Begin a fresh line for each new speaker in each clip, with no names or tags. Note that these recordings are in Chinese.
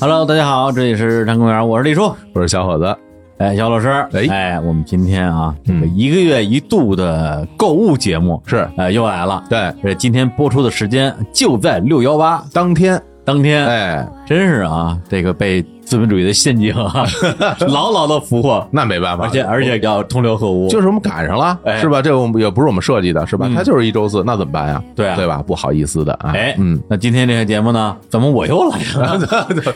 Hello，大家好，这里是日坛公园，我是李叔，
我是小伙子。
哎，姚老师，
哎
哎，我们今天啊，这
嗯
个一个月一度的购物节目
是
呃又来了，
对，
这今天播出的时间就在六幺八
当天，
当天，，
哎，
真是啊，这个被资本主义的陷阱 啊，牢牢的俘获，
那没办法，
而且而且要通流合污，
啊就是我们赶上了，
哎嗯
是吧？这我们也不是我们设计的，是吧？它就是一周四，那怎么办呀？
对啊
对吧？不好意思的啊，
哎，
嗯，，
那今天这个节目呢，怎么我又来 了？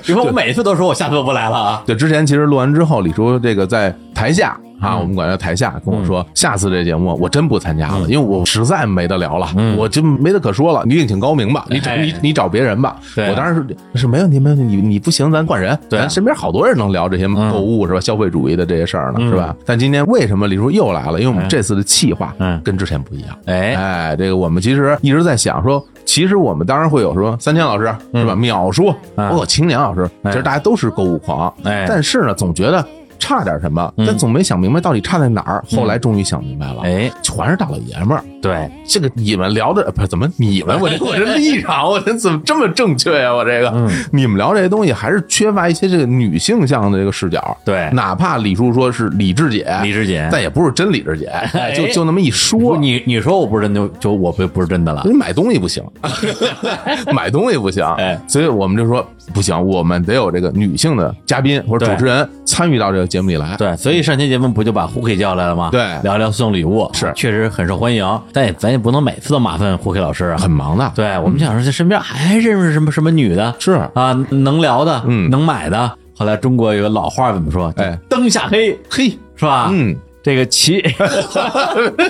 因为我每次都说我下次我不来了啊。
对，之前其实录完之后，李叔这个在台下
嗯
啊，我们管叫台下，跟我说，下次这节目我真不参加
嗯
了，因为我实在没得聊了，我就没得可说了。你另请高明吧，你找
哎
你你找别人吧。
对
我当时是是没问题，没问题，你你不行，咱换人。
对
咱身边好多人能聊这些购物是吧？消费主义的这些事
嗯
儿呢，是吧？但今天为什么李叔又来了？因为我们这次的气话
哎嗯
跟之前不一样。
哎，
哎，这个我们其实一直在想说，其实我们当然会有说三千老师是吧？秒叔，
嗯
包括秦良老师，其实大家都是购物狂，
哎嗯
但是呢，总觉得差点什么，但总没想明白到底差在哪儿。后来终于想明白了，
哎，
全是大老爷们儿。
对，
这个你们聊的不 是怎么你们我 这我这立场我这怎么这么正确啊我这个、
嗯
你们聊这些东西还是缺乏一些这个女性向的这个视角
对
哪怕李叔说是李志姐
李志姐
但也不是真李志姐、
哎
就就那么一
不
说，
你你说我不是真的，就就我不不是真的了。
你买东西不 行，买东西不行，
哎
所以我们就说不行，我们得有这个女性的嘉宾或者
对
主持人参与到这个节目里来。
对，所以上期节目不就把胡 K 叫来了吗？
对
聊聊送礼物
是
确实很受欢迎，但也咱也不能每次都麻烦胡 K 老师啊。
很忙的，
对，我们想说这身边还认识什么什么女的，
嗯是
啊，能聊的，
嗯
能买的。后来中国有个老话怎么说？
哎，
灯下黑，
嘿，
是吧？
嗯，
这个 棋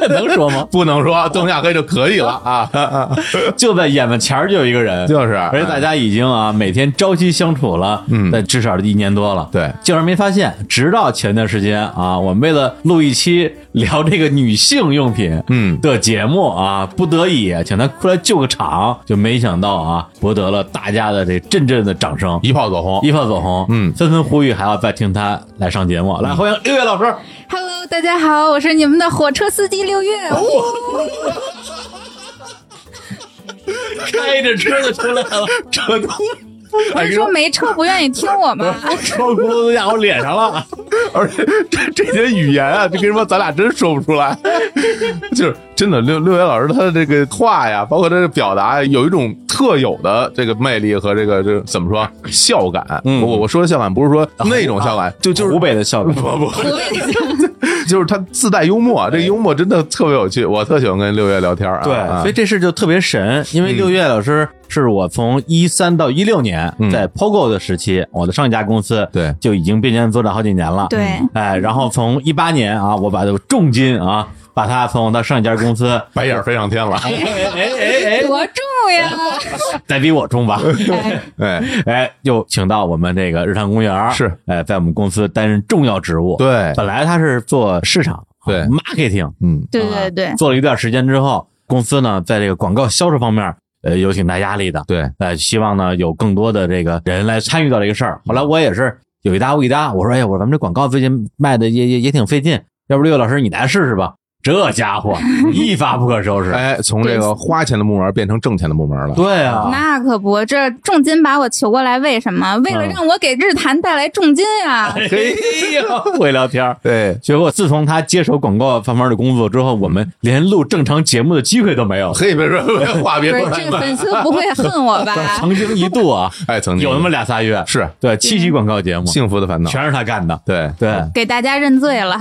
能说吗？
不能说邓亚黑就可以了啊，
就在眼巴前儿就有一个人，
就是
而且大家已经啊每天朝夕相处了，
嗯
但至少一年多了，
对
竟然没发现，直到前段时间啊，我们为了录一期聊这个女性用品，
嗯
的节目啊，不得已请他出来救个场，就没想到啊，博得了大家的这阵阵的掌声。
一炮走红，
一炮走红，
嗯
纷纷呼吁还要再听他来上节目，来欢迎六月老师。
Hello，大家好，我是你们的火车司机六月。
开着车就出来 了，
这都哎
不是说没车不愿意听我吗？
车轱辘都压我脸上了。
而且这这些语言啊，就跟你说，咱俩真说不出来。 就是真的，六六爷老师他的这个话呀，包括他的表达，有一种特有的这个魅力和这个这怎么说笑感。
嗯啊
我我说的笑感不是说那种笑感，就就是
湖北的笑容，不不，
我跟你讲
就是他自带幽默，这个幽默真的特别有趣。我特喜欢跟六爷聊天啊。
哎对，
啊嗯
所以这事就特别神，因为六月老师是我从一三到一六年
嗯
在 POGO 的时期，我的上一家公司
对
就已经变成组长好几年了，
对
哎，然后从一八年啊，我把这个重金啊，把他从他上一家公司，
白眼飞上天了。
哎哎哎哎，
多重呀！
再比我重吧，
哎
哎，
哎，又请到我们这个日坛公园
是，
哎，在我们公司担任重要职务，，
对，
本来他是做市场，
对
啊，marketing，
嗯，
对对对，
做了一段时间之后，公司呢在这个广告销售方面，呃，有挺大压力的。
对，
呃，希望呢有更多的这个人来参与到这个事儿。后来我也是有一搭无一搭，我说哎呀，我说咱们这广告最近卖的也也也挺费劲，要不六老师你来试试吧？这家伙一发不可收拾。
哎，从这个花钱的部门变成挣钱的部门了。
对啊，
那可不，这重金把我求过来，为什么？为
嗯
了让我给日坛带来重金啊！
哎
嘿呀，会聊天儿。
对，
结果自从他接手广告方面的工作之后，我们连录正常节目的机会都没有。
嘿，别说别说话
不
别
是
说太
这个
满。
粉丝不会恨我 吧？
曾经一度啊，
哎，曾经
有那么俩仨月，
是
对七期广告节目，
幸福的烦恼。
全是他干的。
对
对，
给大家认罪了，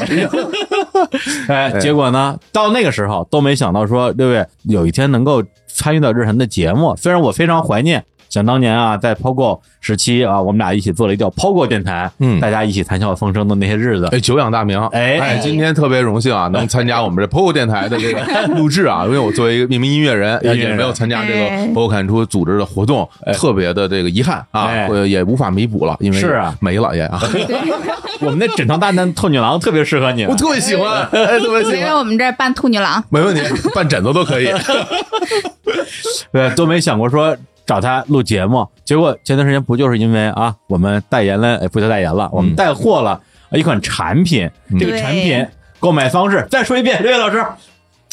哎，结果呢，到那个时候都没想到说六月有一天能够参与到日坛的节目。虽然我非常怀念，想当年啊，在 POGO 时期啊，我们俩一起做了一个叫 POGO 电台，
嗯
大家一起谈笑风生的那些日子。
哎，久仰大名，
哎
今天特别荣幸啊，能参加我们这 POGO 电台的 这个录制啊，因为我作为一个一名音乐人，
音乐人
也没有参加这个
哎
POGO 看演出组织的活动，特别的这个遗憾啊，
哎
呃也无法弥补了，因为
是啊
没了也啊，
我们那枕头大蛋兔女郎特别适合你
我。特别喜欢，哎，特别
所
喜
以
欢。
我们这儿扮兔女郎。
没问题，办枕头都 可以。
对， 都没想过说找他录节目。结果前段时间不就是因为啊，我们代言了，哎，不叫代言了，
嗯
我们带货了一款产品，这个
对
产品购买方式再说一遍，六月老师。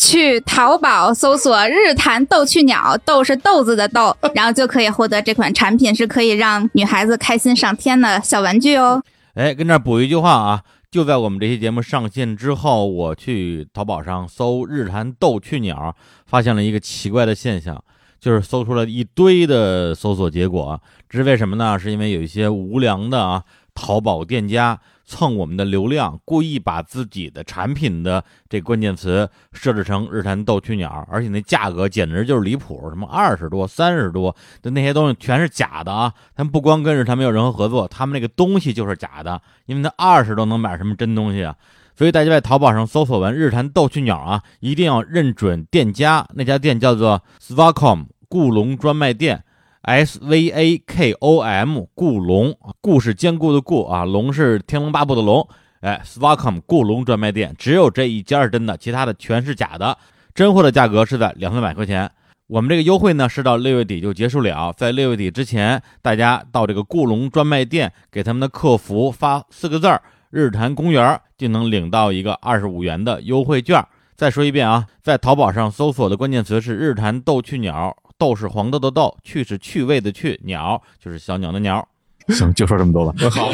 去淘宝搜索“日坛逗趣鸟”，逗是豆子的 豆，然后就可以获得这款产品，是可以让女孩子开心上天的小玩具哦。
哎，跟这儿补一句话啊，就在我们这期节目上线之后，我去淘宝上搜“日坛逗趣鸟”，发现了一个奇怪的现象，就是搜出了一堆的搜索结果啊。这是为什么呢？是因为有一些无良的啊淘宝店家蹭我们的流量，故意把自己的产品的这关键词设置成“日坛逗趣鸟”，而且那价格简直就是离谱，什么二十多、三十多，的那些东西全是假的啊！他们不光跟日坛没有任何合作，他们那个东西就是假的，因为他二十都能买什么真东西啊？所以大家在淘宝上搜索完“日坛逗趣鸟”啊，一定要认准店家，那家店叫做 Svacom 固龙专卖店，S V A K O M 固龙，固是坚固的固啊，龙是《天龙八部》的龙。哎，Svacom 固龙专卖店只有这一家是真的，其他的全是假的。真货的价格是在两三百块钱，我们这个优惠呢是到六月底就结束了，在六月底之前，大家到这个固龙专卖店给他们的客服发四个字儿“日坛公园”，就能领到一个二十五元的优惠券。再说一遍啊，在淘宝上搜索的关键词是“日坛逗趣鸟”，逗是黄豆的豆，趣是趣味的趣，鸟就是小鸟的鸟。
行，就说这么多吧。好，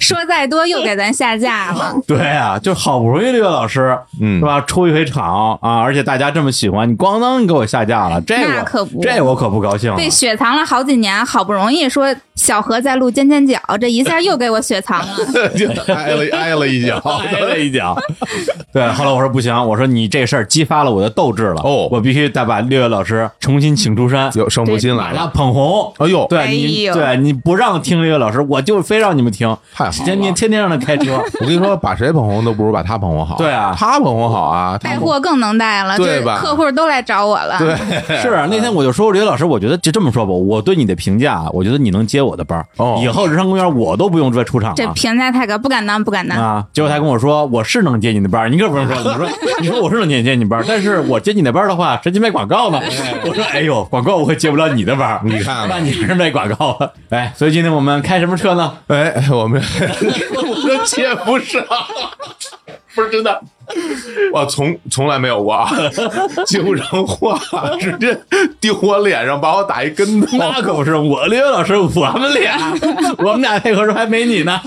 说再多又给咱下 架了，
对啊，就好不容易六月老师
嗯
是，吧？出一回场啊，而且大家这么喜欢，你咣当给我下架了，这
那
我
可不
这我可不高兴啊了。
被雪藏了好几年，好不容易说小何在录尖尖角，这一下又给我雪藏了。
就挨了挨了一脚。
挨 了一脚。对，后来我说不行，我说你这事儿激发了我的斗志了，
哦
我必须得把六月老师重新请出山，
有上不心来
把他
了，啊
捧红。
哎呦，
对
哎
你，
呦
对你不让听六月老师，我就非让你们听，
太好
天天
了！
天天让他开 车。
我跟你说，把谁捧红都不如把他捧红好。
对啊
他捧红好啊，他
带
捧
货更能带了，就
对
是
吧
客户都来找我了。
对
是啊，那天我就说，刘老师，我觉得就这么说吧，我对你的评价，我觉得你能接我的班儿
哦
以后人生公园我都不用再出场
这
了。
评价太高，不敢当，不敢当。
啊！结果他跟我说，我是能接你的班儿，你可不用 说，你说你说我是能接接你班儿，但是我接你的班儿的话，谁去卖广告呢？我说，哎呦，广告我可接不了你的班儿，
你看看
那你还是卖广告了。哎，所以今天我们开什么车呢？
哎，我们 我都接不上， 不是真的，我从从来没 有过啊，接不上话，直接丢我脸上，把我打一跟头。
那可不是，我刘老师，我们俩，哦 我们俩配合时候还没你呢。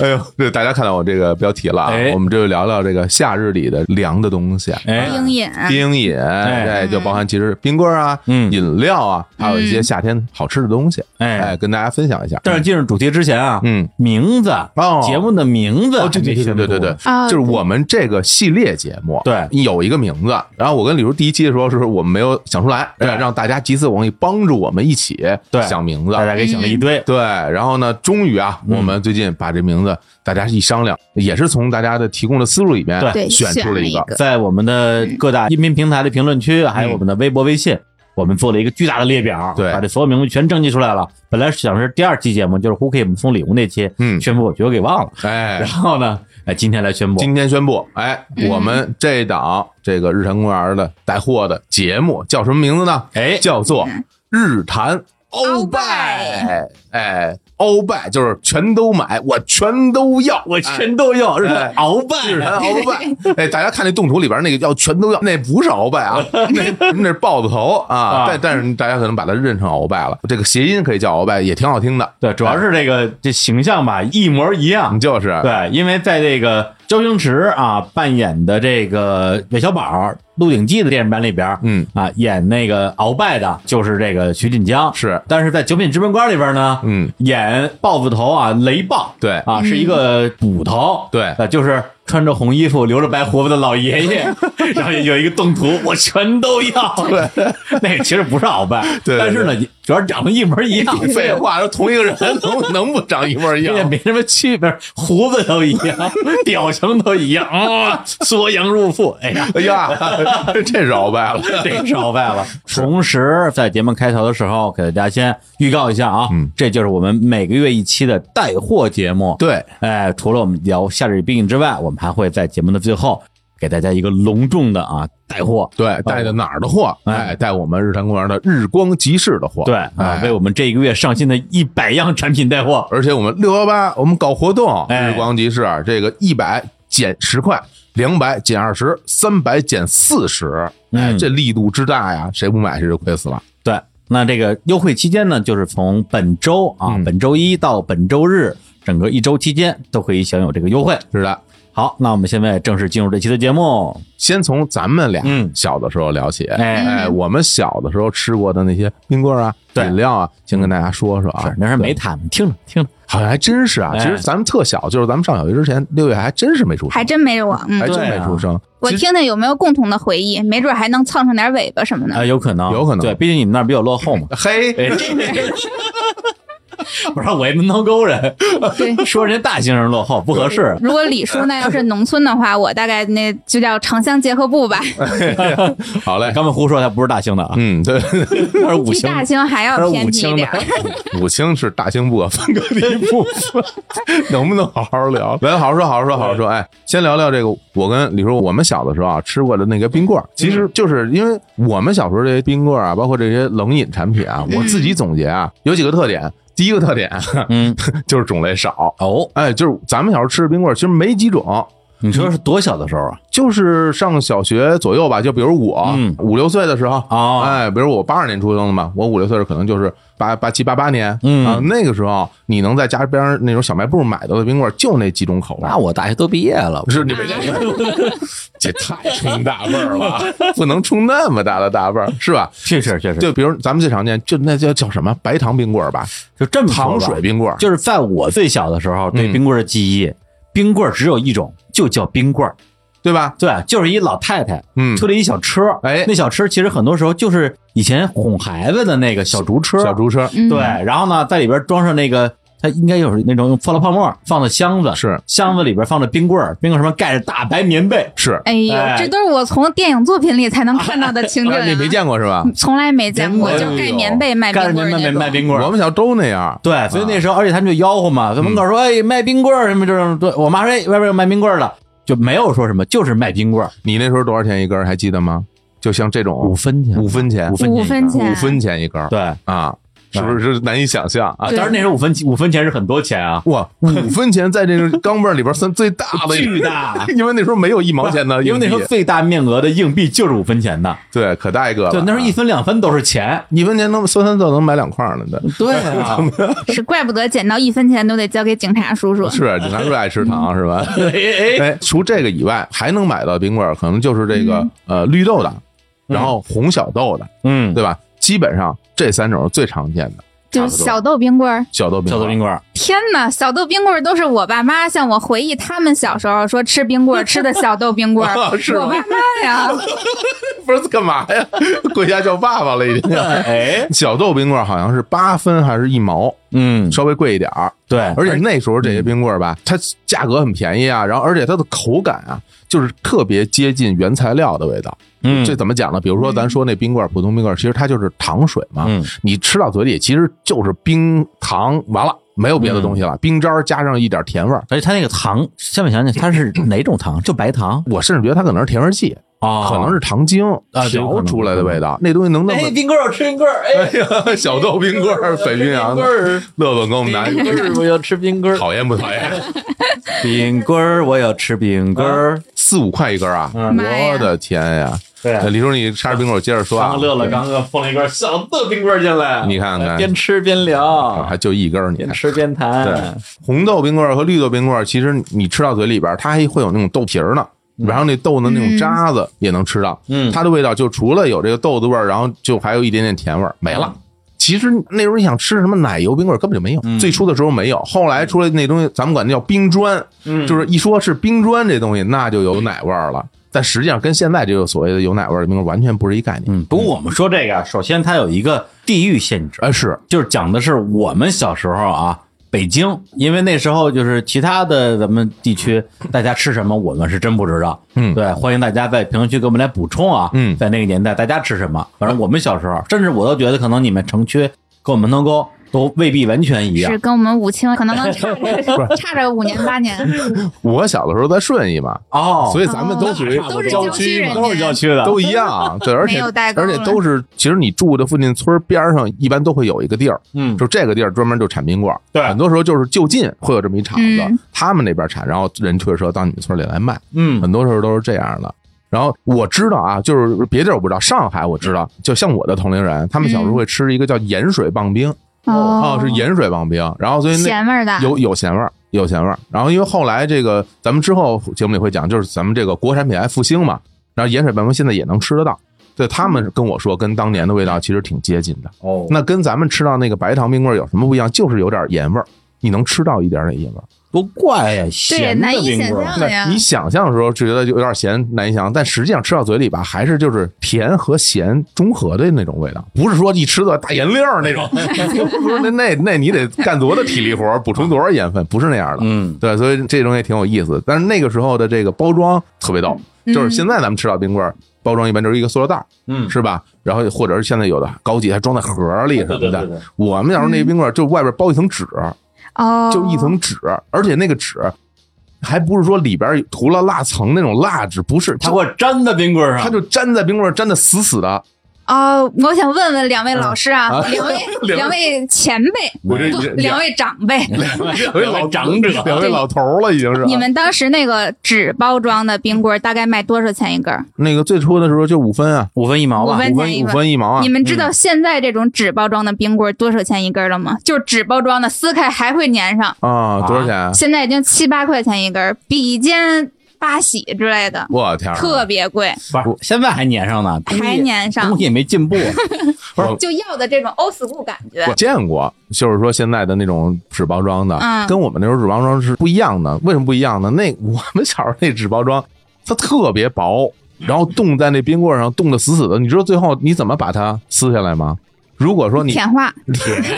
哎呦，这大家看到我这个标题了啊，
哎
我们这就聊聊这个夏日里的凉的东西。啊
哎，
鹰眼，
冰饮，
哎
哎，就包含其实冰棍儿啊、
嗯
饮料啊，还有一些夏天好吃的东西，
哎
哎，跟大家分享一下。
但是进入主题之前啊，
嗯，
名字
哦
节目的名 字还
哦，
没
对
宣布，
对对对对对，
啊
就是我们这个系列节目，
对
有一个名字。然后我跟李叔第一期的时候，是我们没有想出来，哎
对
让大家集思广益，帮助我们一起
对
想名字
大。家给想了一堆，
对，然后呢，终于啊，我们最近把这名字大家一商量，也是从大家的提供的思路里面
对
对，
选出了
了
一个。
在我们的各大音频平台的评论区，还有我们的微博、微信，我们做了一个巨大的列表，
嗯对
把这所有名字全征集出来了。本来想是第二期节目，就是 Who 给我们送礼物那期，
嗯
宣布我觉得给忘了。
哎
然，后呢，哎，今天来宣布，
今天宣布，哎，
嗯
我们这一档这个日坛公园的带货的节目叫什么名字呢？
哎，
叫做日坛欧拜，哎，欧拜就是全都买，我全都要，
我全都要，日
哎
坛鳌
日
拜，
坛
啊
鳌 拜，哎，大家看那动图里边那个要全都要，那不是鳌拜啊，那那是豹子头
啊
啊，但但是大家可能把它认成鳌拜了，这个谐音可以叫鳌拜，也挺好听的，
对，主要是这个这形象吧，一模一样
你。就是
对，因为在这个周星驰啊扮演的这个韦小宝《鹿鼎记》的电影版里边，
嗯
啊，演那个鳌拜的就是这个徐锦江，
是
但是在《九品芝麻官》里边呢，
嗯，
演豹子头啊，雷豹，
对
啊，是一个捕头，
对
呃就是穿着红衣服、留着白胡子的老爷 爷，然后有一个动图，我全都要，对， 那个其实不是鳌拜，
对对对
但是呢，主要长得一模一样，
废话，说同 一个人能能不长一模一
啊也
样？
没什么区别，胡子都一样， 表情都一样啊， 缩阳入腹，哎呀。
哎 呀，这是鳌拜了。
这是鳌拜了。同时，在节目开头的时候，给大家先预告一下啊，
嗯
这就是我们每个月一期的带货节目。，
对，
哎，除了我们聊夏日冰饮之外，我们还会在节目的最后给大家一个隆重的啊带货。
对，带的哪儿的货？
哎
哎，带我们日坛公园的日光集市的货。
对啊，为
哎，
我们这一个月上新的一百样产品带货。
而且我们六幺八我们搞活动，
哎
日光集市这个一百减十块。两百减二十，三百减四十，哎，
嗯
这力度之大呀，谁不买谁就亏死了。
对，那这个优惠期间呢，就是从本周啊，
嗯
本周一到本周日，整个一周期间都可以享有这个优惠。
是的，
好，那我们现在正式进入这期的节目。
先从咱们俩
嗯
小的时候聊起，
哎
哎，我们小的时候吃过的那些冰棍儿啊、
对
饮料啊，先跟大家说说啊
是，。那是没他们，听着听着，
好像还真是啊。
哎
其实咱们特小，就是咱们上小学之前，六月还真是没出生，
还真没我，
还
嗯，
真没出生。
我
哎其实
听听有没有共同的回忆，没准还能蹭上点尾巴什么
啊、
的。
有可能，
有可能
对，毕竟你们那儿比较落 后嘛。
嘿，
哎不是，我一门头沟人，
对，
说人家大兴人落后不合适。
如果李叔那要是农村的话，我大概那就叫城乡结合部吧，
好 嘞，
刚才胡说，他不是大兴的啊，
嗯，对，
他是五
比
星的
大兴还要
他是
偏
武
僻一
清
点 儿。
的。
五星是大兴不可分割 的一部分，能不能好好聊？来，好好说，好好说，好好说。哎，先聊聊这个，我跟李叔，我们小的时候啊，吃过的那个冰棍儿，其实就是因为我们小时候这些冰棍儿啊，包括这些冷饮产品啊，我自己总结啊，有几个特点。第一个特点
嗯，
就是种类少，
哦，
哎，就是咱们小时候吃的冰棍儿，其实没几种，
你说是多小的时候啊？
就是上小学左右吧，就比如我、
嗯
五六岁的时候，
哦
哎，比如我八二年出生的嘛，我五六岁的时候可能就是八八七八八年，
嗯
啊，那个时候你能在家边儿那种小卖部买到的冰棍儿就那几种口味
那。我大学都毕业了，
是你们 这这太冲大辈儿了，不能冲那么大的大辈儿，是吧？
确实确实，
就比如咱们最常见，就那叫叫什么白糖冰棍儿吧，
就这么说
糖
吧
水冰棍儿，
就是在我最小的时候，对
嗯
冰棍儿的记忆，冰棍儿只有一种，就叫冰棍儿。
对吧？
对，就是一老太太
嗯，
推了一小车，
哎
那小车其实很多时候就是以前哄孩子的那个小竹车，
小竹车
嗯
对，，然后呢，在里边装上那个，它应该有那种用塑料泡沫放的箱子，
是
箱子里边放着冰棍儿，冰棍儿上面盖着大白棉被。
是，
哎呦
哎，
这都是我从电影作品里才能看到的
嗯
情 景
啊
啊，
你没见过是吧？
从来没见过，
哎呦
就盖棉被卖
盖着
冰
棉
棍儿
被
那
卖
种。
冰棍
我
儿，
们啊嗯小时候都那样，
对，所以那时候，而且他们就吆喝嘛，在门口说：“哎，卖冰棍儿什么这种。”对我妈说：“哎，外边有卖冰棍儿的。”就没有说什么，就是卖冰棍儿，
你那时候多少钱一根儿还记得吗？就像这种
五分钱，
五分钱
五，分钱一
五
根，
分钱，
五分钱一根儿
对
啊，是不是难以 想象啊？
啊，
对
当然那时候五分五分钱是很多钱啊，
哇，五分钱在这个钢镚儿里边儿算最大 的，
巨 大。啊
因为那时候没有一毛钱的硬币，
因为那时候最大面额的硬币就是五分钱的，
对可大一个了，
对，那时候一分两分都是钱。
一分钱能三三豆能买两块儿呢，对。
对 啊，
是怪不得捡到一分钱都得交给警察叔叔。
是，警察叔爱吃
嗯
糖 是吧？
哎哎，
哎，除这个以外，还能买到冰棍儿，可能就是这个呃绿豆的，然后红小豆的，
嗯，
对吧？基本上这三种是最常见的
就是小豆冰棍儿，
小豆冰
小豆
棍儿
冰。棍儿，
天哪，小豆冰棍儿都是我爸妈向我回忆他们小时候说吃冰棍儿吃的小豆 冰棍儿，
哦是吗
我爸妈呀，
不是干嘛呀？跪下叫爸爸了已 经。
哎，
小豆冰棍儿好像是八分还是一毛，
嗯，
稍微贵一点儿。
对，
而且那时候这些冰棍儿
嗯
吧，它价格很便宜啊，然后而且它的口感啊，就是特别接近原材料的味道。
嗯
这怎么讲呢？比如说咱说那冰棍儿，普通冰棍儿，其实它就是糖水嘛，
嗯
你吃到嘴里其实就是冰糖，完了没有别的东西
嗯
了，冰渣儿加上一点甜味儿。
而且它那个糖，下面想想它是哪种糖？就白糖
我甚至觉得它可能是甜味剂，
啊
可能是糖精
啊有可
调
能
出来的味道。那东西能那么
哎冰棍儿，吃冰棍儿， 哎，
呀，小豆冰棍儿，北冰洋的
儿，
乐乐给我们拿一个，
儿，我要吃冰棍，
讨厌不讨厌？
冰棍儿，我要吃冰棍儿。
四五块一根儿啊！
嗯
妈呀
我的天呀！
对啊
李叔，你吃着冰棍儿，我接着说啊
刚。乐乐刚刚碰了一根小豆冰棍儿进来，
你看看
哎边吃边
啊
聊，
还就一根儿，你
边
看
吃边谈。
红豆冰棍儿和绿豆冰棍儿，其实你吃到嘴里边儿，它还会有那种豆皮儿呢。然后那豆的那种渣子也能吃到，
嗯
它的味道就除了有这个豆子味儿，然后就还有一点点甜味儿，没
嗯
了。其实那时候你想吃什么奶油冰棍儿根本就没有，最初的时候没有，后来出来那东西，咱们管它叫冰砖，
嗯
就是一说是冰砖这东西，那就有奶味儿了。但实际上跟现在这个所谓的有奶味儿的冰棍儿完全不是一概念。
嗯，不过我们说这个啊，首先它有一个地域限制，
哎，是
就是讲的是我们小时候啊，北京，因为那时候就是其他的咱们地区，大家吃什么我们是真不知道。
嗯
对，欢迎大家在评论区给我们来补充啊。
嗯
在那个年代大家吃什么，反正我们小时候，甚至我都觉得可能你们城区跟我们门头沟都未必完全一样
是。跟我们武清可 能能差着差着五年八年，
我小的时候在顺义嘛，
哦，
所
以
以咱们都属于
哦都是
郊
郊区
嘛
人
都是郊区的，
都一样啊， 对，而且
没有代沟
而
了
且都是，其实你住的附近村儿边儿上，一般都会有一个地儿，
嗯，
就这个地儿专门就产冰棍儿，
对
很多时候就是就近会有这么一厂子，
嗯
他们那边产，然后人推着车到你们村里来卖，
嗯
很多时候都是这样的。然后我知道啊，就是别地儿我不知道，上海我知道，就像我的同龄人，他们小时
嗯
候会吃一个叫盐水棒冰，哦，是盐水棒冰，然后所以那
咸味儿的，
有有咸味儿，有咸味儿。然后因为后来这个咱们之后节目里会讲，就是咱们这个国产品牌复兴嘛，然后盐水拌饭现在也能吃得到。对他们跟我说，跟当年的味道其实挺接近的。
哦
那跟咱们吃到那个白糖冰棍儿有什么不一样？就是有点盐味儿，你能吃到一点点盐味儿。
多怪呀，
对
咸的
难以
冰
想
棍儿啊
象的呀
那你，想象的时候就觉得有点咸难以想象，但实际上吃到嘴里吧，还是就是甜和咸中和的那种味道，不是说一吃的大盐粒儿那 种，不是那那那你得干多大体力活儿，补充多少盐分，不是那样的。
嗯，
对，所以这东西挺有意思。但是那个时候的这个包装特别逗，
嗯
就是现在咱们吃到冰棍儿，包装一般就是一个塑料袋儿，
嗯
是吧？然后或者是现在有的高级还装在盒儿里什么
对对对对
的。我们小时候那冰棍儿就外边包一层纸，
哦，
就一层纸，而且那个纸还不是说里边涂了蜡层那种蜡纸，不是，
它
它
给我粘在冰棍儿上，
它就粘在冰棍儿粘的死死的。
哦，我想问问两位老师啊，
啊
两位
两
两位前辈，
我这
不
也，
两位长辈，
两位老
长者
两位老头儿了已经是。
你们当时那个纸包装的冰棍儿大概卖多少钱一根儿？
那个最初的时候就五分啊，
五分一毛吧
五，分
五
钱
分
一
五
个
分一毛啊
你。们知道现在这种纸包装的冰棍儿多少钱一根儿了吗？就是纸包装的，撕开还会粘上，
啊，多少钱啊？
现在已经七八块钱一根儿，比肩八喜之类的，
我天儿啊，
特别贵，
不是现在还粘上呢，工艺
还粘上
工艺也没进步，
我
就要的这种 old school 感觉
我。见过，就是说现在的那种纸包装的，
嗯
跟我们那时候纸包装是不一样的。为什么不一样呢？那我们小时候那纸包装，它特别薄，然后冻在那冰棍上冻得死死的。你知道最后你怎么把它撕下来吗？如果说你
舔 化，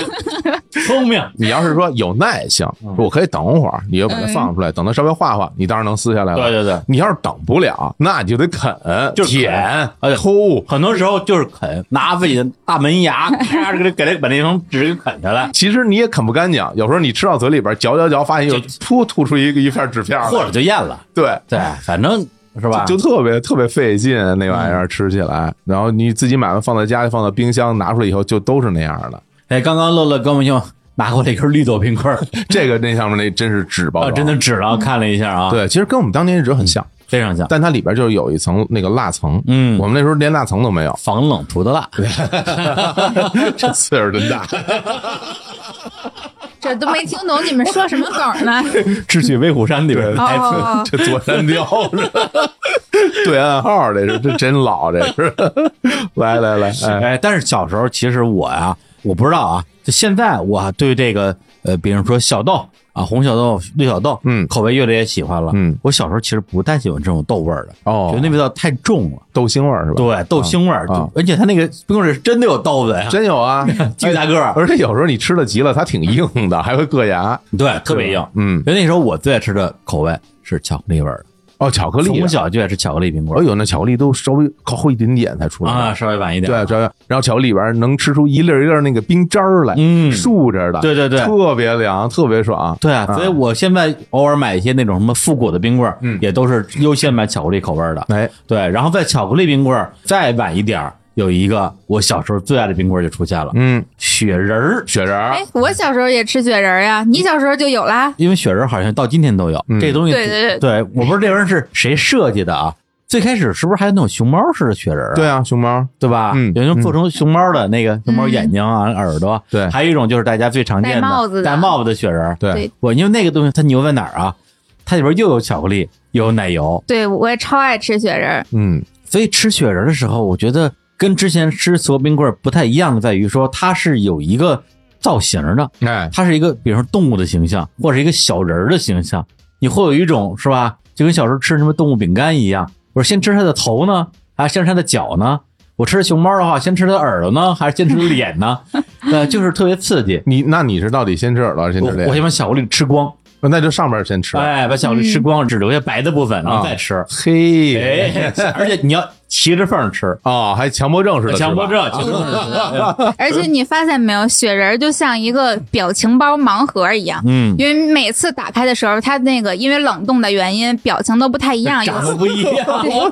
聪 明，
你要是说有耐性，
嗯
说我可以等会儿，你就把它放出来，等它稍微化化，你当然能撕下来了。
对对对，
你要是等不了，那你就得啃，
就是啃
舔、
哎
抠，
很多时候就是啃，拿自己的大门牙， 咔给它给它把那层纸给啃下来，
其实你也啃不干净，有时候你吃到嘴里边嚼嚼嚼，发现又
就
噗吐出一个一片纸片来，
或者就啊咽了，
对，
对，反正是吧？
就就特别特别费劲那玩意儿吃起来，然后你自己买完放在家里，放到冰箱，拿出来以后就都是那样的。
哎，刚刚乐乐跟我们就拿过来一根绿豆冰棍儿，
这个那上面那真是纸包
啊，
装，
真的纸了，看了一下啊，，
对，其实跟我们当年纸很像，
非常像，
但它里边就有一层那个蜡层。
嗯，
我们那时候连蜡层都没有
防冷涂的蜡，
这岁数真 大，
这都没听懂你们说什么梗儿呢？
啊
智取威虎山里边的台词，
哦，
这左山雕是吧，对暗号这是，这真老这是。 来来来，哎，
哎，但是小时候其实我呀、我不知道啊，就现在我对这个呃，比如说小豆啊，红小豆、绿小豆，
嗯
口味越来越喜欢了。
嗯，
我小时候其实不太喜欢这种豆味儿的，
哦
觉得那味道太重了。
豆腥味儿是吧？
对，豆腥味儿，
啊
而且它那个冰棍儿是真的有豆子呀，
真有啊，
巨大个儿，
而且有时候你吃的急了，它挺硬的，还会硌牙。
对，特别硬。
嗯，
因为那时候我最爱吃的口味是巧克力味儿的，
哦，巧克力啊，
从小就爱吃巧克力冰
哎
棍
呦，那巧克力都稍微靠后一点点才出
儿
来。
啊，稍微晚一点。
对，这然后巧克力里边能吃出一粒儿一粒儿那个冰渣儿来，
嗯
竖着的，
对对对
特别凉，特别爽。
对啊，
啊
所以我现在偶尔买一些那种什么复古的冰棍儿，
嗯
也都是优先买巧克力口味儿的。
哎，
对，然后在巧克力冰棍儿再晚一点儿，有一个我小时候最爱的冰棍儿就出现了，
嗯，
雪人儿。
雪人儿
哎，我小时候也吃雪人儿呀，你小时候就有啦。
因为雪人儿好像到今天都有、
嗯
这东西，
对对对
我不知道这玩意儿是谁设计的啊？最开始是不是还有那种熊猫式的雪人儿啊？
对啊，熊猫，
对吧？
嗯
有一种做成熊猫的那
嗯
个熊猫眼睛啊、耳朵，
对
还有一种就是大家最常见的
戴帽子的
戴帽子的雪人儿。
对
对
我因为那个东西它牛在哪儿啊？它里边又有巧克力，又有奶油，
对，我也超爱吃雪 人儿。
嗯，
所以吃雪人的时候，我觉得跟之前吃所有冰棍儿不太一样的在于说，它是有一个造型的，
哎，
它是一个比如说动物的形象，或者一个小人儿的形象，你会有一种是吧？就跟小时候吃什么动物饼干一样，我先吃它的头呢，还是先吃它的脚呢？我吃熊猫的话，先吃它的耳朵呢，还是先吃它的脸呢？呃，就是特别刺激。
你那你是到底先吃耳朵还是先
我
吃
我
脸？
先把巧克力吃光，
那就上边儿先吃。
哎哎，把巧克力吃光，只留下白的部分，然后
啊
再吃。
嘿，
哎，而且你要骑着缝儿吃，
哦，还强迫症似的，
强迫
是吧，
症，
嗯
强迫症，
而且你发现没有，雪人儿就像一个表情包盲盒一样。
嗯，
因为每次打开的时候，它那个因为冷冻的原因，表情都不太一样，有
哎长得不一样，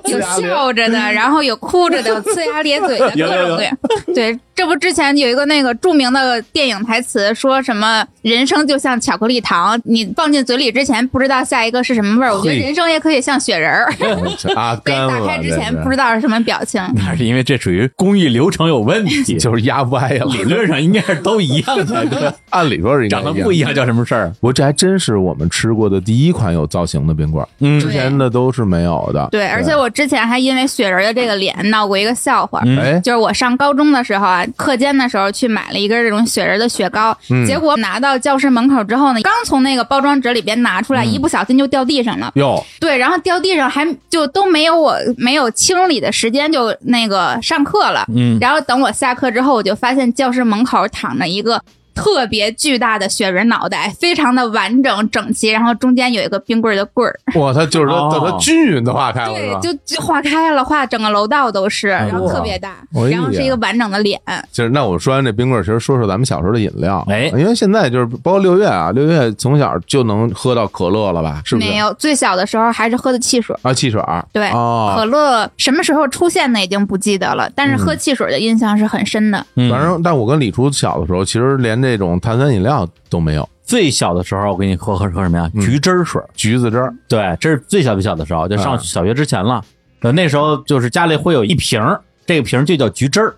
对 有笑着的，然后有哭着的，有呲牙咧嘴的，各
有有有
种各样。对，这不之前有一个那个著名的电影台词，说什么“人生就像巧克力糖，你放进嘴里之前不知道下一个是什么味儿”。我觉得
嘿
人生也可以像雪人儿，
啊，
对，
干
打
了
开之
这
前
是
不知道是什么表情。
那是因为这属于工艺流程有问 题，
就是压歪了，
理论上应该是都一样才对，
按理说是应该
长得
一样
不一样叫什么事儿？啊
不过这还真是我们吃过的第一款有造型的冰棍儿，
嗯
之前的都是没有的。
对，而且我之前还因为雪人儿的这个脸闹过一个笑话。
嗯
哎，
就是我上高中的时候啊，课间的时候去买了一根这种雪人的雪糕，
嗯
结果拿到教室门口之后呢，刚从那个包装纸里边拿出
嗯
来，一不小心就掉地上了。
哟，
对，然后掉地上还就都没有我没有清理的时间，就那个上课了。
嗯，
然后等我下课之后，我就发现教室门口躺着一个。特别巨大的雪人脑袋，非常的完整整齐，然后中间有一个冰棍儿的棍儿，
哇，它就是
哦
说，等它均哎匀的化开了，是
对
吧，？
就就化开了，化整个楼道都是，
哎
然后
哇
特别大，
哎
然后是
呀
一个完整的脸。
就是那我说完这冰棍儿，其实说说咱们小时候的饮料，
哎
因为现在就是包括六月啊，六月从小就能喝到可乐了吧？是不是？
没有，最小的时候还是喝的汽水。
啊，汽水儿，
对，可
哦，
乐什么时候出现的已经不记得了，但是喝汽水的印象是很深的。
嗯
反正但我跟李叔小的时候，其实连这种碳酸饮料都没有，
最小的时候我给你喝喝喝什么呀？橘汁儿水儿，
橘子汁儿，
对，这是最小最小的时候，就上
啊
小学之前了。呃那时候就是家里会有一瓶儿，这个瓶儿就叫橘汁儿，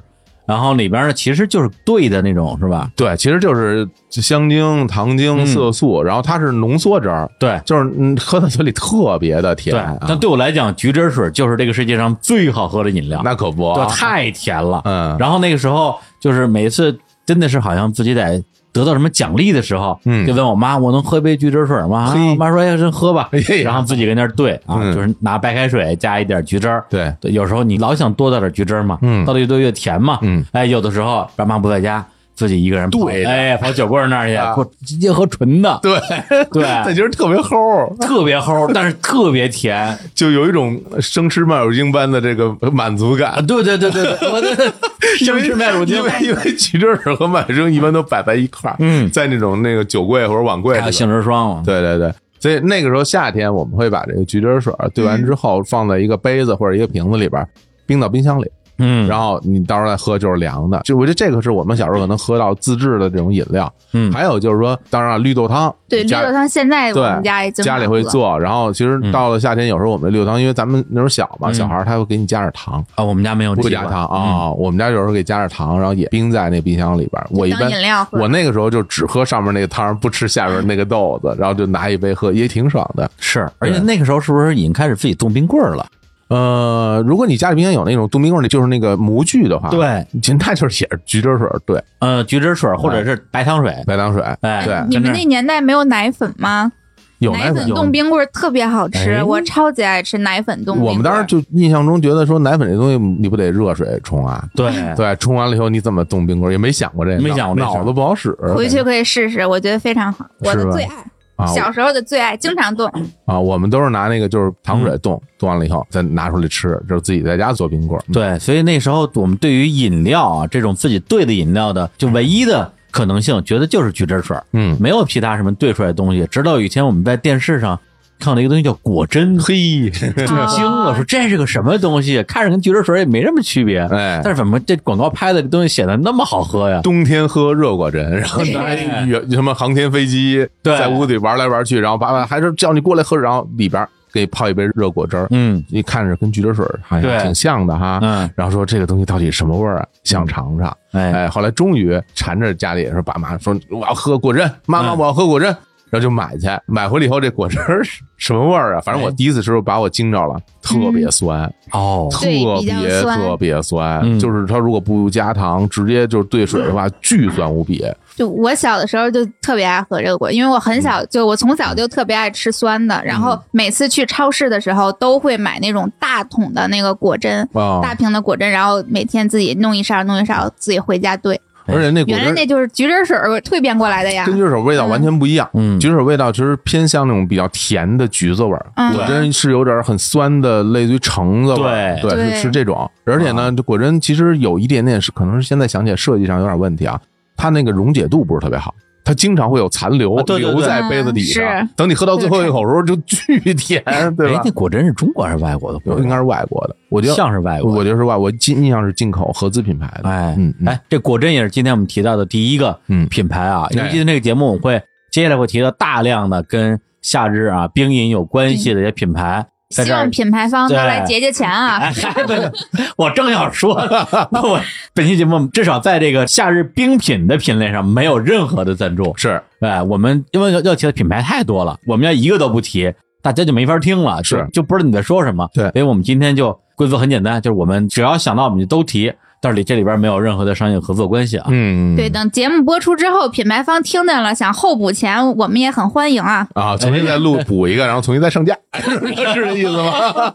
然后里边儿呢其实就是兑的那种，是吧？
对，其实就是香精、糖精、
嗯
色素，然后它是浓缩汁儿，
对。
就是嗯，喝到嘴里特别的甜
对，
啊，
但对我来讲，橘汁儿水就是这个世界上最好喝的饮料，
那可不
对，
啊，
太甜了。
嗯，
啊然后那个时候就是每次真的是好像自己得得到什么奖励的时候，
嗯
就问我妈我能喝杯橘汁水吗？
嘿
啊我妈说哎，真喝吧
哎呀，
然后自己跟那儿兑啊，
嗯
就是拿白开水加一点橘汁儿。
对，
对，有时候你老想多倒点橘汁儿嘛，
嗯
倒的越多越甜嘛。
嗯，
哎，有的时候爸妈不在家，自己一个人跑
对的
哎，跑酒柜那儿去，
啊
我直接喝纯的，
对
对
但其实特别齁，
特别齁，但是特别 甜。
就有一种生吃麦乳精般的这个满足
啊，
感。
对对对对对，我这 生吃麦乳精
因，为因为橘汁水和麦乳精一般都摆在一块儿，
嗯啊
在那种那个酒柜或者碗柜
还有
里边。
杏仁霜嘛，
对对对，所以那个时候夏天我们会把这个橘汁水兑完之后放在一个杯子或者一个瓶子里边，冰到冰箱里，
嗯，
然后你到时候再喝就是凉的。就我觉得这个是我们小时候可能喝到自制的这种饮料。
嗯
还有就是说，当然了绿豆汤，
对，绿
家
豆汤现在我们
对
家已经
家里
买
会
了。
做，然后其实到了夏天，有时候我们绿豆汤，因为咱们那时候小嘛，
嗯
小孩儿他会给你加点糖，
啊，我们家没有
不
这
加
个
糖啊。我们家有时候给加点糖，然后也冰在那冰箱里边儿。我一
当
般
饮料喝
我那个时候就只喝上面那个汤，不吃下边那个豆子，然后就拿一杯喝，也挺爽的。
是，而且
对
那个时候是不是已经开始自己冻冰棍儿了？
呃，如果你家里冰箱有那种冻冰棍儿，就是那个模具的话，，
对，
其实它就是也是橘汁水儿，对，
啊呃，橘汁水或者是白糖水，
白糖水，
哎，
对
你
真
们
的
那年代没有奶粉吗？
有
奶
奶
粉
粉。
有
冻冰棍儿特别好吃
哎，
我超级爱吃奶粉冻冰棍儿。
我们当时就印象中觉得说奶粉这东西你不得热水冲啊，
对，
对，冲完了以后你怎么冻冰棍儿？也没想过这个，
没想过这事儿
脑子不好使。
回去可以试试，我觉得非常好，我
是
的
吧
最爱，
啊
小时候的最爱，经常冻。
啊，我们都是拿那个就是糖
嗯
水冻，冻完了以后再拿出来吃，就是自己在家做冰棍儿。
对，所以那时候我们对于饮料啊这种自己兑的饮料的，就唯一的可能性，觉得就是橘汁水，
嗯，
没有其他什么兑出来的东西。直到有一天我们在电视上看到一个东西叫果珍，
嘿，
震惊了，
哦
说这是个什么东西？看着跟橘汁水也没什么区别，
哎
但，是怎么这广告拍的这东西显得那么好喝呀？
冬天喝热果针，然后拿
对
一远什么航天飞机
对
在屋里玩来玩去，然后爸爸还说叫你过来喝，然后里边儿给你泡一杯热果汁儿，
嗯
你看着跟橘汁水儿好
对
像挺像的哈。
嗯，
然后说这个东西到底什么味儿啊？想尝尝。
哎，
哎，后来终于缠着家里也是爸妈说我要喝果珍，妈妈
嗯
我要喝果珍，然后就买去，买回来以后这果汁儿是什么味儿啊？反正我
哎
第一次吃候把我惊着了，特别酸，
哦，
特
嗯对比较
别
酸
特别
嗯
酸，就是它如果不加糖，直接就是兑水的
嗯
话，巨酸无比。
就我小的时候就特别爱喝这个果，因为我
嗯
很小就我从小就特别爱吃酸的，然后每次去超市的时候都会买那种大桶的那个果珍，
啊
哎
大瓶的果珍，然后每天自己弄一勺弄一勺，自己回家兑。
而且那果
原来
汁
那就是橘汁水儿蜕变过来的呀
跟。橘水味道完全不一样。
嗯
橘水味道其实偏向那种比较甜的橘子味儿，
嗯
果真是有点很酸的，类似于橙子味儿。
对嗯
对，
对
是是这种。而且呢，这果真其实有一点点是，可能是现在想起来设计上有点问题啊，它那个溶解度不是特别好。它经常会有残留、
啊对对对
留在杯子底上，
嗯是
等你喝到最后一口的时候就巨甜，对
哎
吧，
那？果真是中国还是外国的？
应该是外国的，我觉得
像是外国的
我觉得是外，我印印象是进口合资品牌的。
哎，
嗯，嗯
哎，这果真也是今天我们提到的第一个
嗯
品牌啊。
哎
因为今天这个节目，我们会接下来会提到大量的跟夏日啊冰饮有关系的一些品牌，在
希
这儿
望。品牌方都来
对
结结钱啊！
哎，对对，我正要说，那我本期节目至少在这个夏日冰品的品类上没有任何的赞助。
是
哎，我们因为要要提的品牌太多了，我们要一个都不提，大家就没法听了，就是就不知道你在说什么。
对
所以我们今天就规则很简单，就是我们只要想到我们就都提，但是里这里边没有任何的商业合作关系啊。
嗯
对，等节目播出之后，品牌方听见了想后补钱，我们也很欢迎
哎
啊！
啊，重新再录补一个，然后重新再上架， 是这意思吗？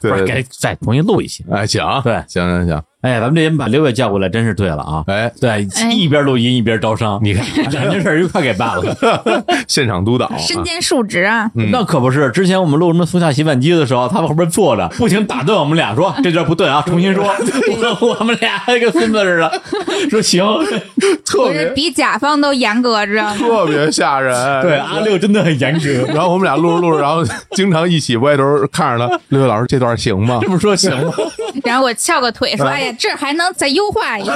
对
不是
对，
该
对
再重新录一期。
哎，行，
对
行行行，
哎，咱们这人把刘伟叫过来，真是对了啊！
哎，
对，
哎
一边录音一边招商，
你看
咱这事儿又快给办了。
现场督导啊，
身兼数职啊！
嗯
那可不是，之前我们录什么松下洗碗机的时候，他们后边坐着，不停打断我们俩说这段不对啊，重新 说。我我们俩跟孙子似的，说行。
特
我是
别
比甲方都严格，知道吗？
特别吓人，
对，。阿六真的很严格，
然后我们俩录着录着，然后经常一起，我也都是看着他，六六老师这段行吗
这？么说行吗？
然后我翘个腿说：“哎呀，这还能再优化一下。”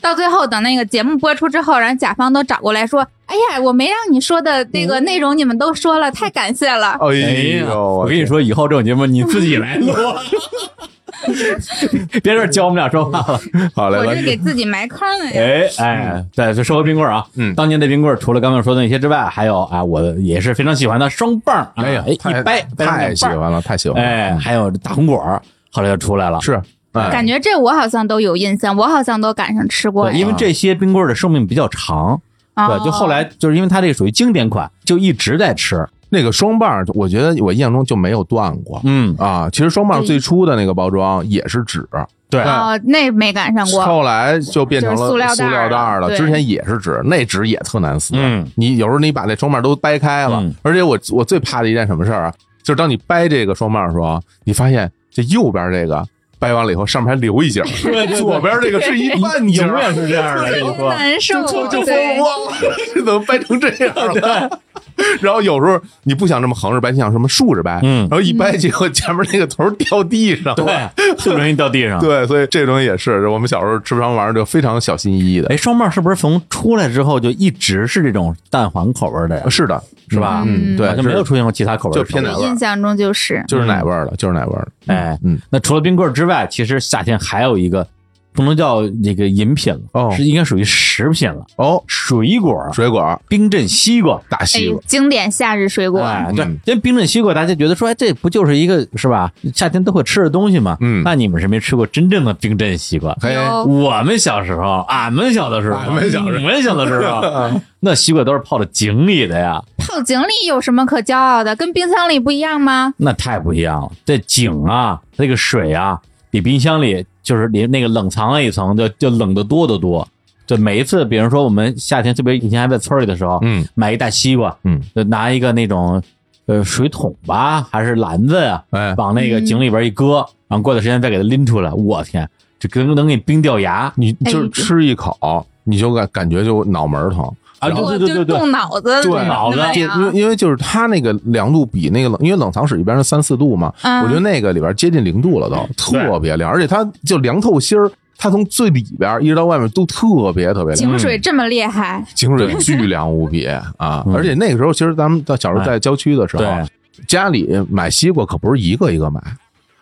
到最后，等那个节目播出之后，然后甲方都找过来说：“哎呀，我没让你说的那个内容，你们都说了，太感谢了。
哎
哎呀，
呦，
我跟你说，以后这种节目你自己 来录，别这儿教我们俩说话了。
哎好嘞，
我
咱
这给自己埋坑呢呀。
哎哎，对，就说回冰棍儿啊，
嗯
当年的冰棍儿除了刚刚说的那些之外，还有啊，我也是非常喜欢的双棒儿，
哎呀，
哎，
太
一掰掰成两
太喜
半儿，
欢了，太喜欢了，
哎，还有大红果儿，后来就出来了，
是，哎，
感觉这我好像都有印象，我好像都赶上吃过
对，啊
呀。
因为这些冰棍儿的寿命比较长，
哦
对，就后来就是因为它这个属于经典款，就一直在吃，
那个双棒，我觉得我印象中就没有断过
嗯，
啊。其实双棒最初的那个包装也是纸，啊
对，
哦，那没赶上过。
后来就变成了
就是
塑
塑料袋
料
儿
袋儿了。
对
之前也是纸，那纸也特难撕。
嗯，
你有时候你把那双棒都掰开了，
嗯
而且我我最怕的一件什么事儿啊，就是当你掰这个双棒的时候，啊你发现这右边这个掰完了以后，上面还留一截儿，左边这个是一半截儿，
永远是这样的，跟你
真
说。
难受，
就就
对
疯光了，这怎么掰成这样了？ 然后有时候你不想这么横着掰，你想什么竖着掰，
嗯
然后一掰结果前面那个头儿掉地上了，
对，啊特别容易掉地上。
对，所以这东西也是我们小时候吃不上玩意儿就非常小心翼翼的。
哎，双棒是不是从出来之后就一直是这种蛋黄口味的呀？
是的，
是吧？
呃嗯，对
好，像
就
没有
是
出现嗯过其他口味
就
的手
偏
表。
奶味
印
儿，
象中就是哎
就是奶味儿了，就是奶味儿了。
哎，
嗯，
那除了冰棍儿之外，其实夏天还有一个不能叫那个饮品了，
哦
是应该属于食品了。
哦，
水果儿，
水果
冰镇西瓜。
大
哎
西瓜，，
经典夏日水果。
哎，
嗯
对，因为冰镇西瓜，大家觉得说，哎，这不就是一个是吧？夏天都会吃的东西嘛。
嗯
那你们是没吃过真正的冰镇西瓜。
嘿，
有
我们小时候，俺们小的时候，
俺们小时候嗯
你们小的时 候，那西瓜都是泡到井里的呀。
泡井里有什么可骄傲的？跟冰箱里不一样吗？
那太不一样了。这井啊，那个水啊，比冰箱里就是里那个冷藏了一层，就就冷得多得多。就每一次，比如说我们夏天，特别以前还在村里的时候，
嗯
买一大西瓜，
嗯，
就拿一个那种呃水桶吧，还是篮子呀、
哎，
往那个井里边一搁，然后过段时间再给它拎出来，我天，这跟能给你冰掉牙
你就是
哎
吃一口，你就感感觉就脑门儿疼。
啊！
然
对
我
对对
就
对对，
动脑子，
对
那
脑子
样
哎
就因为因为就是它那个凉度比那个冷，因为冷藏室一般是三四度嘛，
嗯
我觉得那个里边接近零度了都，特别凉，而且它就凉透心儿，它从最里边一直到外面都特别特别凉，
井水这么厉害，
井水巨凉无比啊！
嗯
而且那个时候，其实咱们到小时候在郊区的时候，
哎
家里买西瓜可不是一个一个买。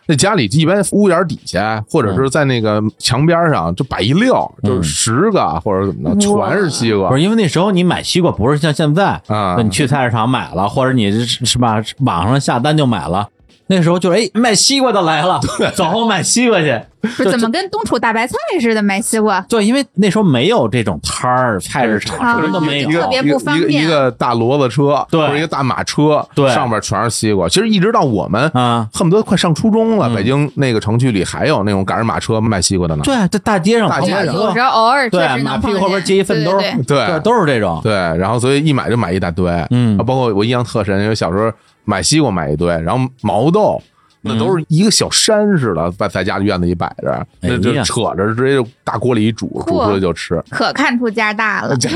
那家里一般屋檐底下，或
嗯
者是在那个墙边上，就摆一溜，就是十个或者怎么着，
哇
全是西瓜
不是因为那时候你买西瓜不是像现在，
啊
那！你去菜市场买了，或者你是是吧， 网上下单就买了。那时候就是哎，卖西瓜的来了，走，买西瓜去。
不是怎么跟东楚大白菜似的买西瓜？
对，因为那时候没有这种摊儿、菜市场
啊
什么都没有
一，个
特别
一个
不方
一个
便
一个大骡子车，
对
或者一个大马车，
对
上面全是西瓜。其实一直到我们
啊
恨不得快上初中了，
嗯
北京那个城区里还有那种赶上马车卖西瓜的呢。
对，在大街上
大
跑
街上
马
有
车
时候偶尔确
啊对，
实
马
能
屁
碰见
后边接一粪兜儿，
对对对
对
对，都是这种，
对，然后所以一买就买一大堆，
嗯
啊包括我印象特深，因为小时候买西瓜买一堆，然后毛豆。那都是一个小山似的，在在家院子里摆着，
哎
那就
呀
扯着直接就大锅里一煮，煮出来就吃。
可看出家大了。
主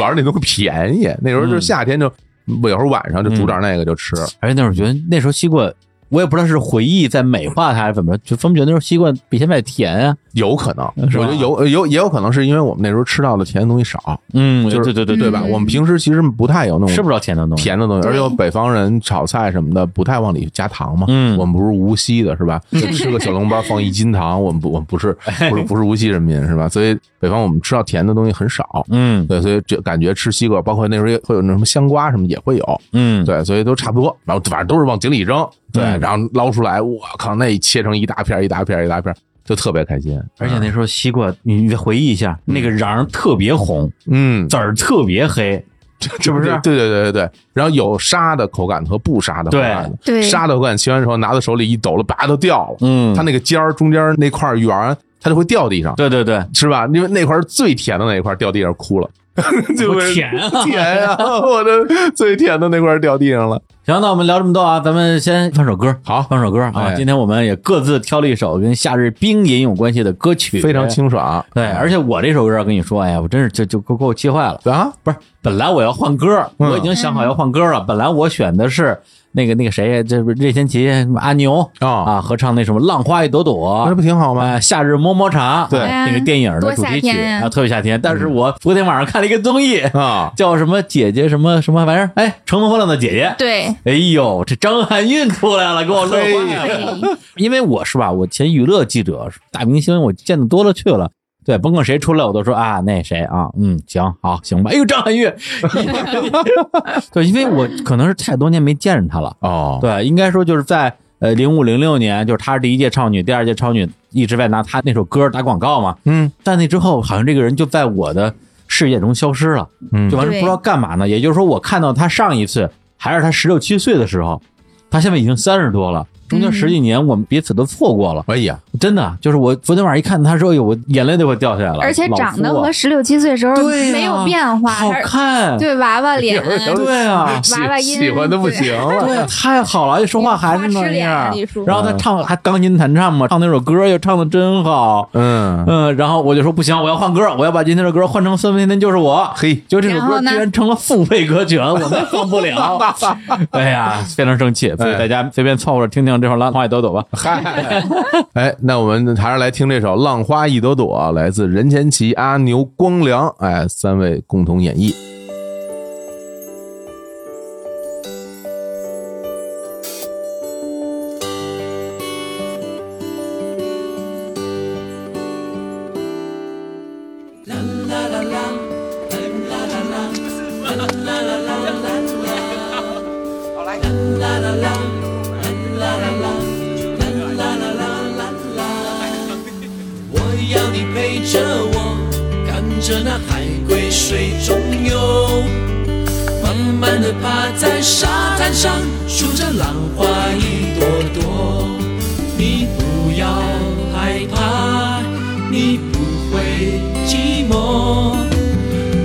要是那东西便宜，那时候
嗯
就是夏天就，有时候晚上就煮点那个就吃。
而且那时候觉得那时候西瓜，我也不知道是回忆在美化它还是怎么着，就分不觉得那时候西瓜比现在甜啊。
有可能，我
是吧
觉得有呃有也有可能是因为我们那时候吃到的甜的东西少，
嗯，
就是
对对对
对
对
吧？
吧？
嗯
我们平时其实不太有那
吃
种
不着甜的东西。
甜的东西，而
对
且北方人炒菜什么的不太往里加糖嘛。
嗯
我们不是无锡的是吧？就吃个小笼包放一斤糖，我们不我们不是
哎
不是不是无锡人民是吧？所以北方我们吃到甜的东西很少。
嗯
对，所以这感觉吃西瓜，包括那时候也会有那什么香瓜什么也会有，
嗯，
对，所以都差不多，然后反正都是往井里扔，对，
嗯
然后捞出来，我靠，那切成一大片儿一大片儿一大片儿，就特别开心。
而且那时候西瓜，你你再回忆一下，那个瓤儿特别红，
嗯，
籽儿特别黑， 是不是？
对对对对对。然后有沙的口感和不沙的口感，
对对
沙的口感切完之后拿到手里一抖了，叭都掉了，
嗯
它那个尖儿中间那块圆，它就会掉地上，
对对对，
是吧？因为那块儿最甜的那一块儿掉地上哭了， 就
我
会
甜啊！
甜呀、 我的最甜的那块儿掉地上了。
行，那我们聊这么多啊，咱们先放首歌，
好
放首歌啊
哎。
今天我们也各自挑了一首跟夏日冰饮有关系的歌曲，
非常。清爽，啊
对，而且我这首歌，我跟你说，哎呀，我真是就就给我给我气坏了。
啊，
不是，本来我要换歌，
嗯
我已经想好要换歌了。本来我选的是那个那个谁，这不是任贤齐、什么阿牛
哦
啊合唱那什么《浪花一朵朵
那》不挺好吗？
啊，夏日么么茶，
对
啊那个电影的主题曲
多夏天啊
啊，特别夏天。但是我昨天晚上看了一个综艺，
啊，
叫什么姐姐什么什么玩意儿，哎，乘风破浪的姐姐。
对，哎
哎呦，这张含韵出来了，给我乐坏了。因为我是吧，我前娱乐记者，大明星我见的多了去了。对，甭管谁出来，我都说啊，那谁啊，嗯，行，好，行吧。哎呦，张含韵， 对，因为我可能是太多年没见着她了。
哦，
对，应该说就是在呃零五零六年，就是她是第一届超女，第二届超女一直在拿她那首歌打广告嘛。
嗯
在那之后，好像这个人就在我的视野中消失了，
嗯
就完全
对
不知道干嘛呢。也就是说，我看到他上一次还是他十六七岁的时候，他现在已经三十多了，中间
嗯
十几年我们彼此都错过了。
哎呀，
真的，就是我昨天晚上一看他说，哎呦，我眼泪都快掉下来了。
而且
老
长
夫
得
啊
和十六七岁时候
对呀
没有变化，
好
还是
看，
对娃娃脸，
对 啊。
喜
娃娃音
喜欢的不行了，
对啊，太好了，一说话还是
花
那
痴脸啊
样
李叔。
然后他唱还钢琴弹唱嘛，唱那首歌又唱的真好。
嗯，
嗯，然后我就说不行，我要换歌，我要把今天的歌换成《孙文天天就是我》。
嘿，
就这首
然
歌
后呢
居然成了付费歌曲，我们放不了。 哎呀，非常生气，所以大家随便凑合着听听这首《浪花也朵朵》吧。
嗨， 哎，那我们还是来听这首《浪花一朵朵》，来自任贤齐、阿牛、光良，哎，三位共同演绎。
我要你陪着我，看着那海龟水中游，慢慢的趴在沙滩上，数着浪花一朵朵。你不要害怕，你不会寂寞，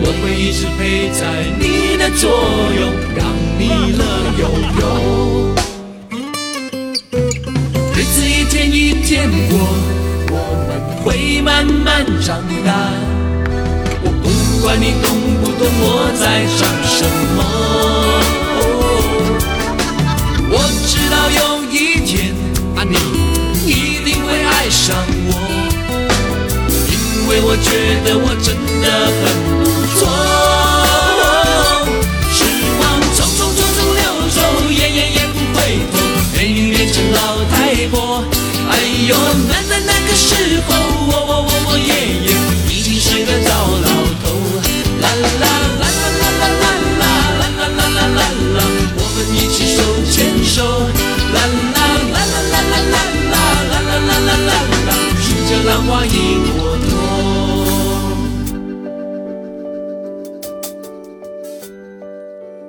我会一直陪在你的左右，让你乐悠悠。日子一天一天过，我们会慢慢长大。我不管你懂不懂我在唱什么，哦我知道有一天啊你一定会爱上我，因为我觉得我真的很不错。时光匆匆匆匆流走，夜夜也不回头，美女变成老太婆。哎呦，难难那个时候，我我我我爷爷已经是个糟老头。啦啦啦啦啦啦啦啦啦啦啦啦啦，我们一起手牵手。啦啦啦啦啦啦啦啦啦啦啦啦啦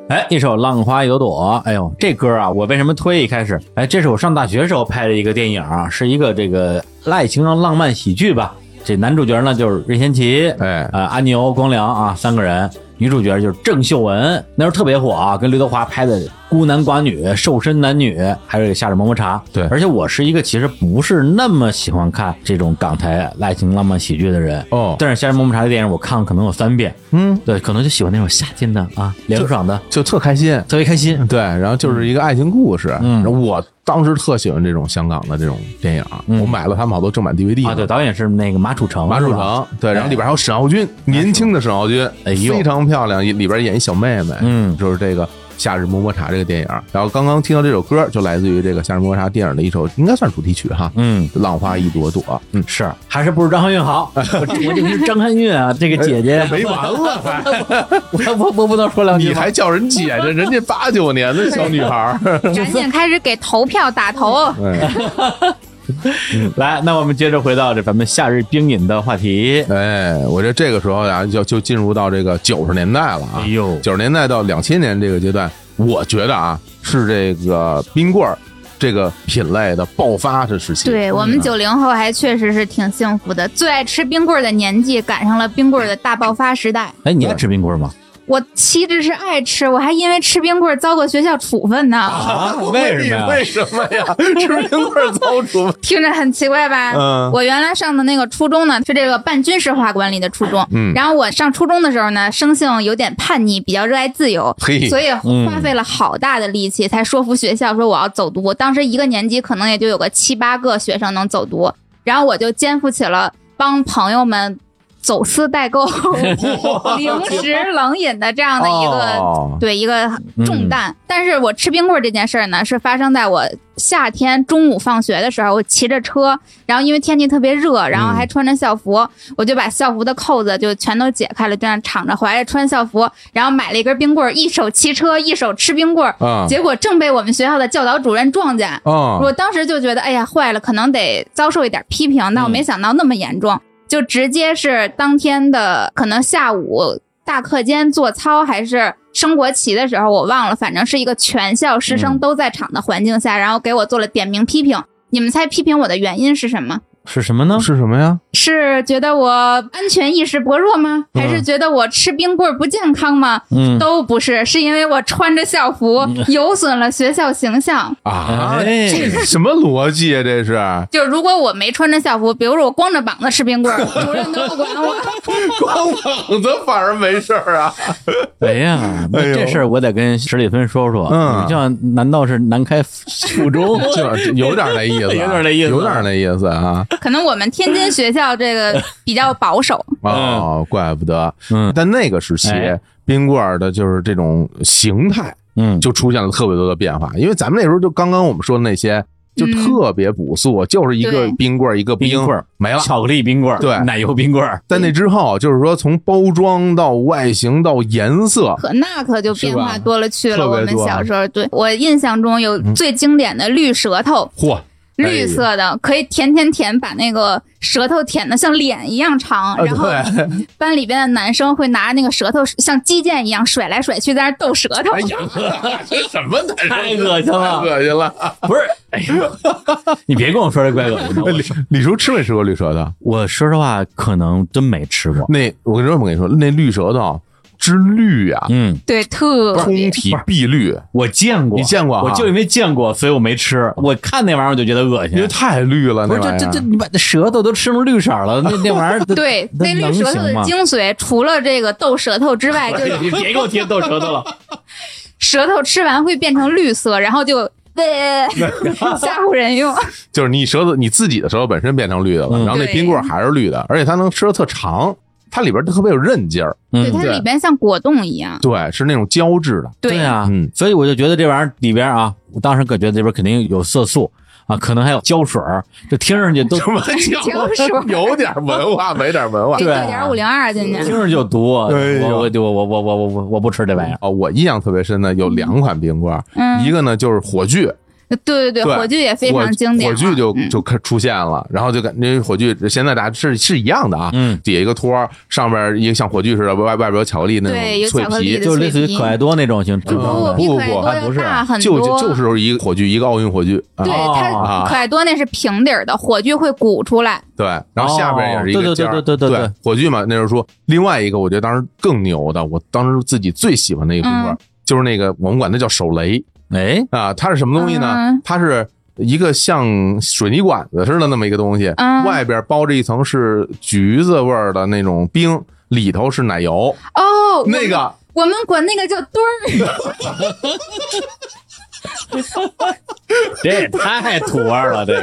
哎，一首《浪花有朵》，哎呦，这歌啊，我为什么推一开始？哎，这是我上大学时候拍的一个电影啊，是一个这个爱情上浪漫喜剧吧。这男主角呢就是任贤齐，
哎
呃，阿牛、光良啊三个人，女主角就是郑秀文，那时候特别火啊，跟刘德华拍的《孤男寡女》《瘦身男女》，还有这个《夏日么么茶》。
对
而且我是一个其实不是那么喜欢看这种港台爱情浪漫喜剧的人。
哦
但是《夏日么么茶》的电影我看了可能有三遍，
嗯，
对，可能就喜欢那种夏天的啊，凉爽的，
就特开心。
特别开心。
对，然后就是一个爱情故事。
嗯
然后我当时特喜欢这种香港的这种电影，啊
嗯
我买了他们好多正版 DVD
啊，对，导演是那个马楚成，
马楚
是吧，
成，对，然后里边还有沈浩军，年轻的沈浩军，
哎呦
非常漂亮，里边演一小妹妹，
嗯
就是这个《夏日么么茶》这个电影。然后刚刚听到这首歌，就来自于这个《夏日么么茶》电影的一首，应该算主题曲哈，
嗯，
《浪花一朵朵》。嗯，
是，还是不如张含韵 好。我我这不是张含韵啊，这个姐姐，
没完了，还
我我我不能说两句
你
吗。
还叫人姐姐，人家八九年的小女孩 儿。
赶紧开始给投票打头。
哎
来，那我们接着回到这咱们夏日冰饮的话题。
哎，我觉得这个时候呀、就就进入到这个九十年代了啊
哎。呦，
九十年代到两千年这个阶段，我觉得啊，是这个冰棍儿这个品类的爆发的时期。
对我们
啊
嗯
九零后还确实是挺幸福的，最爱吃冰棍儿的年纪赶上了冰棍儿的大爆发时代。
哎，你爱吃冰棍吗？
我岂止是爱吃，我还因为吃冰棍儿遭过学校处分呢，
啊
为什么呀？ 吃冰棍儿遭处分
听着很奇怪吧？
嗯
我原来上的那个初中呢，是这个半军事化管理的初中。
嗯
然后我上初中的时候呢，生性有点叛逆，比较热爱自由，
嘿
所以花费了好大的力气才说服学校说我要走读。当时一个年级可能也就有个七八个学生能走读，然后我就肩负起了帮朋友们走私代 购 零食冷饮的这样的一个、
哦
对一个重担。但是我吃冰棍儿这件事儿呢，是发生在我夏天中午放学的时候，我骑着车，然后因为天气特别热，然后
嗯
还穿着校服，我就把校服的扣子就全都解开了，就这样敞着怀着穿校服，然后买了一根冰棍儿，一手骑车，一手吃冰棍儿，
啊
结果正被我们学校的教导主任撞见。
啊
我当时就觉得，哎呀，坏了，可能得遭受一点批评，但我没想到那么严重，就直接是当天的可能下午大课间做操还是升国旗的时候，我忘了，反正是一个全校师生都在场的环境下，然后给我做了点名批评。你们猜批评我的原因是什么？
是什么呢？
是什么呀？
是觉得我安全意识薄弱吗？还是觉得我吃冰棍儿不健康吗？
嗯，
都不是，是因为我穿着校服，有损了学校形象。
啊，
哎
这是什么逻辑啊？这是
就如果我没穿着校服，比如说我光着膀子吃冰棍儿，主任都不管我。
光膀子反而没事儿啊？
哎呀，那
哎呦
这事儿我得跟史里芬说说。
嗯
你这样难道是南开附中？
就是有点那意思啊，
有点那意思
有点那意思啊！
可能我们天津学校这个比较保守，
哦，怪不得。
嗯
但那个时期
哎，
冰棍儿的就是这种形态
嗯，
就出现了特别多的变化，因为咱们那时候就刚刚我们说的那些。就
嗯
特别朴素，就是一个
对
冰棍儿，一个
冰棍儿
没了，
巧克力冰棍儿，
对
奶油冰棍儿，
在那之后，就是说从包装到外形到颜色，
可那可就变
是吧
化多了去了。
特
我
别
们
多
小时候，对我印象中有最经典的绿舌头，
嗯嚯，哎
绿色的可以舔舔舔，把那个舌头舔的像脸一样长，
啊
然后
对，
班里边的男生会拿着那个舌头像击剑一样甩来甩去，在那儿斗舌头。
哎呀，这什么男生
太恶心了
哎 太恶心了！
不是？哎呀， 你别跟我说这怪恶心的。我
李叔吃没吃过绿舌头？
我说实话，可能真没吃过。
那我跟你说，我跟你说，那绿舌头之绿啊，
嗯，
对，特别
通体碧绿，
我见过，
你见过啊
我就因为见过，所以我没吃。我看那玩意儿我就觉得恶
因为
心。
太绿了，
不
那
是这
玩意
这这，
儿。
你把那舌头都吃成绿色了，那那玩意儿
对，
那
那绿
能
舌头
行
的
吗
精髓，除了这个斗舌头 之外，就是
你别给我贴豆舌头 了。
舌头吃完会变成绿色，然后就喂吓唬人用。
就是你舌头你自己的舌头本身变成绿的了，
嗯
然后那冰棍儿还是绿的，而且它能吃的特长，它里边特别有韧劲儿，
对，它
嗯，
对
里边像果冻一样。
对，是那种胶质的。
对
啊
嗯，
所以我就觉得这玩意儿里边啊，我当时感觉里边肯定有色素啊，可能还有胶水儿，就听上去都
什么胶
哎胶水
有点文 化，没点文化。
得
对嗯
兑点五零二进
听
去。
着就毒。我
哎呦
我就我我我我我我不吃这玩意儿。
哦，我印象特别深的有两款冰棍儿，
嗯
一个呢就是火炬，
对对对，
对
火炬也非常经典啊，
火炬就
嗯
就开始出现了，然后就感觉火炬现在大家是是一样的啊，
嗯
底下一个托儿，上面一个像火炬似的，外外边有巧克力那
对有
种脆
巧克力
皮
的，
就类似于可爱多那种形式
嗯
装的
不
比可
不
爱
啊
多
还不
要
是
大很
就
多，
就就是一个火炬，一个奥运火炬，啊
对
啊
它可爱多那是平底儿的，火炬会鼓出来，
对，然后下边也是一
哦对
个
对
尖儿，
对对对对对
火炬嘛，那时候说另外一个，我觉得当时更牛的，我当时自己最喜欢的一个冰棍儿，
嗯
就是那个我们管它叫手雷
哎，
啊，它是什么东西呢？
嗯
它是一个像水泥管子似的那么一个东西，
嗯
外边包着一层是橘子味儿的那种冰，里头是奶油，
哦，我
那个
我们管那个叫墩儿，
这也太土味儿了，这个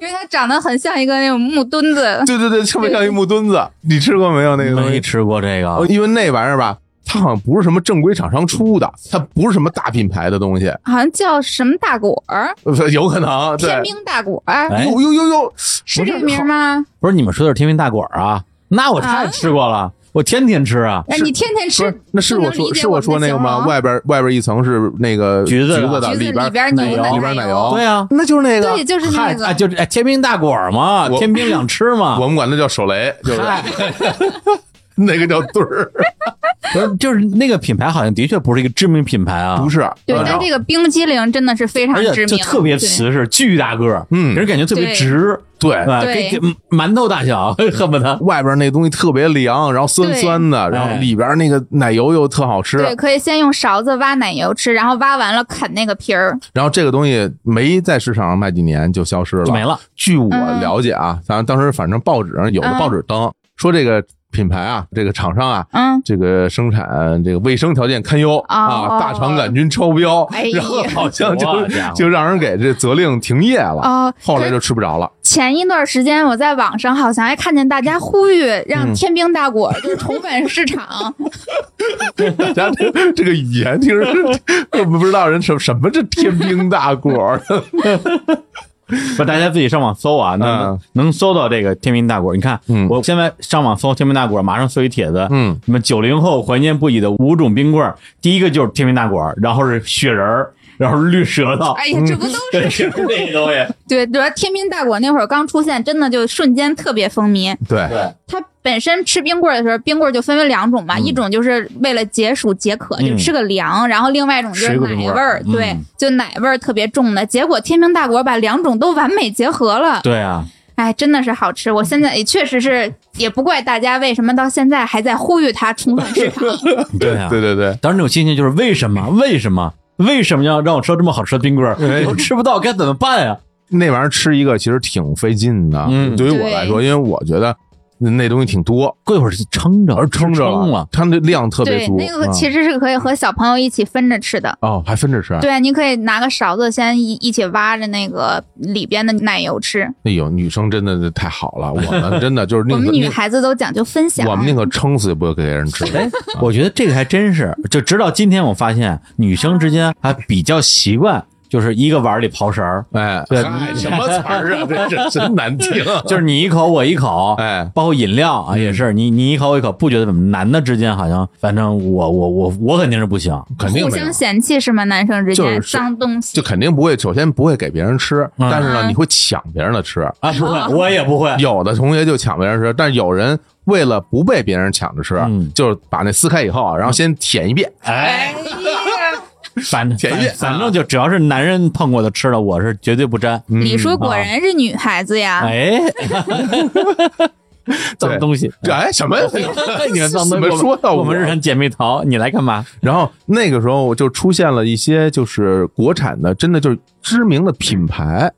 因为它长得很像一个那种木墩子，
对对对，特别像一木墩子，你吃过没有那个东
没
西？
吃过这
哦
个，
因为那玩意儿吧，它好像不是什么正规厂商出的，它不是什么大品牌的东西，
好像叫什么大果儿，
呃有可能对
天。兵大果儿，
哎
呦呦呦呦，
是这
不
名儿
好
吗？
不是你们说的是天平大管儿啊？那我太
啊
吃过了，我天天吃啊，
哎，你天天
不
吃
是，那是
不能
我说
理解
是
我
我
们
说
的
那个
形
吗？
容
外边外边一层是那个
橘子的
橘子的，
橘子
里边
边
奶油
牛
里
边奶
奶
油
对啊，
那就是那个，
对，就是
嗨
那个
啊，。就是哎天平大管儿嘛，
我
天兵两吃嘛
我，们管它叫手雷，就是
嗨，
那个叫墩 儿，
不是就是那个品牌好像的确不是一个知名品牌啊，
不是，
对，
然
但
后
这个冰激凌真的是非常
哎
而且
知
就
名，
特别
对
瓷实，巨大个儿，
嗯
给人感觉特别
对
直，
对
啊，
对
跟跟馒头大小， 恨不得
外边那东西特别凉，然后酸酸的，
对
然后
哎
里边那个奶油又特好吃，
对，可以先用勺子挖奶油吃，然后挖完了啃那个皮儿。
然后这个东西没在市场上卖几年就消失了，
就没了。
据我
嗯
了解啊，咱、当时反正报纸上有的
嗯
报纸登、说这个品牌啊，这个厂商啊，
嗯，
这个生产这个卫生条件堪忧、啊，
哦
大肠杆菌超标，
哎呀
然后好像就
好家伙
就让人给这责令停业了，
哦，
后来就吃不着了。
前一段时间我在网上好像还看见大家呼吁
嗯
让天兵大果就是重返市 场，
大家这这个语言听 着都不知道人什么什么这天兵大果儿，
不，大家自己上网搜啊，能、
嗯
能搜到这个天平大果。你看，
嗯
我现在上网搜天平大果，马上搜一帖子，
嗯，
什么九零后怀念不已的五种冰棍儿，第一个就是天平大果，然后是雪人儿，然后是绿舌头，
哎呀，这
嗯
不都
对，
是
是 这些东西。
对？主要天兵大果那会儿刚出现，真的就瞬间特别风靡。
对
它本身吃冰棍儿的时候，冰棍儿就分为两种
嗯
嘛，一种就是为了解暑解渴，
嗯
就吃个凉；然后另外一种就是
水果
奶
冰棍
味
儿
儿，对
嗯，
就奶味儿特别重的。结果天兵大果把两种都完美结合了，
对啊，
哎，真的是好吃。我现在也确实是，也不怪大家为什么到现在还在呼吁它重返市 场。
对啊。
对对对，
当时那种心情就是为什么？为什么？为什么要让我吃到这么好吃的冰棍儿？
哎
以后吃不到该怎么办呀？
那玩意儿吃一个其实挺费劲的，
嗯
对于我来说，因为我觉得那东西挺多，
过一会儿就撑着，
而撑着
撑了。
它那量特别
对，
足。
那个
啊
其实是可以和小朋友一起分着吃的。
哦，还分着吃啊。
对，你可以拿个勺子先一一起挖着那个里边的奶油吃。
哎呦，女生真的是太好了，我们真的就是
我
宁可
们女
宁
孩子都讲究分享，啊
我们宁可撑死也不会给人 吃。
哎，我觉得这个还真是，就直到今天我发现，女生之间还比较习惯，就是一个碗里刨食儿，
哎，
对
嗨什么词儿 啊？这这真难听。啊
就是你一口我一口，
哎
包括饮料啊也是，你你一口我一口，不觉得怎么？男的之间好像，反正我我我我肯定是不行，
肯定
互
没有
相，嫌弃是吗？男生之
就
间
是
脏东西，
就肯定不会。首先不会给别人吃，
嗯
但是呢，
嗯
你会抢别人的吃。
啊，不会，我也不会。
哦有的同学就抢别人吃，但是有人为了不被别人抢着吃，
嗯
就是把那撕开以后，然后先舔一遍，
哎，反正
舔一遍
反正就只要是男人碰过的吃的，我是绝对不沾。
嗯
李叔果
啊
然是女孩子呀。
哎，脏东西，
这哎什么？
你们脏东
怎
西，
么说到
我
我啊
们日常姐妹淘，你来干嘛？
然后那个时候就出现了一些就是国产的，真的就是知名的品牌。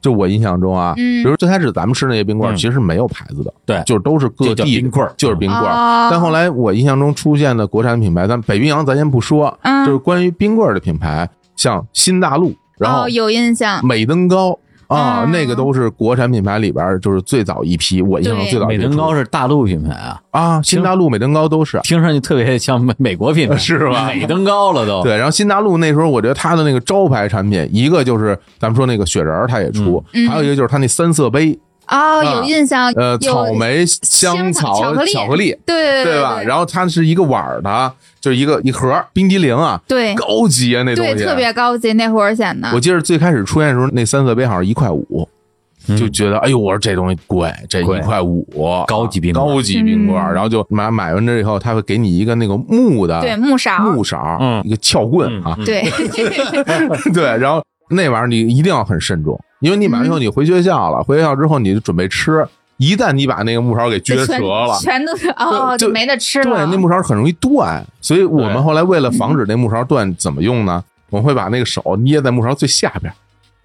就我印象中啊，
嗯
比如最开始咱们吃那些冰棍儿，
嗯
其实没有牌子的，
对
就是都是各
就叫
地
冰棍儿
就是冰棍儿。
哦
但后来我印象中出现的国产品牌，咱北冰洋咱先不说，
嗯
就是关于冰棍儿的品牌，像新大陆，然后嗯
哦，有印象，
美登高啊，
嗯
那个都是国产品牌里边儿就是最早一批，我印象中
对
最早
美
一批
登
出
高是大陆品牌啊，
啊，新大陆、美登高都是。
听上去特别像美美国品牌，
是吧
美登高了
哦
都。
对，然后新大陆那时候，我觉得它的那个招牌产品，一个就是咱们说那个雪人儿，它也出，
嗯
还有一个就是它那三色杯，
哦，
啊
有印象，
呃，
有
草莓、香
香草
草
巧克力
巧克力，
对
对吧？然后它是一个碗儿的，就是一个一盒儿冰激凌啊，
对
高级啊那东
对，
西，
特别高级，那会儿显得
我记得最开始出现的时候，那三色杯好像一块五，就觉得哎呦，我说这东西贵，这
嗯贵
一块五，
高级冰棍
高级冰棍儿。
嗯
然后就买买完这以后，他会给你一个那个木的
对木勺，
啊木勺，
嗯
一个撬棍啊，
对
对，然后那玩意儿你一定要很慎重，因为你买完以
嗯
后你回学校了，回学校之后你就准备吃，一旦你把那个木勺给 撅折
就全
了。
全都是哦，
就
就没得吃
对，
了。嗯
那木勺很容易断，所以我
对
们后来为了防止那木勺断，怎么用呢？我们会把那个手捏在木勺最下边儿，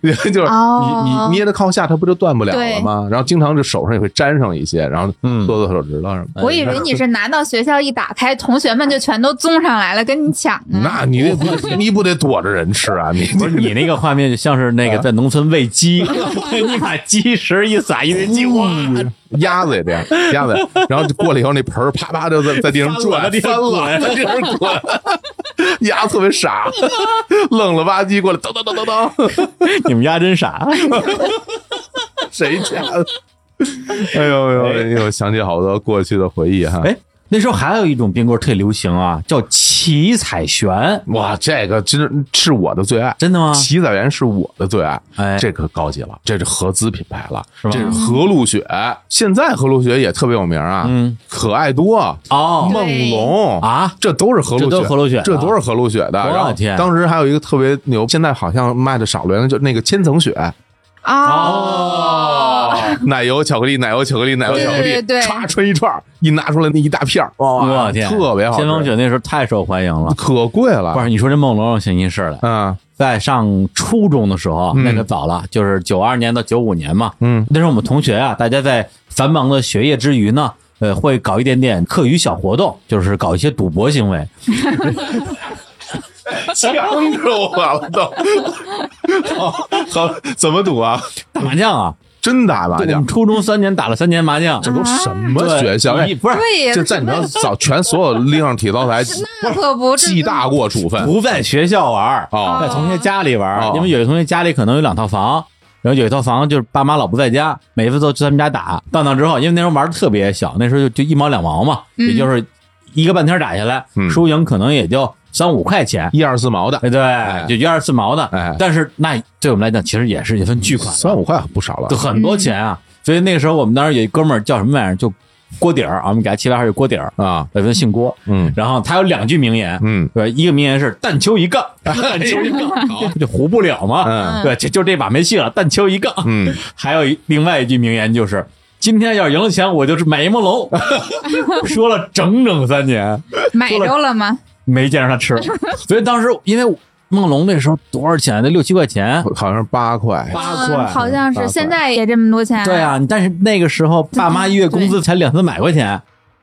就是
哦
你你捏的靠下，它不就断不了了吗？然后经常这手上也会粘上一些，然后
嗯
做做手指头什么的。
我以为你是拿到学校一打开，同学们就全都综上来了，跟你抢呢。
那你得不你不得躲着人吃啊？你
嗯不是你那个画面，就像是
啊
那个在农村喂鸡， 你把鸡食一撒，一堆鸡哇，
嗯鸭子也这样，鸭子， 然后就过来以后那盆儿啪啪就在在地上转，
翻
翻
了
了，在地上滚，鸭子特 别傻，愣了吧唧过来，噔噔噔噔噔，
你们家真 傻。
谁家的？哎呦呦，哎呦，想起好多过去的回忆哈。
哎，那时候还有一种冰棍儿特流行啊，叫七彩旋。
哇，这个真是是我的最爱，
真的吗
七仔园是我的最爱，
哎
这可高级了，这是合资品牌了，
吗
这是和路雪，现在和路雪也特别有名啊，
嗯，
可爱多、
哦
梦
对
龙
啊
这都是和路
这
雪，
都是和路雪啊
这都是和路雪的。
我
然后
天
当时还有一个特别牛，现在好像卖的少了，原来就那个千层雪，
哦，
奶油巧克力，奶油巧克力，奶油巧克力，
对对对对
歘抻一串儿，一拿出来那一大片儿，哇
我天，
特别好吃，
千层雪那时候太受欢迎 了。
可贵了，
不是，你说这梦龙让我想起一事儿来。
嗯
在上初中的时候，
嗯
那可早了，就是九二年到九五年嘛。
嗯，
那时候我们同学啊，大家在繁忙的学业之余呢，呃，会搞一点点课余小活动，就是搞一些赌博行为。
呛着我了都。好好，怎么赌啊？
打麻将啊，
真打麻
我
将
们？初中三年打了三年麻将，这
都什么
对
学校？
一
哎，
不是
对呀，
这在你们早全所有拎上体操台，
那可不这
记大过处分
不在学校玩儿，
哦
在同学家里玩儿
哦。
因为有的同学家里可能有两套房，然后有一套房就是爸妈老不在家，每次都去他们家打。到那之后，因为那时候玩的特别小，那时候就就一毛两毛嘛，
嗯
也就是一个半天打下来，
嗯
输赢可能也就三五块钱。
一二四毛的，
哎，对，就一二四毛的。
哎
但是那对我们来讲，其实也是一份巨款了，
三五块不少了
就。很多钱啊。所以那个时候，我们当时有一哥们儿叫什么玩意儿，就锅底儿啊，我们给他起外号叫锅底儿，
啊，
有人姓郭。
嗯
然后他有两句名言，
嗯
对，一个名言是“但求一 杠，但求一杠”， 就胡不了嘛。
嗯
对，就就这把没戏了，但求一杠。
嗯，
还有一另外一句名言就是：“今天要是赢了钱，我就是买一毛 龙。”说了整整三年，
买着了吗？
没见着他 吃。所以当时因为梦龙那时候多少钱？那六七块钱，
好像是八块。
八
嗯
块。
好像
八块
是现在也这么多钱。
对，啊，但是那个时候爸妈一月工资才两三百块钱，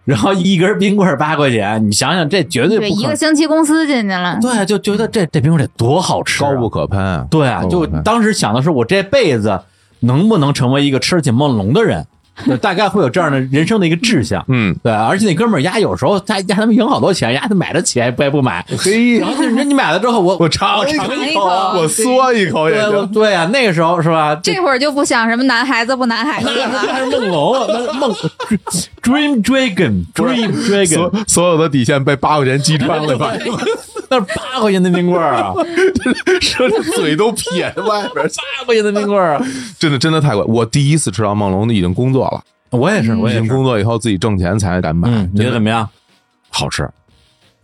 然后一根冰棍儿八块钱，你想想这绝
对，
不
一
可
个星期公司进去了。
对，就觉得这这冰棍得多好吃、
高不可攀啊！
对啊，
高
就
不可攀
当时想的是，我这辈子能不能成为一个吃得起梦龙的 人，就大概会有这样的人生的一个志向。
嗯，
对，而且那哥们儿丫有时候他丫他们赢好多钱，丫他买得起还不还不买，
嘿
然，后就是人你买了之后，我
我尝一口，
尝一口
我嗦一口也
对我
行。
对啊，那个时候是吧？
这会儿就不想什么男孩子不男孩子
那 是
了。
梦龙，啊那是梦 Dream Dragon Dream Dragon，
所所有的底线被八块钱击穿了吧？
那是八块钱的冰棍儿啊，
说这嘴都撇在外边去，
八块钱的冰棍儿啊，
真的真的太贵。我第一次吃到梦龙已经工作了，
我也是，我
已
也
经
是。
工作以后自己挣钱才敢买，
嗯，你觉得
真的
怎么样？
好吃，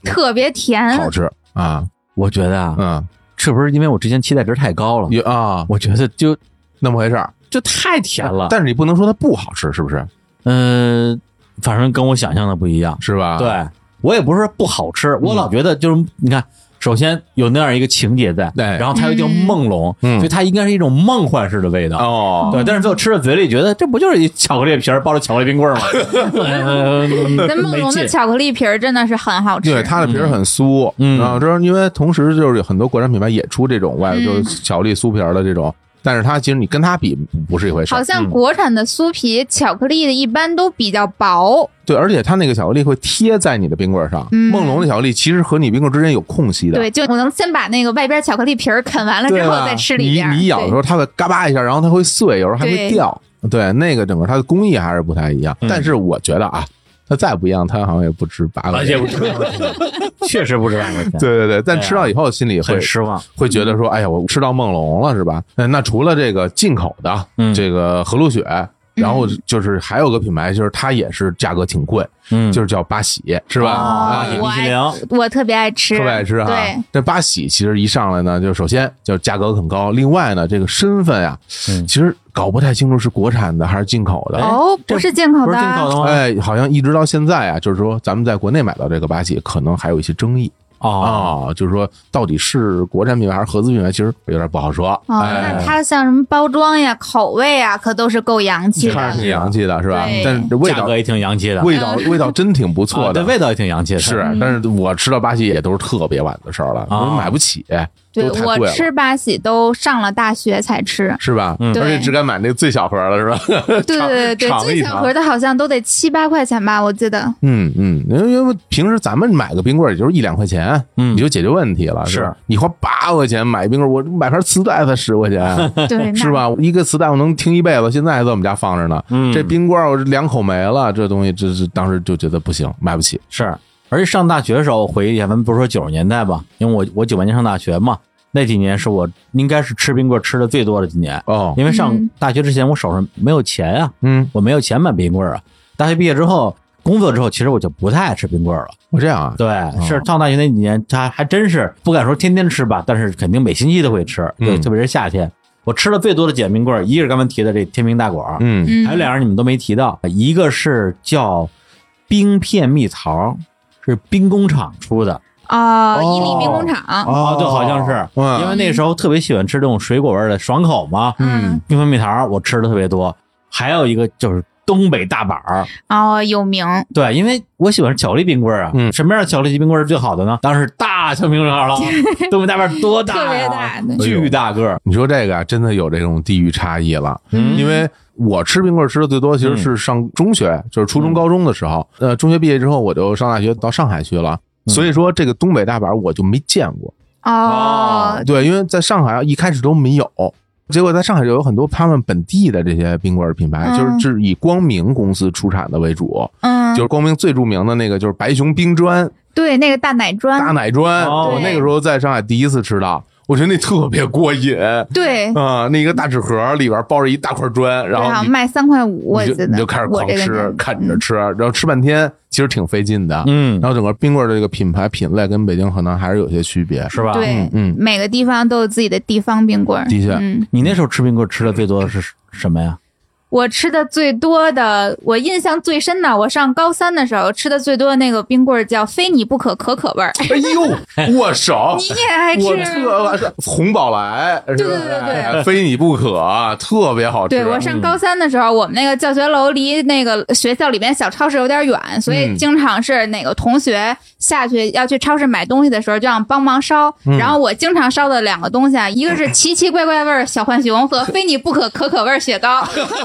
特别甜，
好吃啊，
我觉得啊，
嗯，
是不是因为我之前期待值太高了？
也啊，
我觉得就
那么回事儿。
就太甜了。
但是你不能说它不好吃，是不是？
嗯、反正跟我想象的不一样。
是吧？，
对我也不是说不好
嗯
吃，我老觉得就是你看，首先有那样一个情节在，
对
然后它又叫梦龙，
嗯
所以它应该是一种梦幻式的味道。
哦，
对，但是最后吃到嘴里，觉得这不就是一巧克力皮儿包着巧克力冰棍儿吗？ 呃
那梦
没
龙的
劲。
巧克力皮儿真的是很好吃。
对，它的皮儿很酥，
嗯
然后之后因为同时就是有很多国产品牌也出这种外
嗯
就是巧克力酥皮儿的这种，但是它其实你跟它比不是一回事儿，嗯
好
嗯
像国产的酥皮巧克力的一般都比较薄，
对，而且它那个巧克力会贴在你的冰棍儿上，
嗯
梦龙的巧克力其实和你冰棍儿之间有空隙的，
对，就我能先把那个外边巧克力皮儿啃完了
对
之
吧，
后再吃里边儿。
你你咬的时候，它会嘎巴一下，然后它会碎，有时候还会
对
掉。对，那个整个它的工艺还是不太一样，
嗯
但是我觉得啊，它再不一样，它好像也不值八
而
块
且
钱。
啊不值八块钱，确实不值八块钱，
对，对对，但
哎呀
吃到以后心里会
很失望。
会觉得说，哎呀，我吃到梦龙了是吧？那那除了这个进口的，
嗯
这个和路雪，然后
嗯
就是还有个品牌，就是它也是价格挺贵，
嗯，
就是叫八喜，是吧？
哦
啊，
米
我
其
爱
林
我特别爱吃，
特别爱吃哈
对，。
这八喜其实一上来呢，就首先就价格很高，另外呢，这个身份呀，
嗯
其实搞不太清楚是国产的还是进口的。
哎
哦，
这
不是进口
不
的
是进口的
啊，
吗？
哎，好像一直到现在啊，就是说咱们在国内买到这个八喜，可能还有一些争议啊、
哦，
就是说到底是国产品牌还是合资品牌，其实有点不好说。
哦，
哎
那它像什么包装呀、口味呀，可都是够洋气
看
的
着。挺洋气的，是吧
对？嗯
但是这味
价
道
格也挺洋气的，
味道味道真挺不
啊
错
对
的，
味道也挺洋气的，
是。但是我吃到巴西也都是特别晚的事儿了，
啊
我买不起，
对
都太
我
贵了，，
吃八喜都上了大学才吃
是吧？
嗯
而且
对
只敢买那个最小盒了，是吧？
对对对对，
尝一
最
尝
小盒的好像都得七八块钱吧，我记 得。
嗯嗯，因为因为平时咱们买个冰棍儿也就是一两块钱，
嗯
你就解决问题了，
是
吧你花八块钱买冰棍儿，我买盘磁带才十块 钱。
对，
是
那？
吧？一个磁带我能听一辈子，现在还在我们家放着呢。
嗯
这冰棍儿我两口没了，这东西这是当时就觉得不行，买不起。
是，而且上大学的时候回忆一下，咱们不是说九十年代吧，因为我我九八年上大学嘛，那几年是我应该是吃冰棍吃的最多的几年，
哦，
因为上
嗯
大学之前我手上没有钱啊，
嗯，
我没有钱买冰棍啊。大学毕业之后，工作之后，其实我就不太爱吃冰棍了。
我这样啊，
对，是上大学那几年，他还真是不敢说天天吃吧，但是肯定每星期都会吃。对，
嗯
特别是夏天，我吃的最多的几个冰棍儿，一个是刚才提的这天平大果儿，
嗯
嗯
还有两样你们都没提到，一个是叫冰片蜜桃，是兵工厂出的
哦，
哦
伊利兵工厂。
啊，对，好像是，
嗯
因为那时候特别喜欢吃这种水果味儿的爽口嘛，
嗯，
冰片蜜桃我吃的特别多，还有一个就是。东北大板儿，
哦，有名。
对，因为我喜欢吃巧克力冰棍儿啊。
嗯
什么样的巧克力冰棍儿是最好的呢？当然是大小冰棍儿了。东北大板儿多大、啊？
特别大对
巨大个儿。
你说这个啊真的有这种地域差异了，
嗯
因为我吃冰棍吃的最多，其实是上中学，就是初中、高中的时候。呃，中学毕业之后，我就上大学到上海去了。所以说，这个东北大板我就没见过。
哦，
对，因为在上海一开始都没有，结果在上海就有很多他们本地的这些冰棍品牌，
嗯
就是是以光明公司出产的为主。
嗯
就，是光明最著名的那个就是白熊冰砖、
对，那个大奶
大
砖，
奶砖，
哦
我那个时候在上海第一次吃到，我觉得那特别过瘾。
对，
啊、那个大纸盒里边包着一大块砖，然
对，好
后
像
你
卖三块五，我
你
记
就
得。
你就开始
我
狂
这个
吃，
年嗯
啃着吃，然后吃半天，其实挺费劲的。
嗯，
然后整个冰棍儿的这个品牌品类跟北京可能还是有些区别。
是吧？
对，
嗯
每个地方都有自己的地方冰棍儿。
的确
嗯，
你那时候吃冰棍吃的最多的是什么呀？
我吃的最多的，我印象最深的，我上高三的时候吃的最多的那个冰棍儿叫“非你不可可可味儿”，
哎 呦，握手
你也爱吃？
我特红宝来，是不是？
对对对
哎非你不可，特别好吃。
对我上高三的时候，我们那个教学楼离那个学校里边小超市有点远，所以
嗯
经常是哪个同学下去要去超市买东西的时候，就让帮忙烧。
嗯
然后我经常烧的两个东西啊，一个是奇奇怪怪味儿小浣熊和非你不可可可味儿雪 糕。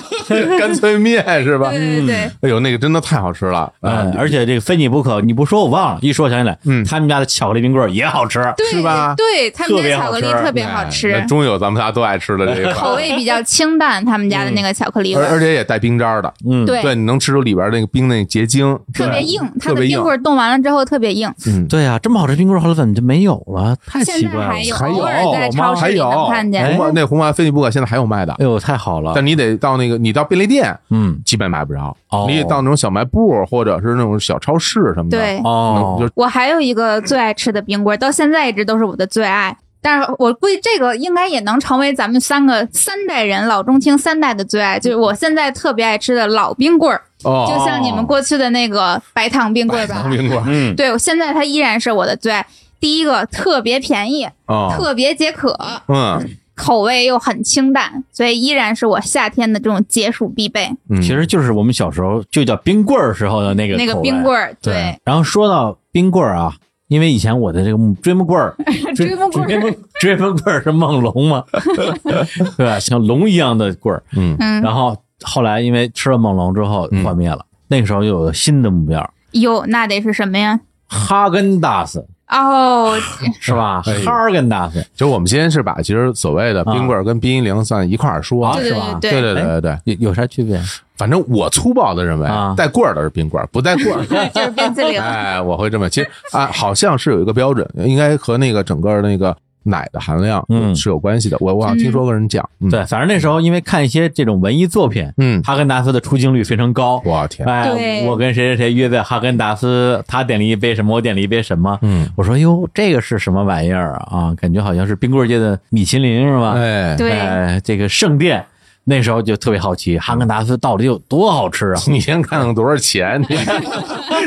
干脆面是吧？
对对对，
哎呦，那个真的太好吃了。
嗯，
啊
而且这个非你不可，你不说我忘了，一说我想起来，
嗯
他们家的巧克力冰棍儿也好吃，
对
是吧
对，他们家巧克力特
特
别好吃，
哎那终于有咱们仨都爱吃的这一款，
口味比较清淡，他们家的那个巧克力味
而而
儿。
且也带冰渣儿的。
嗯，
对
嗯对，你能吃出里边那个冰那结 晶，
特别
对
硬，它
特
的
别硬
冰。棍儿冻完了之后特别硬，
嗯，
对啊呀，这么好吃的冰棍儿后来怎么就没有了？太
现
奇
在
怪了
还。有，
还有
偶尔在
妈
超市
还
里
有
能看见。
红丸那红丸飞利浦现在还有卖的
哎，呦，太好了！
但你得到那个你到便利店
嗯，
基本买不着
哦，
你得到那种小卖部或者是那种小超市什么的。
对
哦
嗯，就
我还有一个最爱吃的冰棍儿，到现在一直都是我的最爱。但是我估计这个应该也能成为咱们三个三代人老中青三代的最爱，就是我现在特别爱吃的老冰棍儿，
哦，
就像你们过去的那个白糖冰棍儿吧
糖。冰棍儿
嗯，
对，我现在它依然是我的最爱。第一个特别便宜，
哦，
特别解渴，
嗯
口味又很清淡，所以依然是我夏天的这种解暑必备。
嗯，
其实就是我们小时候就叫冰棍儿时候的那个
那个
口味嗯
冰棍儿，对，，
然后说到冰棍儿啊，因为以前我的这个木追木棍儿，
追木棍儿
追 木追木棍儿是梦龙嘛， 对吧？像龙一样的棍儿。
嗯
嗯，
然后后来因为吃了梦龙之后
嗯
幻灭了，那个时候又有了新的目标，
哟，那得是什么呀？
哈根达斯
哦，
是吧？
哎呦
哈尔根达斯
就我们先是把其实所谓的冰棍儿跟冰激凌算一块儿说，
啊
对
是
对
吧哎
对
对对对对对，
有有啥区别？
反正我粗暴的认为
啊，
带棍儿的是冰棍儿，不带棍儿。
就是冰激凌，
哎，我会这么，其实啊，好像是有一个标准，应该和那个整个那个奶的含量
嗯
是有关系的。我我好像
嗯
听说过人讲，嗯
对，反正那时候因为看一些这种文艺作品，
嗯，
哈根达斯的出镜率非常高。
我天，
哎，
对
我跟谁谁谁约在哈根达斯，他点了一杯什么，我点了一杯什么。
嗯，
我说哟，这个是什么玩意儿啊？感觉好像是冰棍界的米其林是吧？
哎，
对
哎，这个圣殿，那时候就特别好
嗯
奇，哈根达斯到底有多好吃啊？
你先看看多少钱， 你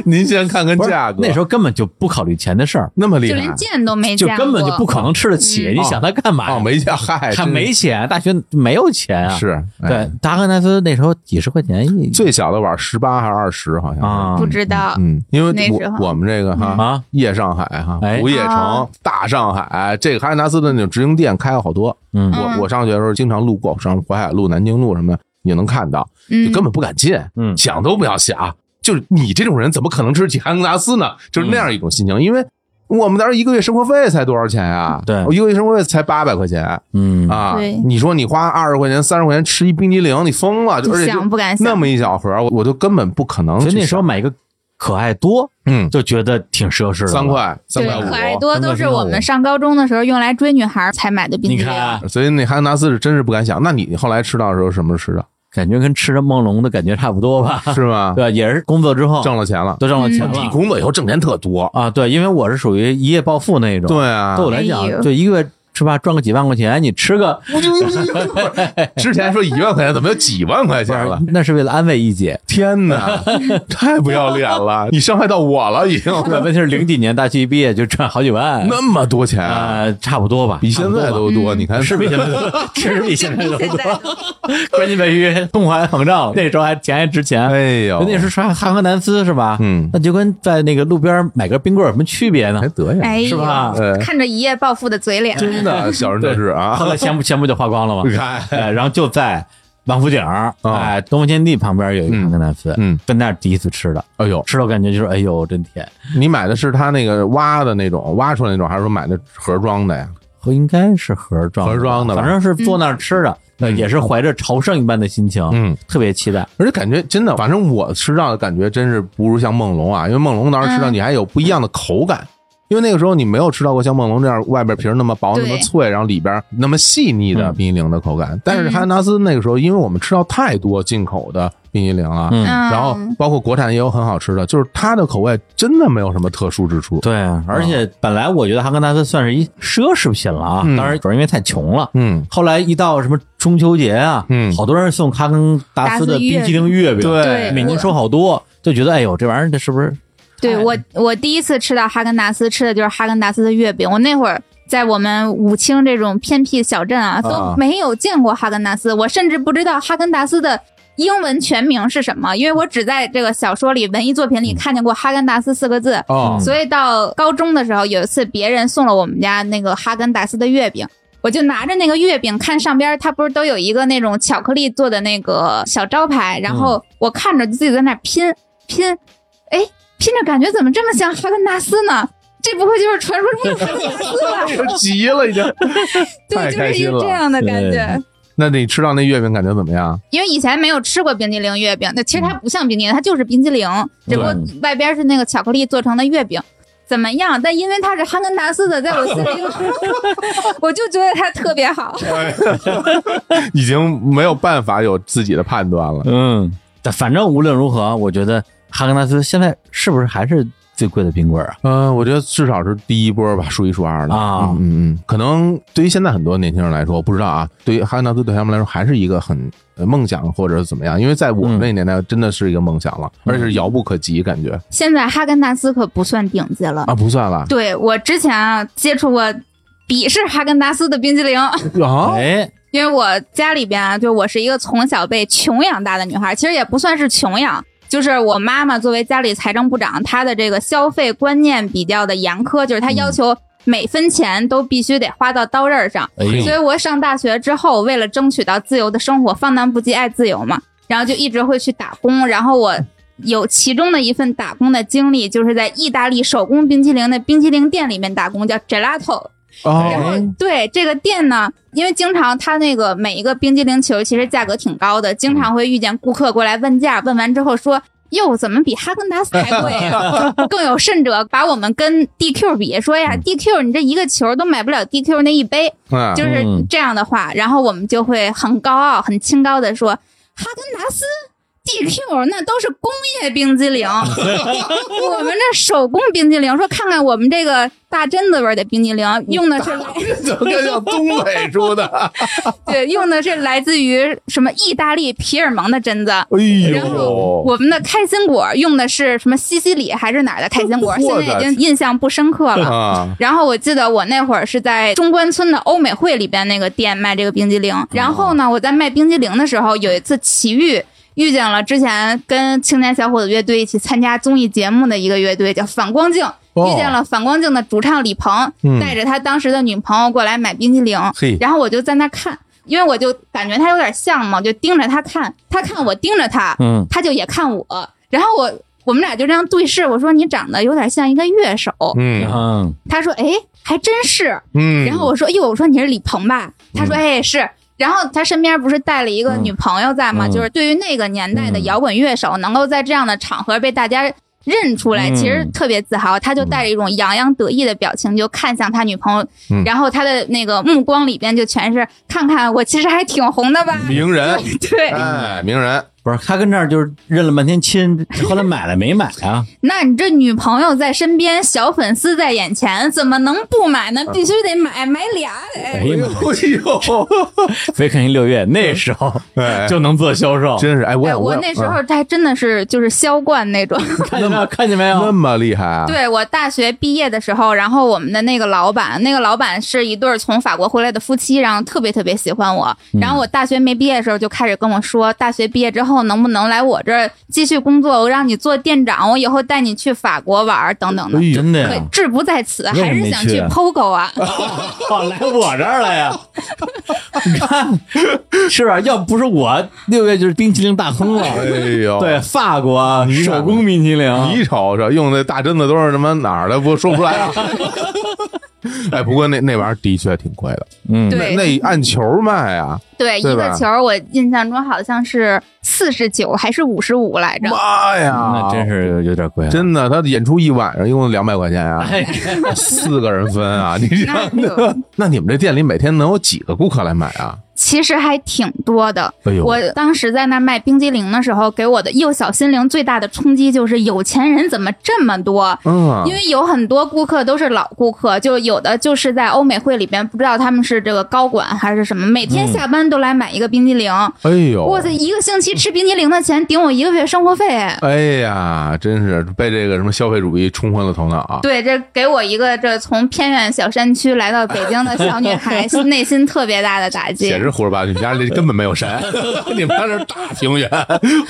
您先看看
不是
价格，
那时候根本就不考虑钱的事儿，
那么厉
就
害
连见都没
就
见过，
根本就不可能吃得起。你想他干嘛呀？
嗯哦，没价，嗨，
他
真
哎没钱，大学没有钱啊。
是，哎
对，达克奈斯那时候几十块钱一
最小的碗十八还是二十，好像是
啊
不知道。
嗯，因为
那时
我
候
我们这个哈
啊，
夜上海哈
哎，
午夜城
啊、
大上海，这个哈根达斯的那种直营店开了好多。
嗯
我我上学的时候经常路过，上淮海路、南京路什么的，也能看到，
嗯
就，根本不敢进，
嗯
想都不要想。就是你这种人，怎么可能吃起哈根达斯呢？就是那样一种心情，因为我们当时一个月生活费才多少钱啊？
嗯对
我一个月生活费才八百块钱
嗯
啊
对！
你说你花二十块钱、三十块钱吃一冰激凌，你疯了！就而且就
想不敢想
那么一小盒，我我就根本不可能去
所
想。
以那时候买一个可爱多，
嗯，
就觉得挺奢侈的。
三，块，三
对，
块
可爱
五。
多都是我们上高中的时候用来追女孩才买的冰
你
激凌。
看，啊
所以那哈根达斯是真是不敢想。那你后来吃到的时候什么时候吃
感觉跟吃着梦龙的感觉差不多吧？
的？是吗？
啊 对，也是工作之后
挣了嗯钱了。
都挣了钱
你
了
工作以后挣钱特多。
啊。对，因为我是属于一夜暴富那种。
对啊
对，我来
哎
讲，
呦
就一个月是吧，赚个几万块钱，你吃个
之前说一万块钱，怎么有几万块
不
钱
是
了？
那是为了安慰一姐。
天哪，太不要脸了！你伤害到我了，已经
对，问题是零几年大学一毕业就赚好几万，
那么多钱啊，
呃，差不多吧，
比现在都多。你看
嗯 是比现在多，确实比现在 都
现
多。
在
关键在于通货还膨胀，那时候还钱还值钱。
哎呦，
那时候穿哈格南斯是吧？
嗯
那就跟在那个路边买根冰棍有什么区别呢
还？得呀，
哎
是
呦，
吧？
哎
看着一夜暴富的嘴脸，
真 的小人得志啊
后！来钱不钱不就花光了吗？
你看，
哎，然后就在王府井，哎，东风天地旁边有一个哈格南斯，
哦嗯嗯
在那儿第一次吃的，
哎呦，
吃到感觉就是哎呦真甜，
你买的是他那个挖的那种，挖出来那种，还是说买的盒装的呀？
和应该是盒装
盒装的吧
反正是坐那儿吃的，那也是怀着朝圣一般的心情，
嗯，
特别期待。
而且感觉真的，反正我吃到的感觉真是不如像梦龙啊，因为梦龙当时吃到
嗯
你还有不一样的口感，因为那个时候你没有吃到过像梦龙这样外边皮儿那么薄、
对
那么脆，然后里边那么细腻的
嗯
冰激凌的口感。但是
嗯
哈根达斯那个时候，因为我们吃到太多进口的冰激凌了。
嗯
嗯，
然后包括国产也有很好吃的，就是它的口味真的没有什么特殊之处。
对，而且本来我觉得哈根达斯算是一奢侈品了啊，
嗯
当然主要因为太穷了。
嗯，
后来一到什么中秋节啊，
嗯
好多人送哈根达斯的冰淇淋月饼，
对
每年收好多，就觉得哎呦这玩意儿这是不是
对我
哎
我第一次吃到哈根达斯吃的就是哈根达斯的月饼，我那会儿。在我们武清这种偏僻小镇啊，
啊
都没有见过哈根达斯，我甚至不知道哈根达斯的英文全名是什么，因为我只在这个小说里、文艺作
嗯
品里看见过哈根达斯四个字。
哦，
所以到高中的时候，有一次别人送了我们家那个哈根达斯的月饼，我就拿着那个月饼看上边儿，它不是都有一个那种巧克力做的那个小招牌，
嗯
然后我看着自己在那儿拼拼，哎，拼着感觉怎么这么像哈根达斯呢？这不会就是传说中的哈根达斯 吧？
急了已经。太
对，就
开
是一
心了
个这样的感觉
对。
那你吃到那月饼感觉怎么样？
因为以前没有吃过冰激凌月饼，那其实它不像冰激凌，它就是冰激凌，只不过
对
外边是那个巧克力做成的月饼，怎么样？但因为它是哈根达斯的，在我心里，我就觉得它特别好。
已经没有办法有自己的判断了。
嗯？但反正无论如何，我觉得哈根达斯现在是不是还是最贵的冰棍儿啊？
嗯，我觉得至少是第一波吧，数一数二的
啊
嗯嗯嗯，可能对于现在很多年轻人来说，我不知道啊，对于哈根达斯对他们来说还是一个很呃梦想或者是怎么样，因为在我们那年代真的是一个梦想了，而且是遥不可及，感觉
现在哈根达斯可不算顶级了。
啊不算了
对我之前啊接触过鄙视哈根达斯的冰激凌，
啊，
哎，
因为我家里边啊，就我是一个从小被穷养大的女孩，其实也不算是穷养，就是我妈妈作为家里财政部长，她的这个消费观念比较的严苛，就是
嗯
她要求每分钱都必须得花到刀刃上。
哎
所
呦，
以我上大学之后，为了争取到自由的生活，放荡不羁，爱自由嘛，然后就一直会去打工。然后我有其中的一份打工的经历，就是在意大利手工冰淇淋的冰淇淋店里面打工，叫 Gelato。然后
哦，
对这个店呢，因为经常它那个每一个冰激凌球其实价格挺高的，经常会遇见顾客过来问价，问完之后说。哟，怎么比哈根达斯还贵呀、 更有甚者，把我们跟 DQ 比，说呀，DQ 你这一个球都买不了 DQ 那一杯，
嗯
就是这样的话。然后我们就会很高傲、很清高的说，哈根达斯、DQ 那都是工业冰激凌，我们这手工冰激凌。说看看我们这个大榛子味儿的冰激凌，用的是来
怎么跟像东北出的？ 哎
对，用的是来自于什么意大利皮尔蒙的榛子。然后
哎呦，
我们的开心果用的是什么西西里还是哪儿的开心果？
我的
现在已经印象不深刻了。
啊，
然后我记得我那会儿是在中关村的欧美汇里边那个店卖这个冰激凌。然后呢，我在卖冰激凌的时候，有一次奇遇遇见了之前跟青年小伙子乐队一起参加综艺节目的一个乐队，叫反光镜。
哦
遇见了反光镜的主唱李鹏，
嗯
带着他当时的女朋友过来买冰激凌
嘿，
然后我就在那看，因为我就感觉他有点像嘛，我就盯着他看，他看我盯着他，
嗯，
他就也看我，然后我我们俩就这样对视，我说你长得有点像一个乐手，
嗯
嗯，
他说：“哎，还真是。”
嗯，
然后我说：“哟，我说你是李鹏吧？”他
嗯
说：“哎，是。”然后他身边不是带了一个女朋友在吗？
嗯
就是对于那个年代的
嗯
摇滚乐手，能够在这样的场合被大家认出来，
嗯
其实特别自豪。他就带着一种洋洋得意的表情，就看向他女朋友，
嗯
然后他的那个目光里边就全是“看看我其实还挺红的
嗯
吧
名人，？”
对，
哎，名人，
不是，他跟这儿就是认了半天亲，后来买了没买啊？
那你这女朋友在身边，小粉丝在眼前，怎么能不买呢？必须得买，买俩得。
哎
哎
呀
呦
妈，，
哎
所以肯定六月那时候
哎
就能做销售，
真是哎，我
哎，
也
我
也
那时
嗯
候还真的是就是销冠那种。
看见没有？看见没
那
有？
么厉害啊，
哦 对我大学毕业的时候，然后我们的那个老板，那个老板是一对儿从法国回来的夫妻，然后特别特别喜欢我。然后我大学没毕业的时候就开始跟我说，大学毕业之后能不能来我这儿继续工作，我让你做店长，我以后带你去法国玩儿等等的
哎。呦，
真的
可
呀！
志不在此，
为什么
还是
没
想
去
去
啊
POGO 啊。
哦，来我这儿了呀！你看，是吧？要不是我六月就是冰淇淋大亨
哎
了。
呦，
对，啊法国
你看
手工冰淇
你
淋，
瞅瞅，用那大榛子都是他妈哪儿的，不说不出来啊。 哎，不过那那玩意儿的确挺贵的，
嗯，
对
那那按球卖啊，
对，一
对
个
吧
球儿我印象中好像是四十九还是五十五来着。
妈呀
那，真是有点贵了。
啊真的，他演出一晚上一共两百块钱啊，
哎，
四个人分啊，你
那
想
就
那你们这店里每天能有几个顾客来买啊？
其实还挺多的。
哎呦，
我当时在那卖冰激凌的时候，给我的幼小心灵最大的冲击就是有钱人怎么这么多？
嗯，
因为有很多顾客都是老顾客，就有的就是在欧美会里边，不知道他们是这个高管还是什么，每天下班都来买一个冰激凌。
哎呦，
哇塞，一个星期吃冰激凌的钱顶我一个月生活费。哎
哎呀，真是被这个什么消费主义冲昏了头脑啊！
对，这给我一个这从偏远小山区来到北京的小 女孩，内心特别大的打击
也。是胡说八道，你们家里根本没 有山，你们家这是大平原，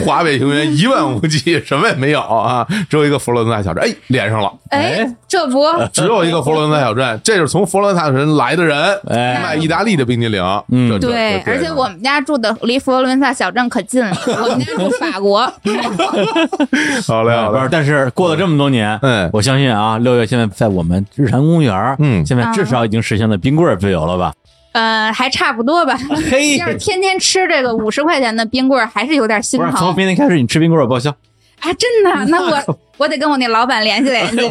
华北平原一望无际，什么也没有啊，只有一个佛罗伦萨小镇，哎，连上了，
哎，这不
只有一个佛罗伦萨小镇，这就是从佛罗伦萨小镇来的人，
哎
卖意大利的冰激凌，
嗯
这这
对，
这
而且我们家住的离佛罗伦萨小镇可近了，我们家住法国。
好嘞好
不是，
嘞，
但是过了这么多年，
嗯
我相信啊，六月现在在我们日坛公园，
嗯
现在至少已经实现了冰棍儿自由了吧？
呃，还差不多吧。
嘿
要是天天吃这个五十块钱的冰棍儿，还是有点心
不是，从
疼。
明天开始你吃冰棍儿我报销，
啊，真的？那我我得跟我那老板联系联系。
完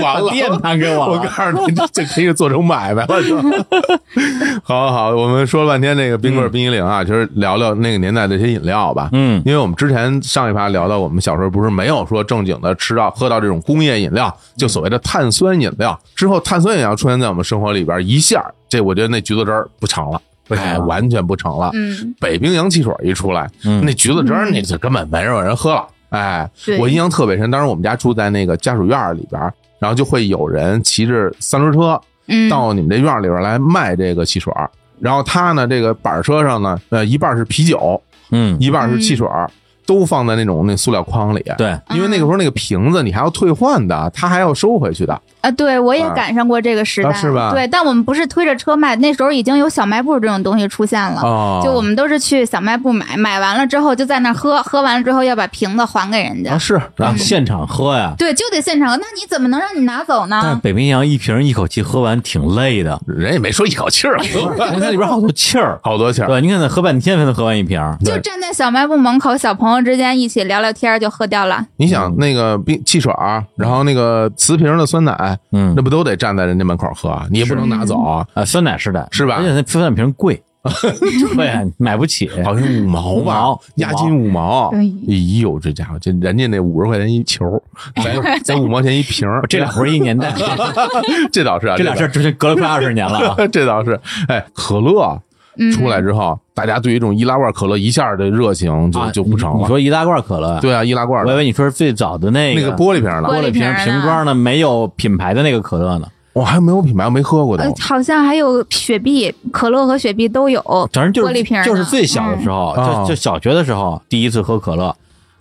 把
了。
店摊给
我
我了。
告诉你，这这可以做成买卖了。是吧好好好，我们说了半天那个冰棍儿、冰激凌啊，就是聊聊那个年代的一些饮料吧。
嗯
因为我们之前上一趴聊到，我们小时候不是没有说正经的吃到喝到这种工业饮料，就所谓的碳酸饮料。之后碳酸饮料出现在我们生活里边，一下这我觉得那橘子汁儿不成了，哎，完全不成了。
嗯，
北冰洋汽水一出来，
嗯
那橘子汁儿那就根本没有人喝了。哎
对，
我印象特别深，当时我们家住在那个家属院儿里边儿，然后就会有人骑着三轮车
嗯
到你们这院儿里边儿来卖这个汽水儿。然后他呢，这个板车上呢，呃，一半儿是啤酒，
嗯，
一半儿是汽水儿，都放在那种那塑料筐里。
对，啊
因为那个时候那个瓶子你还要退换的，他还要收回去的。
啊，对我也
啊
赶上过这个时代，
啊是吧
对，但我们不是推着车卖，那时候已经有小卖部这种东西出现了。
哦，
啊就我们都是去小卖部买，买完了之后就在那儿喝，喝完了之后要把瓶子还给人家。
啊是
嗯
啊，现场喝呀。
对，就得现场。那你怎么能让你拿走
但是
呢？
北冰洋一瓶一口气喝完挺累的，
人也没说一口气儿，。
因为它里边好多气儿
好多钱儿，
对，你看得喝半天才能喝完一瓶。
就站在小卖部门口，小朋友之间一起聊聊天儿就喝掉了。
你
嗯
想那个冰汽水儿，然后那个瓷瓶的酸奶，
嗯
那不都得站在人家门口喝啊？你也不能拿走啊，
啊，酸奶是的，
是吧
而且那酸奶瓶 贵，对，买不起。
好像五毛
五
吧
毛，
押金五毛。
哎
哎呦，这家伙，这人家那五十块钱一球，咱咱五毛钱一瓶儿，
这俩不是一年代，
这倒是啊，
这俩事儿之前隔了快二十年了 啊。
倒这倒是。哎，可乐
嗯，
出来之后，大家对于这种易拉罐可乐一下的热情就
啊
就不成
你
了。
说易拉罐可乐，
对啊，易拉罐
我以
的
为你说是最早的那
那
个
个玻璃瓶儿的，
玻璃瓶
玻璃瓶儿的
瓶装的没有品牌的那个可乐呢，
我还没有品牌，没喝过都
呃，。好像还有雪碧，可乐和雪碧都有。
反正就是
玻璃瓶儿的
就是最小的时候，
嗯
就就小学的时候第一次喝可乐，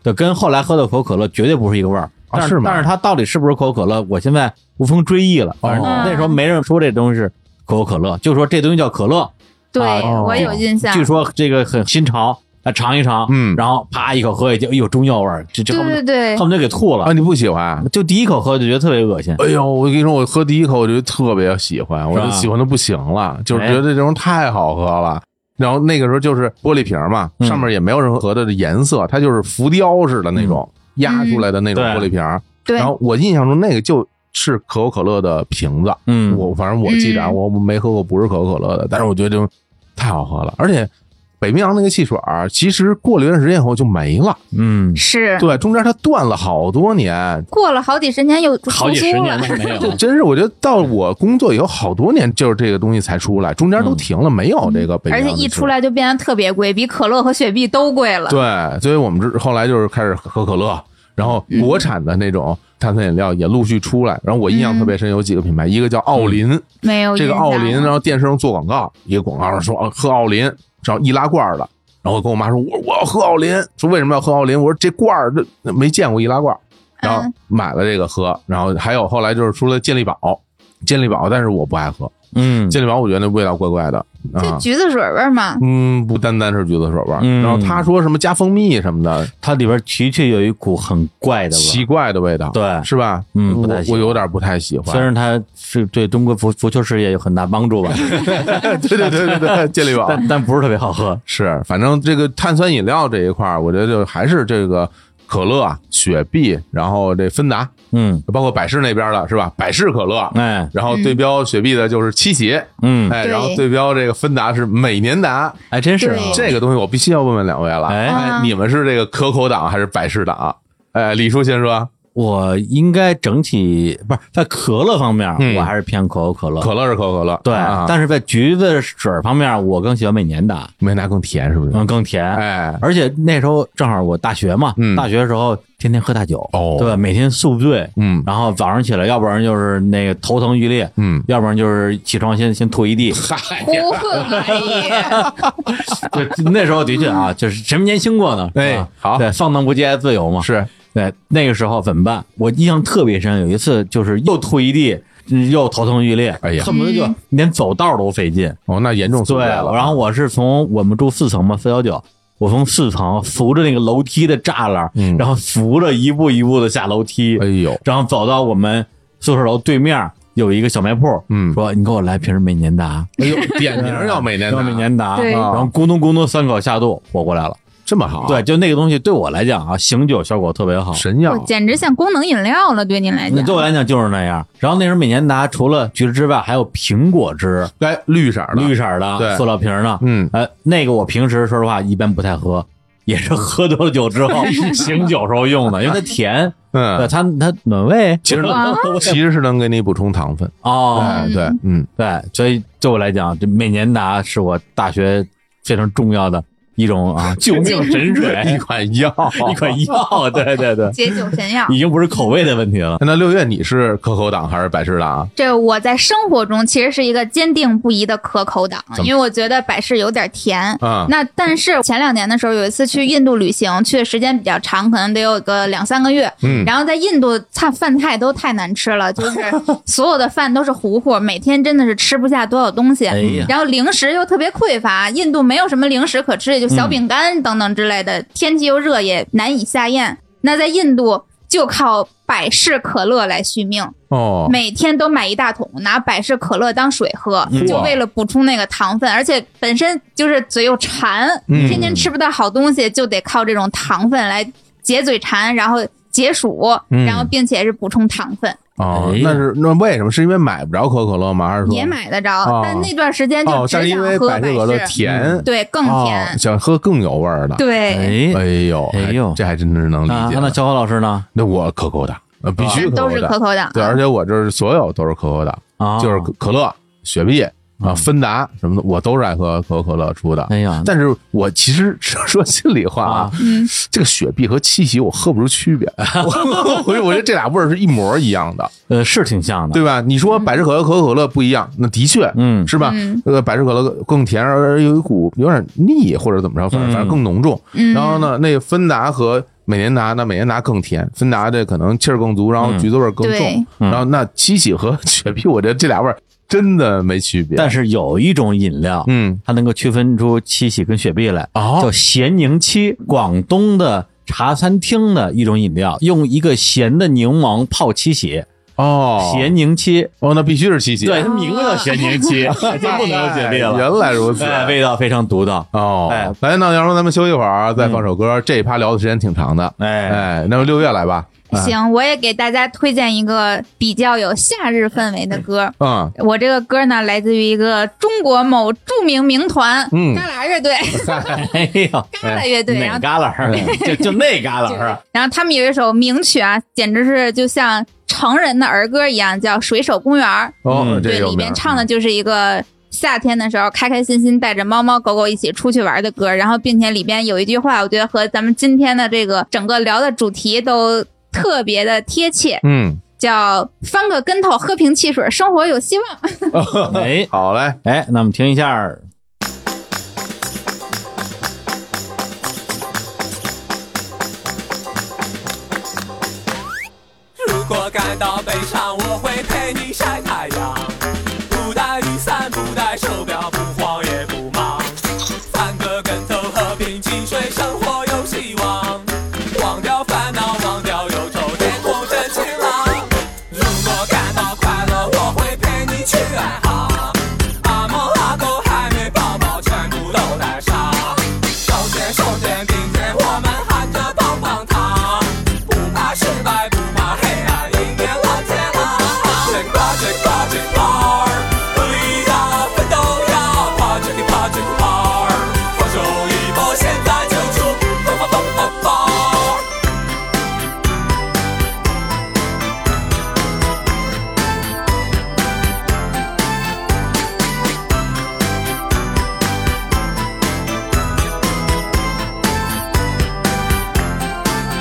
就跟后来喝的可口可乐绝对不是一个味儿。
啊
但
是吗
但是它到底是不是可口可乐，我现在无从追忆了。反正
哦
那时候没人说这东西是可口可乐，就说这东西叫可乐。
对，
啊
我有印象。
据说这个很新潮，啊，尝一尝，
嗯
然后啪一口喝一下，哎呦，中药味儿，这这恨不
对
得
对对
恨，不得给吐
啊，
了。
你不喜欢？
就第一口喝就觉得特别恶心，
哎呦，我跟你说，我喝第一口我就特别喜欢，我就喜欢的不行
哎
了，就是觉得这种太好喝了。然后那个时候就是玻璃瓶嘛，
嗯
上面也没有任何的颜色，它就是浮雕似的那种压出来的那种
嗯
玻璃瓶。
对
然后我印象中那个就是可口可乐的瓶子，
嗯
我反正我记着啊，
嗯
我没喝过不是可口可乐的，但是我觉得这种太好喝
嗯
了，而且北冰洋那个汽水儿，其实过了一段时间以后就没了，
嗯，
是
对，中间它断了好多年，
过了好几十年又复
好几十
苏
年
了
都。没有
这真是我觉得到
嗯
我工作以后好多年，就是这个东西才出来，中间都停了，没有这个北
嗯而
冰
且
洋
一
的
出
出来。
来就变得特别贵，比可乐和雪碧都贵了。
对，所以我们这后来就是开始喝可乐，然后国产的那种碳酸饮料也陆续出来。然后我印象
嗯
特别深，有几个品牌，一个叫奥林，
没有
这个
印象
奥林，
了
然后电视上做广告，一个广告上说啊喝奥林，然后易拉罐的，然后我跟我妈说，我我要喝奥林，说为什么要喝奥林？我说这罐儿这没见过易拉罐，然后
嗯
买了这个喝，然后还有后来就是出了健力宝，健力宝，但是我不爱喝，
嗯
健力宝我觉得那味道怪怪的
就
啊。
橘子水味儿嘛。
嗯，不单单是橘子水味儿，
嗯
然后他说什么加蜂蜜什么的，
它里边的确有一股很怪的味
奇
儿。
怪的味道，
对
是吧？
嗯
我
不太喜
我
欢
有点不太喜欢。
虽然它是对中国足足球事业有很大帮 助吧，
对对对对对，健力宝
但但不是特别好喝。
是，反正这个碳酸饮料这一块儿，我觉得就还是这个可乐、啊雪碧，然后这芬达，
嗯，
包括百事那边的是吧？百事可乐，
哎，
然后对标雪碧的就是七喜，
嗯，
哎，
对
然后对标这个芬达是美年达。
还真是啊。
对
这个东西我必须要问问两位了，
哎
啊
你们是这个可口党还是百事党？哎，李叔先说，
我应该整体不是在可乐方面
嗯，
我还是偏可口可乐。
可乐是可口可乐，
对
啊，
但是在橘子水方面，我更喜欢美年达，
美年达更甜，是不是？
嗯，更甜。
哎，
而且那时候正好我大学嘛
嗯，
大学的时候天天喝大酒，
哦
对，每天宿醉，
嗯
然后早上起来，要不然就是那个头疼欲裂，
嗯，
要不然就是起床先先吐一 地。
嗨
呼混了，
对，那时候的确啊，就是谁没年轻过呢？
哎
啊
好
对，放荡不羁爱自由嘛。
是
对，那个时候怎么办？我印象特别深，有一次就是又吐一地，嗯又头疼欲裂，
哎呀
恨不得就连走道都费劲。
哦，那严重宿
对，
醉了，
然后我是从我们住四层嘛，四幺九，我从四层扶着那个楼梯的栅栏，
嗯
然后扶着一步一步的下楼梯，
哎呦，
然后走到我们宿舍楼对面有一个小卖铺，
嗯
说你给我来瓶美年达，
哎呦，点名儿要美年达，
要美年达，啊
对
然后咕咚咕咚三口下肚，活过来了。
这么好，啊
对，，就那个东西对我来讲啊，醒酒效果特别好。
神药
我简直像功能饮料了，对您来
那
讲。
对我来讲就是那样。然后那时候美年达除了橘子之外，还有苹果汁，
哎，绿色儿的，
绿色儿
对
的塑料瓶儿的。
嗯，
呃，那个我平时说实话一般不太喝，也是喝多了酒之 后醒酒时候用的，因为它甜，对
嗯，
它它暖胃。
其实
啊
其实是能给你补充糖分，
哦，
哎，对，嗯，
对，所以对我来讲，这美年达是我大学非常重要的一种 啊救命神
嗯一
水，
款药，
一款药，对对对，
解酒神药。
已经不是口味的问题了。
那六月你是可口党还是百事党？
这我在生活中其实是一个坚定不移的可口党
怎，么
因为我觉得百事有点甜。
啊
那但是前两年的时候，有一次去印度旅行，去的时间比较长，可能得有个两三个月。
嗯
然后在印度菜饭菜都太难吃了，就是 所有的饭都是糊糊，每天真的是吃不下多少东西。
哎呀，
然后零食又特别匮乏，印度没有什么零食可吃，也就
嗯
小饼干等等之类的。天气又热，也难以下咽。那在印度就靠百事可乐来续命，
哦，
每天都买一大桶，拿百事可乐当水喝
嗯，
就为了补充那个糖分。而且本身就是嘴又馋，
嗯
天天吃不到好东西，就得靠这种糖分来解嘴馋，然后解暑，
嗯
然后并且是补充糖分，
哦
哎，呀
那是那为什么？是因为买不着可口可乐吗？还是说
也买得
哦
着。但那段时间就
哦，但
只
是因为
想喝
百
百
事可乐
事，
嗯
甜，
对，更
哦，
甜，
想喝更有味儿的。
对。
哎，
哎呦，
哎呦
这还真是能
那
理解
那
了。
小火老师呢？
那我可口党，呃必须
是哦都是
口党。
可口啊嗯党，
对，而且我这儿所有都是可口党，
啊，
就是可可乐、雪碧啊、芬达什么的，我都是爱喝可口可乐出的。
嗯哎呀，
但是我其实说说心里话啊
啊，
嗯，
这个雪碧和七喜我喝不出区别， 我我我觉得这俩味儿是一模一样的，
呃，是挺像的，
对吧？你说百事可乐、可口可乐不一样，那的确，
嗯
是吧
嗯？
呃，百事可乐更甜，而有一股有点腻或者怎么着，反正
嗯
反正更浓重。
嗯
然后呢，那个芬达和美年达，那美年达更甜，芬达这可能气儿更足，然后
嗯
橘子味儿更重
对。
嗯
然后那七喜和 雪碧，我觉得这俩味儿真的没区别。
但是有一种饮料，
嗯，
它能够区分出七喜跟雪碧来，
哦
叫咸柠七，广东的茶餐厅的一种饮料，用一个咸的柠檬泡七喜，
哦，
咸柠七，
哦，那必须是七喜。
对，它名字叫咸柠 七，就不能有雪碧
哎
了，
原来如此。
哎，味道非常独到，
哦
哎，嗯
来，那要不咱们休息会儿，啊再放首歌。这一趴聊的时间挺长的，
哎，
哎，那么六月来吧。哎，
行，我也给大家推荐一个比较有夏日氛围的歌。
嗯，
我这个歌呢，来自于一个中国某著名名团，
嗯哎
旮旯 乐队，
哎呦，
旮旯乐队，然
哪
后
旮旯儿？啊就就那旮旯儿，啊
然后他们有一首名曲啊，简直是就像成人的儿歌一样，叫《水手公园》。
哦
嗯，
这
对，
有
里
名嗯
面唱的就是一个夏天的时候开开心心带着猫猫狗狗一起出去玩的歌，然后并且里边有一句话，我觉得和咱们今天的这个整个聊的主题都特别的贴切，
嗯，
叫翻个跟头，喝瓶汽水，生活 有希望。
哎
好嘞，
哎，那我们听一下儿，
如果感到悲伤，我会陪你晒太阳，不带雨伞，不带手表，不慌也不忙，翻个跟头，喝瓶汽水，生活有希望，忘掉烦恼，忘掉忧愁，天空真晴朗。如果感到快乐，我会陪你去爱航，阿猫阿狗、海绵宝宝全部都带上。手牵手肩并肩，我们喊着棒棒糖，不怕失败，不怕黑暗，迎面蓝天啊！这个吧，这个吧，这个吧，努力呀，奋斗呀，吧这个吧，这个吧，放手一搏，现在就出，吧吧吧吧吧。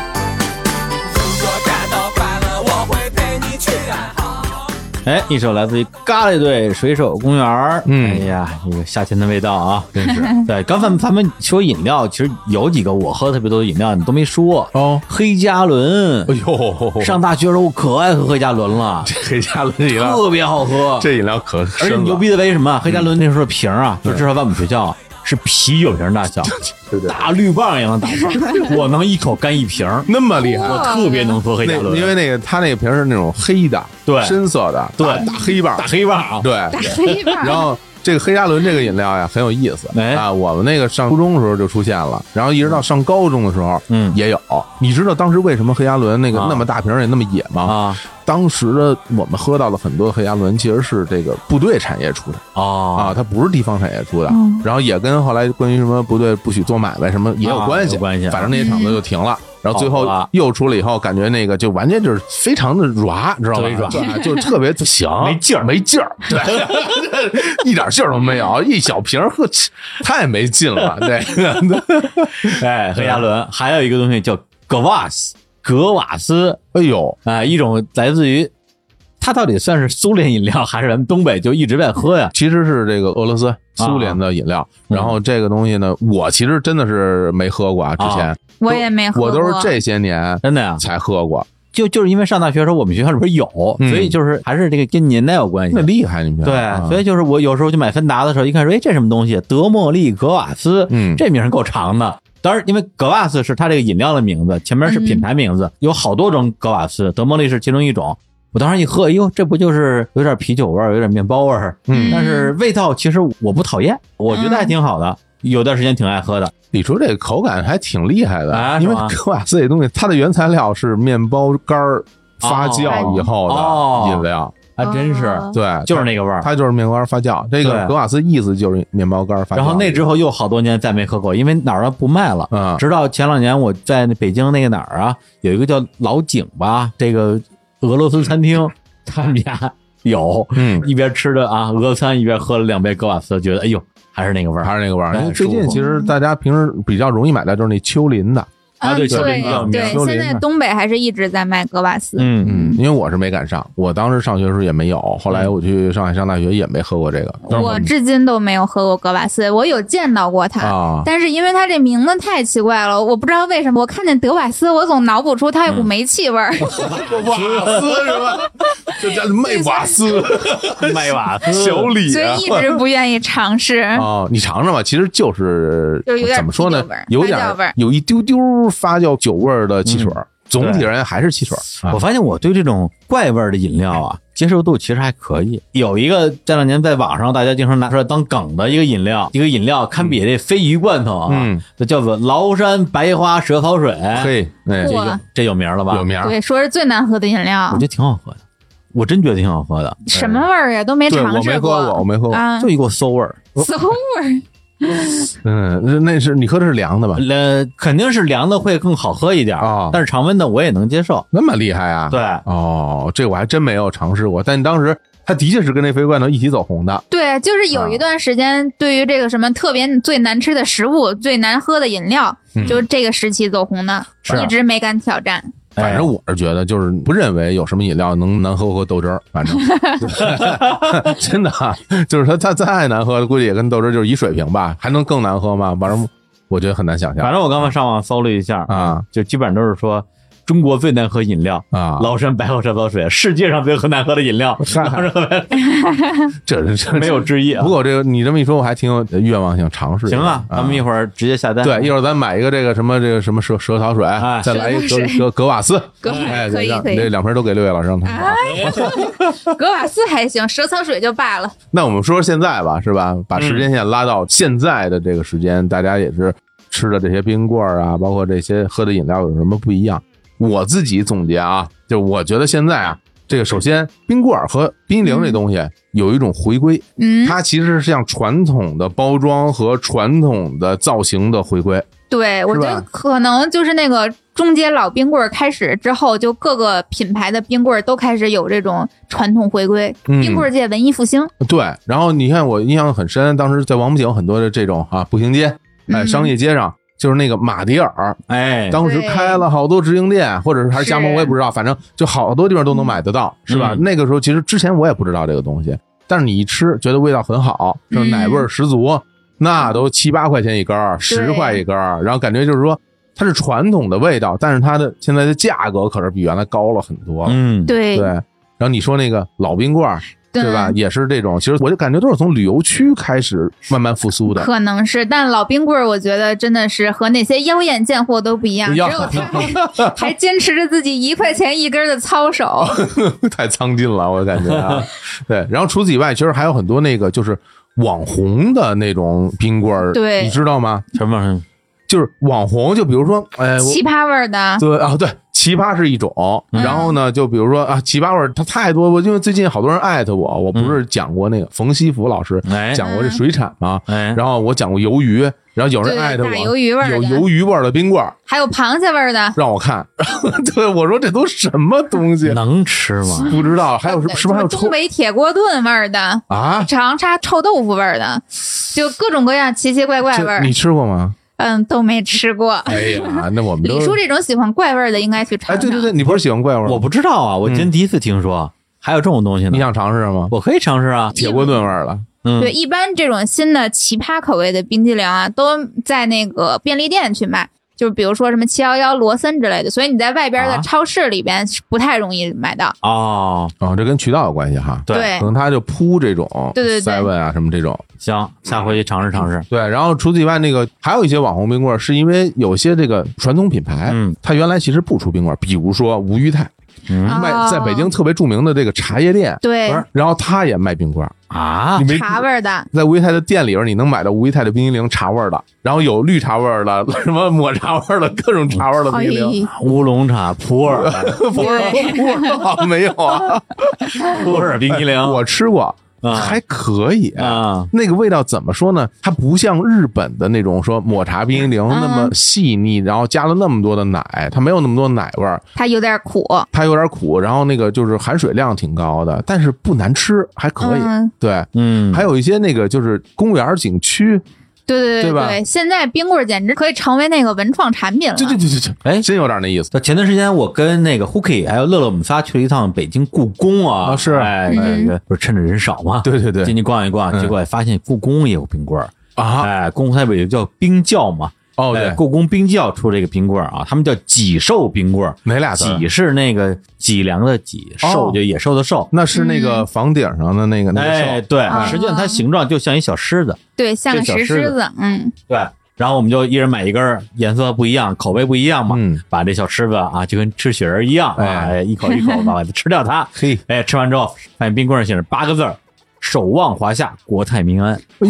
如果感到快乐，我会陪你去爱好。
哎，一首来自于嘎啦队《水手公园》。
嗯
哎呀，一个夏天的味道啊，真是。
嗯
对，刚才咱们说饮料，其实有几个我喝特别多的饮料，你都没说。
哦
黑加仑
哎，呦，
上大学的时候我可爱喝黑加仑了，
黑加仑饮料，
特别好喝。
这饮料可
而且
深了
牛，逼的为什么？黑加仑那时候的瓶儿啊，就至少在我们学校啊是啤酒瓶大小，
对不对？
大绿棒一样的大小，我能一口干一瓶儿，
那么厉害
我。特别能喝黑
那
加仑，
因为那个它那个瓶是那种黑的，
对
深色的，
对
大大黑棒
大，黑棒啊。
对。
黑吧
然后这个黑加仑这个饮料呀很有意思
哎
啊，我们那个上初中的时候就出现了，然后一直到上高中的时候，
嗯
也有。你知道当时为什么黑加仑那个
啊
那么大瓶儿也那么野吗？
啊
当时的我们喝到的很多黑加仑其实是这个部队产业出的。啊，
哦
它不是地方产业出的，然后也跟后来关于什么部队不许做买卖什么也有
啊
关
有
系，
关系
反正那些厂子就停了。然后最后
好吧
又出来以后，感觉那个就完全就是非常的软，知道吧
特别？软
对 就特别不行，
没劲儿
没劲儿，对， 一点劲儿都没有，一小瓶儿，呵，太没劲了， 对，
哎，黑亚伦还有一个东西叫格瓦斯，格瓦斯
哎呦，
啊、一种来自于它到底算是苏联饮料还是咱们东北就一直在喝呀？
其实是这个俄罗
啊
斯、苏联的饮料。
嗯
然后这个东西呢，我其实真的是没喝过啊，之前、
啊
我也没喝过，啊
我都是这些年
真的呀，
才喝过。
就就是因为上大学的时候我们学校里边有，
嗯
所以就是还是这个跟年代有关系
那。啊厉害，你嗯们
嗯对，所以就是我有时候去买芬达的时候，一看说，哎，这什么东西？德莫利格瓦斯，
嗯
这名儿够长的。当然，因为格瓦斯是它这个饮料的名字，前面是品牌名字，有好多种格瓦斯，德莫利是其中一种。我当时一喝，哎呦，这不就是有点啤酒味儿，有点面包味儿，
嗯
但是味道其实我不讨厌，我觉得还挺好的。有段时间挺爱喝的，
李叔这个口感还挺厉害的，
啊
因为
是 吗
格瓦斯这东西，它的原材料是面包干儿发酵以后
哦
的饮料，
还真是，
哦
对，
就是那个味儿。
它就是面包干儿发酵。这个
对
格瓦斯意思就是面包干儿发酵。
然后那之后又好多年再没喝过，因为哪儿都不卖了。
嗯
直到前两年我在那北京那个哪儿啊，有一个叫老井吧，这个俄罗斯餐 厅，他们家有，
嗯
一边吃着啊俄餐，一边喝了两杯格瓦斯，觉得哎呦还是那个味儿
还是那个味儿。
哎
因为最
舒
近
服
其实大家平时比较容易买到就是那丘陵的，
啊
嗯
对
对
丘陵啊
对
丘，陵
现在
啊
东北还是一直在卖格瓦斯，
嗯
嗯，因为我是没赶上，我当时上学的时候也没有，后来我去上海上大学也没喝过这个。但是
我至今都没有喝过格瓦斯，我有见到过它。
啊，
但是因为它这名字太奇怪了，我不知道为什么，我看见德瓦斯，我总脑补出它
嗯
有股煤气
哎
味儿。
瓦斯是吧？就 叫魅瓦斯、
卖瓦斯
嗯 小李
所以一 直不愿意尝试。
啊，你尝尝吧，其实就是
就是有点
怎么说呢
啤酒味
有
儿，
点
发酵味儿
有一丢丢发酵酒味儿的汽水儿，总体而言还是汽水儿。啊
我发现我对这种怪味儿的饮料啊，接受度其实还可以。有一个这两年在网上大家经常拿出来当梗的一个饮料，一个饮料堪比这鲱鱼罐头啊，
嗯
这叫做崂山白花蛇口水，
嘿，哎，
这有
哇
这有名了吧？
有名儿。
对，说是最难喝的饮
我
料
觉，得挺好喝的，我真觉得挺好喝的，
什么味儿呀？都没
对，我
尝
没
试
喝过，我没喝过。
啊
就，一股馊味儿。
馊味儿。
嗯，那那是你喝的是凉的吧？
呃，肯定是凉的会更好喝一点儿
哦
但是常温的我也能接受。
那么厉害啊？
对，
哦，这我还真没有尝试过，但当时它的确是跟那鲱罐头一起走红的。
对，就是有
啊
一段时间，对于这个什么特别最难吃的食物、最难喝的饮料，
嗯
就是这个时期走红的，
是
啊
一直没敢 挑战。
哎
反正我是觉得，就是不认为有什么饮料能难喝过豆汁儿，反 正 真的啊，就是它它再难喝，估计也跟豆汁儿就是一水平吧，还能更难喝吗？反正我觉得很难想
反
象
正我刚刚上网搜了一下，
啊
就基本上都是说中国最难喝饮料。
啊！
崂山白河山包水，世界上最喝难喝的饮料，崂山白
这这这
没有之一啊
不。过这个你这么一说，我还挺有愿望想尝试一下。
行啊，咱们一会儿直接下单。
对，一会儿咱买一个这个什么这个什么蛇蛇草水
哎，
再来一
蛇
格
草水
格格瓦斯，
格瓦
哎，
可以
让
可以啊
这两瓶都给六月老师让他尝。
格瓦斯还行，蛇草水就罢了。
那我们说说现在吧，是吧？把时间线拉到现在的这个时间，
嗯
大家也是吃的这些冰棍儿啊，包括这些喝的饮料有什么不一样？我自己总结啊，就我觉得现在啊，这个首先冰棍儿和冰激凌这东西有一种回归，
嗯，
它其实是向传统的包装和传统的造型的回归。
对，我
是
觉
吧
得可能就是那个中街老冰棍儿开始之后，就各个品牌的冰棍儿都开始有这种传统回归，
嗯
冰棍儿界文艺复兴。
对，然后你看我印象很深，当时在王府井很多的这种啊步行街，哎，
嗯
商业街上。就是那个马迭尔，
哎，
当时
对
开了好多直营店，或者是还是加盟，
是
我也不知道，反正就好多地方都能买得到，是吧？
嗯
那个时候其实之前我也不知道这个东西，但是你一吃觉得味道很好，就是
嗯
奶味儿十足，那都七八块钱一根儿，
嗯
十块一根儿，然后感觉就是说它是传统的味道，但是它的现在的价格可是比原来高了很多了，
嗯，
对
对。然后你说那个老冰棍儿，
对
对吧？也是这种，其实我就感觉都是从旅游区开始慢慢复苏的。
可能是，但老冰棍儿，我觉得真的是和那些妖艳贱货都不一样，
不一
只
样
有他 还还坚持着自己一块钱一根儿的操守。
太苍劲了，我感觉 啊。对，然后除此以外，其实还有很多那个就是网红的那种冰棍儿，
对
你知道吗？
什么玩意儿？
就是网红，就比如说，哎，我
奇葩味儿的，
对啊，对，奇葩是一种，
嗯
然后呢，就比如说啊，奇葩味儿它太多，我因为最近好多人艾特我，我
嗯
不是讲过那个冯西福老师
哎
讲过这水产吗？
哎，
然后我讲过鱿鱼，然后有
对
人艾特我
大鱿鱼味儿的
有鱿鱼味儿的冰棍儿
还有螃蟹味儿的，
让我看， 对我说这都什么东西？
能吃吗？
不知道，还有什么？是不是还有
东
臭
北铁锅炖味儿的，
啊？
长沙臭豆腐味儿的，就各种各样奇奇怪怪味
这
儿
你，吃过吗？
嗯，都没吃过。
哎 呀，那我们
李
都
叔这啊种喜欢怪味儿的，应该去尝
哎，
尝。
对对对，你不是喜欢怪味儿吗？
我不知道啊，我今天第一次听说还有这种东西
嗯
呢。
你想尝试吗？
我可以尝试啊，
铁锅炖味儿了，
嗯
对，，一般这种新的奇葩口味的冰激凌啊，都在那个便利店去卖，就是比如说什么七幺幺、罗森之类的，所以你在外边
啊
的超市里边是不太容易买到。
哦，
哦，这跟渠道有关系哈。
对，
对
可能他就铺这种，
哎对对对
seven 啊什么这种。
行，下回去尝试尝试。
对，然后除此以外，那个还有一些网红冰棍儿，是因为有些这个传统品牌，
嗯，
它原来其实不出冰棍儿，比如说吴裕泰
嗯
卖
哦
在北京特别著名的这个茶叶店，
对
不是，然后他也卖冰棍儿，
啊
你，没
茶味儿的，
在吴裕泰的店里边，你能买到吴裕泰的冰激凌茶味儿的，然后有绿茶味儿的，什么抹茶味儿的，各种茶味儿的
哎
冰激凌。
乌龙茶、普 洱、
不是 不是啊，没有 啊，
普洱冰激凌，
我吃过，
啊
还可以。
啊，
那个味道怎么说呢？它不像日本的那种说抹茶冰激
嗯
凌那么细腻，然后加了那么多的奶，它没有那么多奶味儿，
它有点苦。
它有点苦，然后那个就是含水量挺高的，但是不难吃，还可以。
嗯，
对，
嗯，
还有一些那个就是公园景区，
对对
对
对
吧
现在冰棍儿简直可以成为那个文创产品了。
对对对对对，
哎
真有点那意思。
那前段时间我跟那个 Hooky 还有乐乐，我们仨去了一趟北京故宫啊，
啊是
哎，这
嗯
个不是趁着人少嘛，
对对对
进去逛一逛，
嗯
结果发现故宫也有冰棍儿，
啊，
哎，故宫它不有叫冰窖嘛，
哦
哎
对，
故宫冰窖出这个冰棍儿啊，他们叫几兽冰棍儿，
哪俩字儿？
几是那个脊梁的脊，
哦
兽就野兽的兽，
那是那个房顶上的那个
嗯
那
哎，
个兽，
对，
啊
实际上它形状就像一小狮子，
对像个
这小
石
狮
狮
子
子，嗯，
对，然后我们就一人买一根儿，颜色不一样，口味不一样嘛，
嗯
把这小狮子啊就跟吃雪人一样啊，
哎
哎一口一口地把它吃掉它。
嘿，
哎，吃完之后发现冰棍儿写着八个字儿：守望华夏，国泰民安。
哎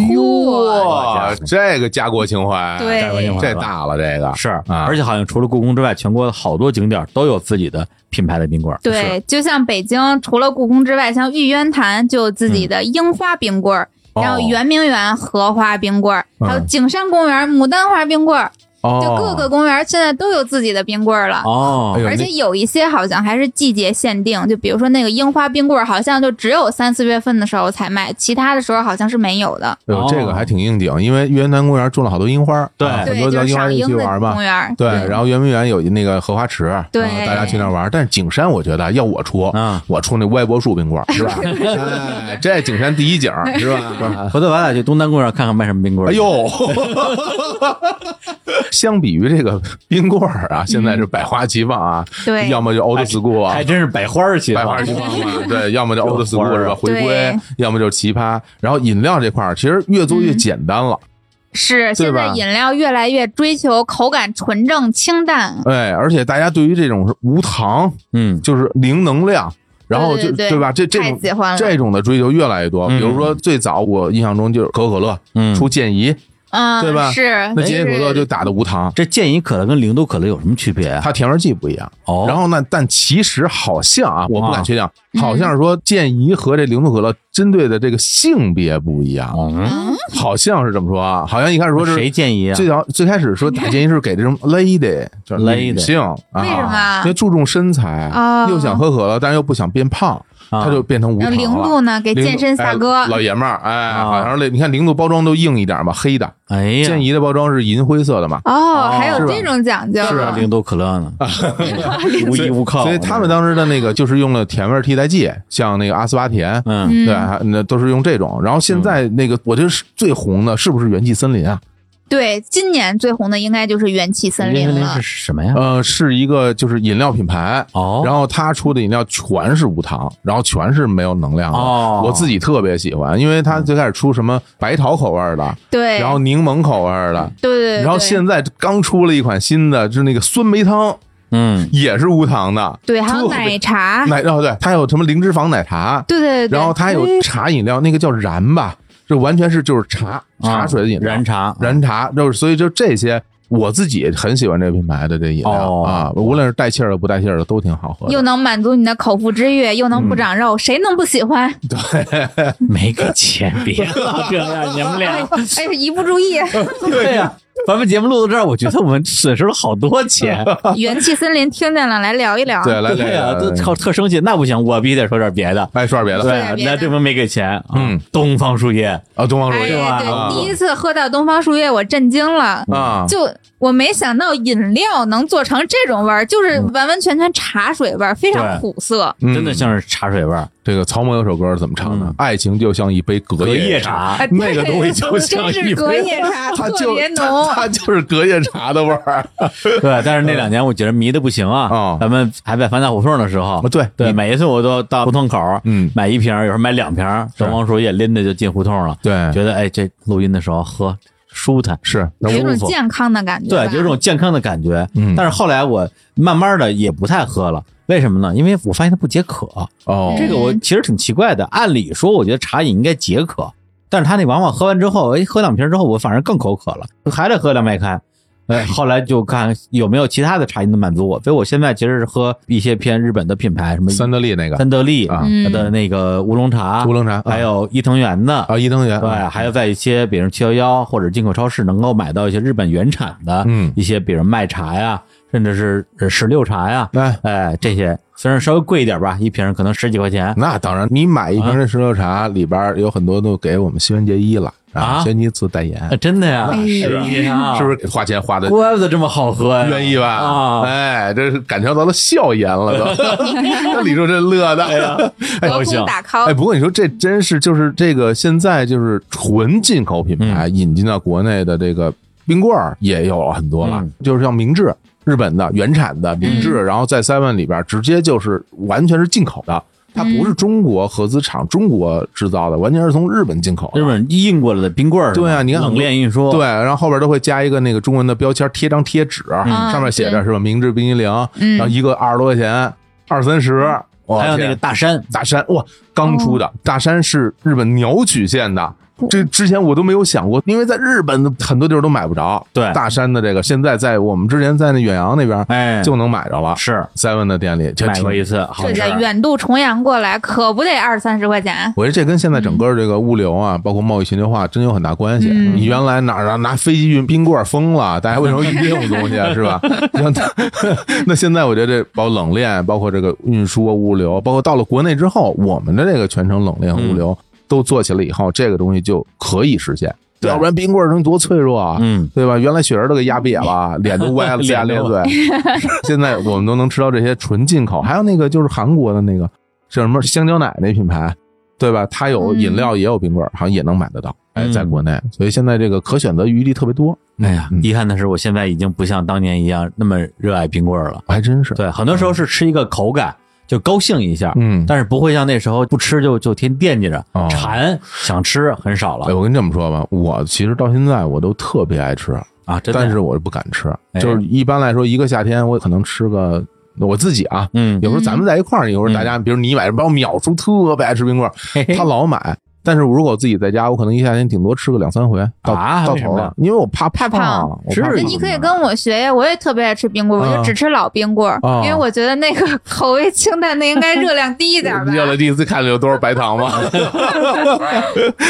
哇
呦，这个家国情怀，
对
该文明化
这大了这个
是，
啊
而且好像除了故宫之外，全国的好多景点都有自己的品牌的冰棍儿。
对，就像北京除了故宫之外，像玉渊潭就有自己的樱花冰棍儿。
嗯哦
然后圆明园荷花冰棍儿，
嗯
还有景山公园牡丹花冰棍儿，
哦，
就各个公园现在都有自己的冰棍儿了。
哦
哎，呦
而且有一些好像还是季节限定，就比如说那个樱花冰棍儿，好像就只有三四月份的时候才卖，其他的时候好像是没有的。
哎呦
哦
这个还挺应景，因为玉渊潭公园种了好多樱花，
对
啊很
对，
多
就
到
是
樱花
赏
园去
樱的
玩嘛
公。园。
对，然后圆明园有那个荷花池，
对
然后大家去那儿玩。但是景山，我觉得啊要我出，
嗯
我出那歪脖树冰棍儿，是 吧？哎，这景山第一景是吧？
回头咱俩去东南公园看看卖什么冰棍儿。
哎，呦， 相比于这个冰棍儿啊，现在是百花齐放啊，
对
要么就 old school 啊
还，真是百花儿去了
百花齐放 嘛，对，要么就 old
花
school
儿
是吧？
啊
回归
对，嗯
要么就是奇葩。然后饮料这块儿，其实越做越简单了，
是
对
现
吧
在饮料越来越追求口感纯正清淡，
哎，而且大家对于这种是无糖，
嗯，
就是零能量，然后就
对对对
吧？这这
太
种
喜欢了。
这种的追求越来越多。
嗯
比如说最早我印象中就是可口可乐
嗯
出健怡，
嗯，
对吧
是，
那健怡可乐就是打的无糖，
这健怡可乐跟零度可乐有什么区别啊？
它甜味剂不一样。
哦，
然后呢，但其实好像啊，我不
啊
敢确定，
嗯
好像是说健怡和这零度可乐针对的这个性别不一样，
嗯，
好像是这么说啊。好像一开始说是
谁建议啊？
最早最开始说打建议是给 这种 lady 就是
lady
女性啊，
为什么
因为注重身材，
哦
又想喝可乐，但是又不想变胖，
啊
他就变成无
那
糖
零
了。
度呢，给
零度
健身
哎
大哥。
老爷们儿，哎，
啊
好像是那你看零度包装都硬一点嘛，黑的。
哎呀，
健怡的包装是银灰色的嘛，
哦，还
是
有
吧
这种讲究，
是零度可乐呢，无依无靠。
啊所以他们当时的那个就是用了甜味儿替代剂，像那个阿斯巴甜，
嗯
嗯
对，还那都是用这种。然后现在那个我觉得是最红的是不是元气森林啊？
对，今年最红的应该就是元气森林了
是。什么呀？
呃，是一个就是饮料品牌，
哦，
然后他出的饮料全是无糖，然后全是没有能量的。
哦
我自己特别喜欢，因为他最开始出什么白桃口味儿的，
对，
然后柠檬口味儿的，
对哎对对，
然后现在刚出了一款新的，就是那个酸梅汤，
嗯
也是无糖的。
对还有
特别
奶茶，
奶哦对，它有什么零脂肪奶茶，
对对对，嗯
然后它有茶饮料，那个叫
啊
燃吧，这完全是就是茶茶水的饮料，
燃茶，
燃茶，就是所以就这些我自己很喜欢这品牌的这饮料、
哦
啊，无论是带气儿的不带气儿的都挺好喝的。嗯
又能满足你的口腹之欲，又能不长肉，谁能不喜欢？
没给钱， 别老这样，你
啊
们俩。
哎，一不注意，
对呀、咱们节目录到这儿，我觉得我们损失了好多钱。
元气森林听见了，来聊一聊。哎
对， 来
对呀、
来
都特特生气，那不行，我必须得说点别的。
哎，说点别的
对别的
那证明没给钱啊。
嗯，
东方树叶，
啊，东方
哎，
朔
是吧
对，
啊
第一次喝到东方树叶，我震惊了。
啊，
就我没想到饮料能做成这种味儿，就是完完全全茶水味儿，非常苦涩。
嗯
真的像是茶水味儿，
这个曹萌有首歌怎么唱的
嗯？
爱情就像一杯隔
隔夜
夜，
茶
哎，
那个东西就像
真
一
是隔
杯，
夜茶，
它
特
就
别
它
浓。
它就是隔夜茶的味儿。
对。但是那两年我觉得迷的不行啊
哦，
咱们还在反打胡同的时候
啊，对
哦对，
你
每一次我都到胡同口，
嗯
买一瓶，有时候买两瓶，东方树叶拎着就进胡同了，
对
觉得哎，这录音的时候喝舒坦，
是，
有一种
舒服
健康的感觉吧，
对，有一种健康的感觉。
嗯
但是后来我慢慢的也不太喝了，为什么呢？因为我发现它不解渴，
哦，
这个我其实挺奇怪的。按理说，我觉得茶饮应该解渴，但是他那往往喝完之后，哎，喝两瓶之后，我反而更口渴了，还得喝两麦开。 哎，后来就看有没有其他的茶饮能满足我，所以我现在其实是喝一些偏日本的品牌，什么
三得利那个
三得利
啊
的那个乌龙茶，
乌龙茶啊
还有伊藤园的
啊，伊藤园
哎对，还有在一些比如七幺幺或者进口超市能够买到一些日本原产的，
嗯
一些比如麦茶呀，甚至是呃石榴茶呀，
哎
哎，这些虽然稍微贵一点吧，一瓶可能十几块钱，
那当然，你买一瓶这石榴茶，里边有很多都给我们西园结衣了
啊
西园结衣做代言，
啊真的呀，哎
那是啊
呀，
哎是不是花钱花的
怪不得这么好喝呀，
愿意吧？
啊，
哎，这是感受到了笑颜 了都。那李叔这乐的，哎
高
隔
兴
空打 call
哎，。不过你说这真是就是这个现在就是纯进口品牌
嗯
引进到国内的这个冰棍儿也有很多了
嗯，
就是像明治。日本的原产的明治，然后在 seven 里边直接就是完全是进口的，它不
嗯
是中国合资厂中国制造的，完全是从日本进口的
日。本印过来的冰棍儿是吧，
对啊你看
冷链运输，
对，，然后后边都会加一个那个中文的标签，贴张贴纸，上面写着是吧？明治冰激凌，
嗯
然后一个二十多块钱，二三十，
嗯
哇
还有那
天
个大山，
大山哇，刚出的、大山是日本鸟取县的，这之前我都没有想过，因为在日本的很多地儿都买不着。
对
大山的这个，现在在我们之前在那远洋那边，
哎
就能买着了。
是
seven 的店里就
买过一
挺。
次，好吃
这家。远渡重洋过来，可不得二三十块钱。
我觉得这跟现在整个这个物流啊，包括贸易全球化，真有很大关系。
嗯
你原来哪儿啊拿飞机运冰棍儿疯了，大家为什么运这种东西啊是吧？像 那现在我觉得这包括冷链，包括这个运输啊、物流，包括到了国内之后，我们的这个全程冷链和物
嗯
流都做起来以后，这个东西就可以实现。
对
要不然冰棍儿能多脆弱啊，
嗯
对吧？原来雪人都给压 瘪了，脸都歪了，龇牙
脸
咧
都
嘴。 现在我们都能吃到这些纯进口，还有那个就是韩国的那个叫什么香蕉奶那品牌，对吧？它有饮料也有冰棍儿，好像也能买得到。哎，
嗯
在国内，所以现在这个可选择余地特别多。
哎呀
嗯，
遗憾的是，我现在已经不像当年一样那么热爱冰棍儿了。
还真是。
对，很多时候是吃一个口感，就高兴一下，
嗯
但是不会像那时候不吃就就天惦记着
哦，
馋想吃很少
哎，
了
我跟你这么说吧，我其实到现在我都特别爱吃，
啊，真的。
但是我不敢吃。
哎
就是一般来说，一个夏天我可能吃个我自己啊，
嗯，
有时候咱们在一块儿，有时候大家，比如你买，包括淼叔特别爱吃冰棍儿，他老买。但是如果我自己在家，我可能一夏天顶多吃个两三回，到
啊
到
为什么
头了，因为我怕怕
怕胖
我
至
怕
于
那
吗
你可以跟我学呀，我也特别爱吃冰棍儿，我就
啊
只吃老冰棍儿，
啊
因为我觉得那 个口味清淡的应该热量低一点吧
你。知道他第一次看见有多少白糖吗？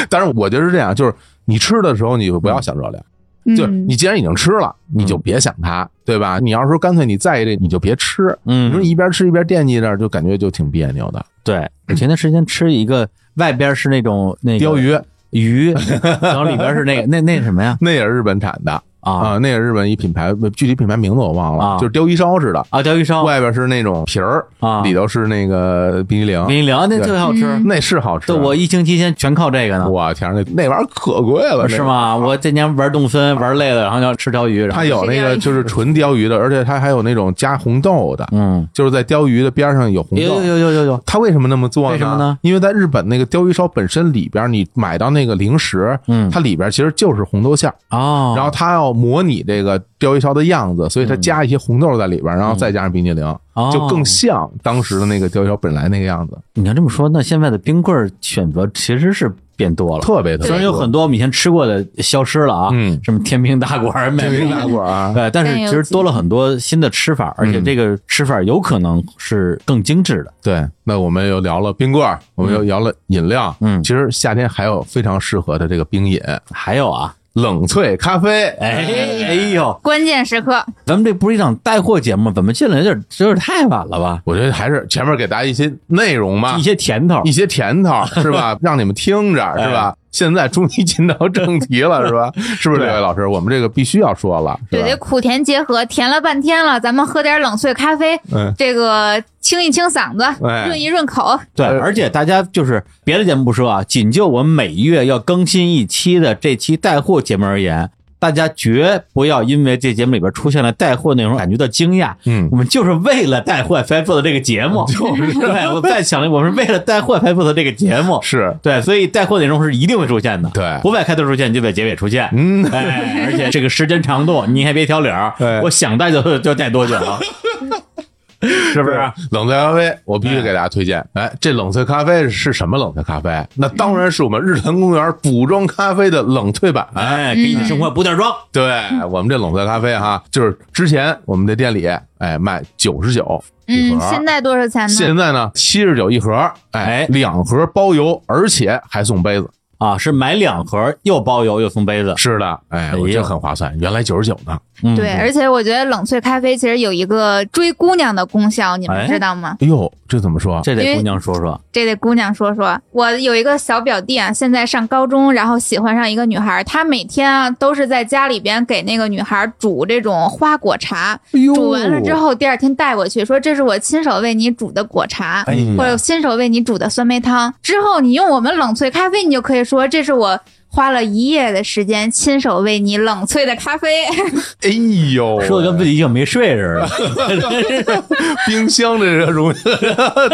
但是我觉得是这样，就是你吃的时候，你就不要想热量，就是
嗯，
你既然已经吃了，你就别想它，对吧？你要是说干脆你在意这，你就别吃。你说
嗯，
一边吃一边惦记着，就感觉就挺别扭的。
对，我前段时间吃一个外边是那种那个
鲷鱼
鱼，然后里边是 那个那那什么呀
那也是日本产的
啊
啊，那也是日本一品牌，具体品牌名字我忘
啊
了，就是鲷鱼烧似的。
啊鲷鱼烧
外边是那种皮儿，
啊
里头是那个冰激凌，
冰激凌那特别好吃
嗯，
那是好吃。
对我一星期前全靠这个呢，
我天儿，那那玩意儿可贵了，
是
那个？
吗？我这年玩动森玩累了，然后要吃鲷鱼，然后
它有那个就是纯鲷鱼的，而且它还有那种加红豆的，
嗯，
就是在鲷鱼的边上有红
有有
豆。
有有有有，
它为什么那么做呢？
为什么呢？
因为在日本那个鲷鱼烧本身里边，你买到那个零食，
嗯
它里边其实就是红豆馅儿，
哦，嗯
然后它要要模拟这个鲷鱼烧的样子，所以它加一些红豆在里边，然后再加上冰激凌，
哦
就更像当时的那个鲷鱼烧本来那个样子，
你要这么说，那现在的冰棍儿选择其实是变多了，
特别特别。
虽然有很
多
多我们以前吃过的消失了啊，
嗯
什么天平大管 儿、
天平大管儿嗯
对，啊呃但是其实多了很多新的吃法，而且这个吃法有可能是更精致的。
对，那我们又聊了冰棍儿，我们又聊了饮料，
嗯
其实夏天还有非常适合的这个冰饮，
还有啊，
冷萃咖啡，
哎哎呦，
关键时刻，
咱们这不是一档带货节目，怎么进来有点有点太晚了吧？
我觉得还是前面给大家一些内容嘛
一，些哎甜头
一，些 甜头是吧？让你们听着是吧？现在终于进到正题了 是吧？是不是
对啊
这位老师？我们这个必须要说了，是
对，
吧
得苦甜结合，甜了半天了，咱们喝点冷萃咖啡，
嗯
这个清一清嗓子，
哎
润一润口。
对，
呃
而且大家就是别的节目不说啊，仅就我们每月要更新一期的这期带货节目而言，大家绝不要因为这节目里边出现了带货内容感觉到惊讶。
嗯
我们就是为了带货才做的这个节 目，就是对，我在想着我们是为了带货才做的这个节 目，
是
对，所以带货内容是一定会出现的，
对
不在开头出现就在结尾出现，
嗯
哎，而且这个时间长度你还别挑理儿
对，
我想带就就带多久， 是啊不是？
冷萃咖啡，我必须给大家推荐。哎，这冷萃咖啡是什么冷萃咖啡？那当然是我们日坛公园补妆咖啡的冷萃版。
哎，给你的生活补点妆，
对我们这冷萃咖啡哈，就是之前我们的店里哎卖九十九一
嗯，
盒，
现在多少钱呢？
现在呢七十九一盒，哎
哎，
两盒包邮，而且还送杯子。
啊，是买两盒又包邮又送杯子，
是的，哎，我觉得很划算，原来九十九呢。
嗯
对，而且我觉得冷萃咖啡其实有一个追姑娘的功效，你
哎
们知道吗？
哎呦，这怎么说？
这得姑娘说说，
这得姑娘说说，我有一个小表弟啊，现在上高中，然后喜欢上一个女孩，他每天啊都是在家里边给那个女孩煮这种花果茶，
哎呦
煮完了之，后第二天带过去，说这是我亲手为你煮的果茶。
哎呀
或者亲手为你煮的酸梅汤，之后你用我们冷萃咖啡，你就可以说这是我花了一夜的时间亲手为你冷萃的咖啡。
哎呦喂，
说的跟自己已经没睡似的，
冰箱这是容易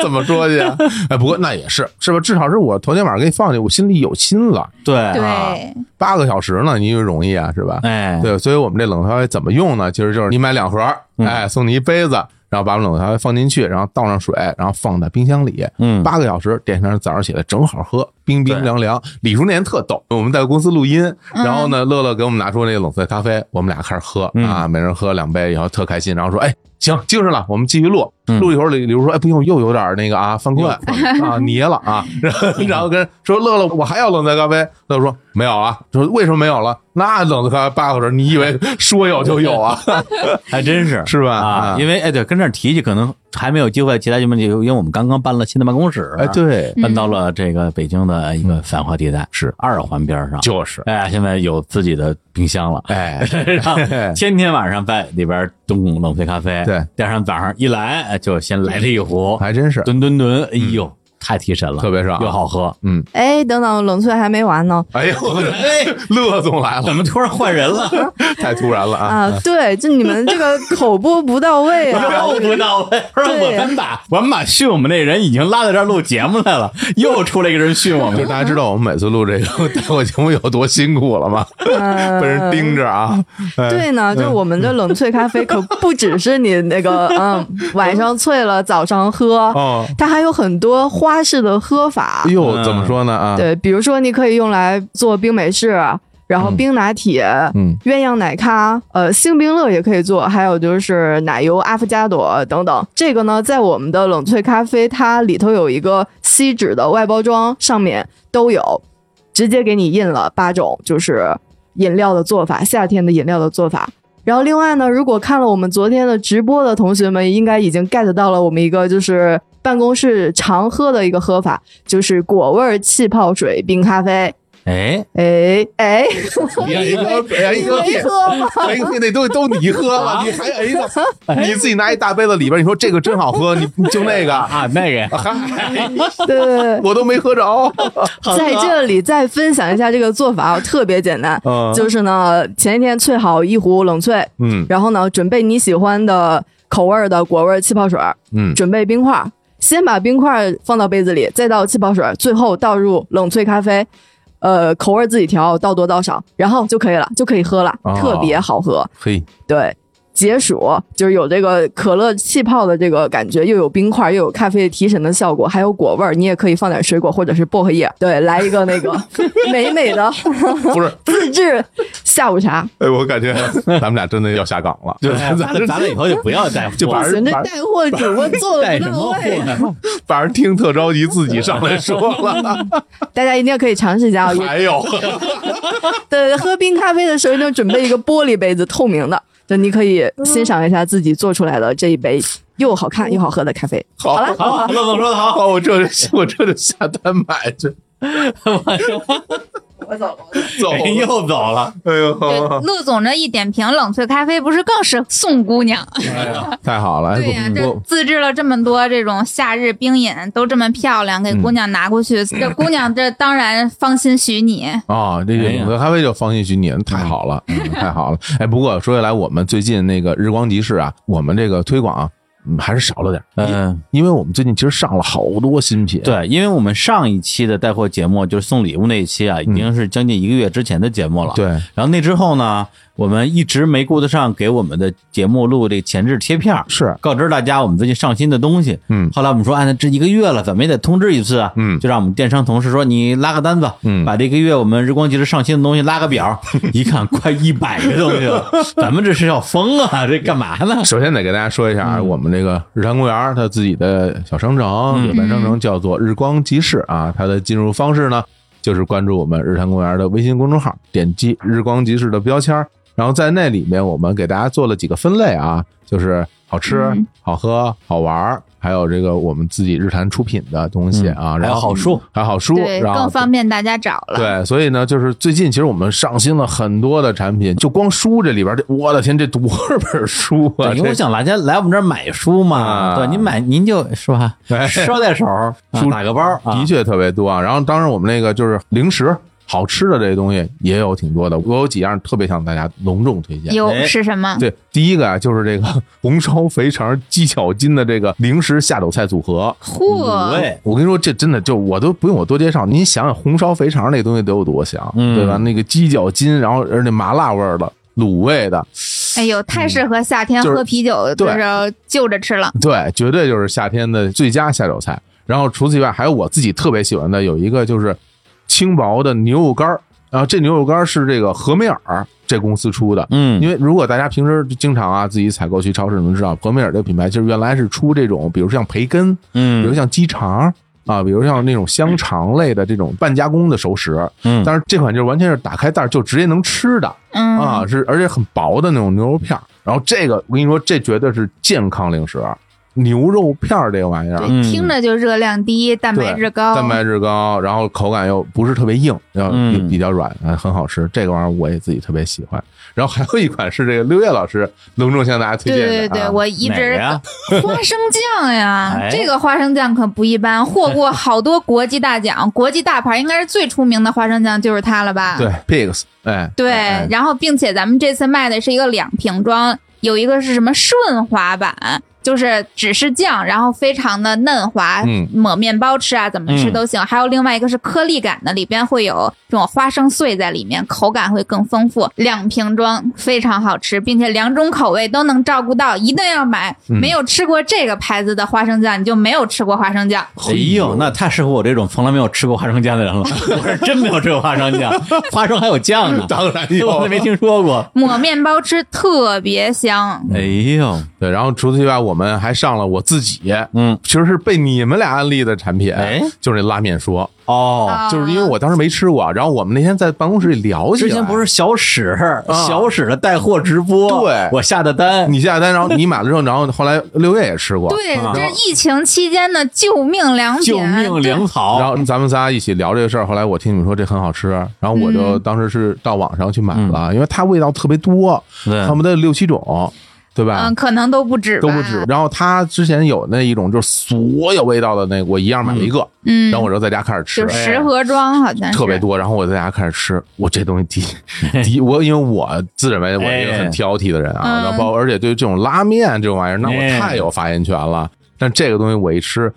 怎么说去啊？哎，不过那也是是吧？至少是我头天晚上给你放进去，我心里有心了。
对，啊
对，
八个小时呢，你就容易啊，是吧？
哎，
对，所以我们这冷咖啡怎么用呢？其实就是你买两盒，
嗯
哎，送你一杯子，然后把我们冷咖啡放进去，然后倒上水，然后放在冰箱里，
嗯
八个小时，第二天早上起来正好喝，冰冰凉凉。李叔那天特逗，我们在公司录音，然后呢，乐乐给我们拿出那个冷萃咖啡，我们俩开始喝
嗯
啊，每人喝两杯，然后特开心，然后说，哎。行，精神了，我们继续录。
嗯
录一会儿，李李叔说：“哎，不用，又有点那个啊，犯困 啊，黏了啊。”然后然后跟说乐乐，我还要冷萃咖啡。乐乐说：“没有啊。”说：“为什么没有了？那冷萃咖啡八个小时，你以为说有就有啊？
还真是
是吧
啊
啊，
因为哎，对，跟这儿提起，可能还没有机会，其他节目就因为我们刚刚搬了新的办公室，啊
哎，，对，嗯
搬到了这个北京的一个繁华地带，是二环边上，
就是，
哎，现在有自己的冰箱了。
哎，
然后天天晚上在里边冻冷萃咖啡，
对，
第二天早上一来哎就先来这一壶，
还真是，嗯
吨吨吨，哎呦，太提神了，
特别是啊
又好喝，
哎，等等，冷萃还没完呢
哎呦，
哎，
乐总来了
怎，么突然换人了？
太突然了啊！
啊！对，就你们这个口播不到位 啊！
又不到位，不是我们把我们把训我们那人已经拉到这儿录节目来了，又出来一个人训我
就
们
是。大家知道我们每次录这个 带货节目有多辛苦了吗？
嗯
被人盯着啊！哎
对呢，就我们这冷萃咖啡可不只是你那 个嗯晚上萃了，早上喝，
哦，
它还有很多花式的喝法
哎。呦，怎么说呢啊？
对，比如说你可以用来做冰美式，然后冰拿铁、
嗯
鸳鸯奶咖，呃，星冰乐也可以做，还有就是奶油阿芙加朵等等。这个呢，在我们的冷萃咖啡，它里头有一个锡纸的外包装，上面都有，直接给你印了八种，就是饮料的做法，夏天的饮料的做法。然后另外呢，如果看了我们昨天的直播的同学们，应该已经 get 到了我们一个就是办公室常喝的一个喝法，就是果味儿气泡水冰咖啡。
哎，
哎
哎
哎，
个哎个
没喝吗？
哎个那东西都你喝了，你还哎个，你自己拿一大杯子里边，你说这个真好喝，你你就那个，
啊，那个呀，
对对 对。
我都没喝着。
在这里再分享一下这个做法啊，特别简单，
嗯
就是呢，前一天萃好一壶冷萃，
嗯
然后呢，准备你喜欢的口味儿的果味儿气泡水儿，
嗯，
准备冰块儿，先把冰块儿放到杯子里，再倒气泡水儿，最后倒入冷萃咖啡。呃，口味自己调，倒多倒少，然后就可以了，就可以喝了，
哦
特别好喝。
嘿，
对，解暑就是有这个可乐气泡的这个感觉，又有冰块，又有咖啡提神的效果，还有果味儿。你也可以放点水果或者是薄荷叶，对，来一个那 个美美的
不是，
自制下午茶。
哎，我感觉咱们俩真的要下岗了，就
哎咱
咱
咱
咱
咱 俩以后就不要带货
就把
不
人
行，这
把
带货主播做的
带
不
什
到
么货
位，
呢？
把人听特着急，自己上来说了，
大家一定可以尝试一下。
还有
对，喝冰咖啡的时候一定准备一个玻璃杯子，透明的，就你可以欣赏一下自己做出来的这一杯又好看又好喝的咖啡。
好了，
好，乐总说 的好，
好，我这我这就下单买去，
我走了。
走了，
人又走了。
哎呦，
对
好好，
陆总这一点评，冷萃咖啡不是更是送姑娘？
太好了，哎
对呀、
我
这自制了这么多这种夏日冰饮，都这么漂亮，
嗯
给姑娘拿过 去，这姑娘这当然芳心许你。
啊、这
哎
个
呀
永和咖啡就放心许你，太好了，嗯太好了。哎，不过说起来，我们最近那个日光集市啊，我们这个推广、啊嗯还是少了点，
嗯，
因为我们最近其实上了好多新品，，
对，因为我们上一期的带货节目就是送礼物那一期啊，已经是将近一个月之前的节目了。
对，
然后那之后呢，我们一直没顾得上给我们的节目录这个前置贴片儿，
是，
告知大家我们最近上新的东西。
嗯
后来我们说，哎，那这一个月了，怎么也得通知一次啊。
嗯
就让我们电商同事说，你拉个单子，
嗯
把这个月我们日光集市上新的东西拉个 表。一看，快一百个东西了，咱们这是要疯啊！这干嘛呢？
首先得给大家说一下啊，我们这个日坛公园它自己的小商城，
嗯
有本商城叫做日光集市啊，它的进入方式呢，就是关注我们日坛公园的微信公众号，点击日光集市的标签儿，然后在那里面我们给大家做了几个分类啊，就是好吃
嗯、
好喝、好玩儿，还有这个我们自己日坛出品的东西啊，
嗯
然后
还有好书，
还有好书，
对，
然后
更方便大家找了。
对，所以呢，就是最近其实我们上新了很多的产品，就光书这里边儿，这我的天，这多少本书啊！
对因为
这
我想大家来我们这儿买书嘛，
啊
对，您买您就是吧
哎，
捎带手，啊
书
打个包，啊
的确特别多啊。然后当时我们那个就是零食、好吃的这些东西也有挺多的，我有几样特别想大家隆重推荐。
有
哎
是什么？
对，第一个啊，就是这个 红烧肥肠鸡脚筋的这个零食下酒菜组合。哎
五
嚯，
位，
我跟你说，这真的就我都不用我多介绍，您想想红烧肥肠那东西得有多香，
嗯
对吧？那个鸡脚筋，然后而且麻辣味儿的、卤味的，
哎呦，太适合夏天
嗯就是
喝啤酒，
对
就是就着吃了。
对，绝对就是夏天的最佳下酒菜。然后除此以外，还有我自己特别喜欢的有一个就是轻薄的牛肉干儿，然后这牛肉干儿是这个和美尔这公司出的。
嗯
因为如果大家平时经常啊自己采购去超市，你们知道和美尔这个品牌其实原来是出这种，比如像培根，比如
嗯
像鸡肠啊，比如像那种香肠类的这种半加工的熟食。
嗯
但是这款就是完全是打开袋儿就直接能吃的，
嗯，
啊，是而且很薄的那种牛肉片儿。然后这个我跟你说，这绝对是健康零食，牛肉片儿这个玩意儿，
嗯
对，听着就热量低，蛋白质高，
蛋白质高，然后口感又不是特别硬，然后比
嗯
比较软，啊很好吃。这个玩意儿我也自己特别喜欢。然后还有一款是这个六月老师隆重向大家推
对
荐的、啊，
对对，我一
哪个
直
呀？
花生酱呀
哎，
这个花生酱可不一般，获过好多国际大奖，国际大牌应该是最出名的花生酱就是它了吧？
对 Pigs，哎，
对
哎
然后并且咱们这次卖的是一个两瓶装，有一个是什么顺滑版。就是只是酱，然后非常的嫩滑，
嗯
抹面包吃啊，怎么吃
嗯
都行。还有另外一个是颗粒感的，里边会有这种花生碎在里面，口感会更丰富。两瓶装非常好吃，并且两种口味都能照顾到，一定要买。
嗯
没有吃过这个牌子的花生酱，你就没有吃过花生酱。
哎呦，那太适合我这种从来没有吃过花生酱的 人了。我是真没有吃过花生酱，花生还有酱呢，
当然
我
有
都没听说过。
抹面包吃特别香，
嗯
哎呦，
对，然后除此以外，我们还上了我自己，
嗯，
其实是被你们俩安利的产品，
哎
就是那拉面说，
哦，
啊
就是因为我当时没吃过，啊然后我们那天在办公室里聊起
之
来，
前不是小史小史的带货直播，
啊对
我下的单，
你下单，然后你买了之后，然后后来六月也吃过，
对
啊，
这疫情期间的救命良品，
救命粮
然
草，
后咱们仨一起聊这个事儿，后来我听你们说这很好吃，然后我就
嗯
当时是到网上去买了，因为它味道特别多，
对
恨不得六七种，对吧？
嗯，可能都不止，
都不止。，然后它之前有那一种就是所有味道的那个，我一样买了一个，
嗯，
然后我就在家开始吃，
就十盒装好像是
哎特别，多，然后我在家开始吃，我这东西第第一，我因为我自认为我是一个很挑剔的人啊，
哎
然后包而且对于这种拉面这种玩意儿，那
哎
我太有发言权了。但这个东西我一吃，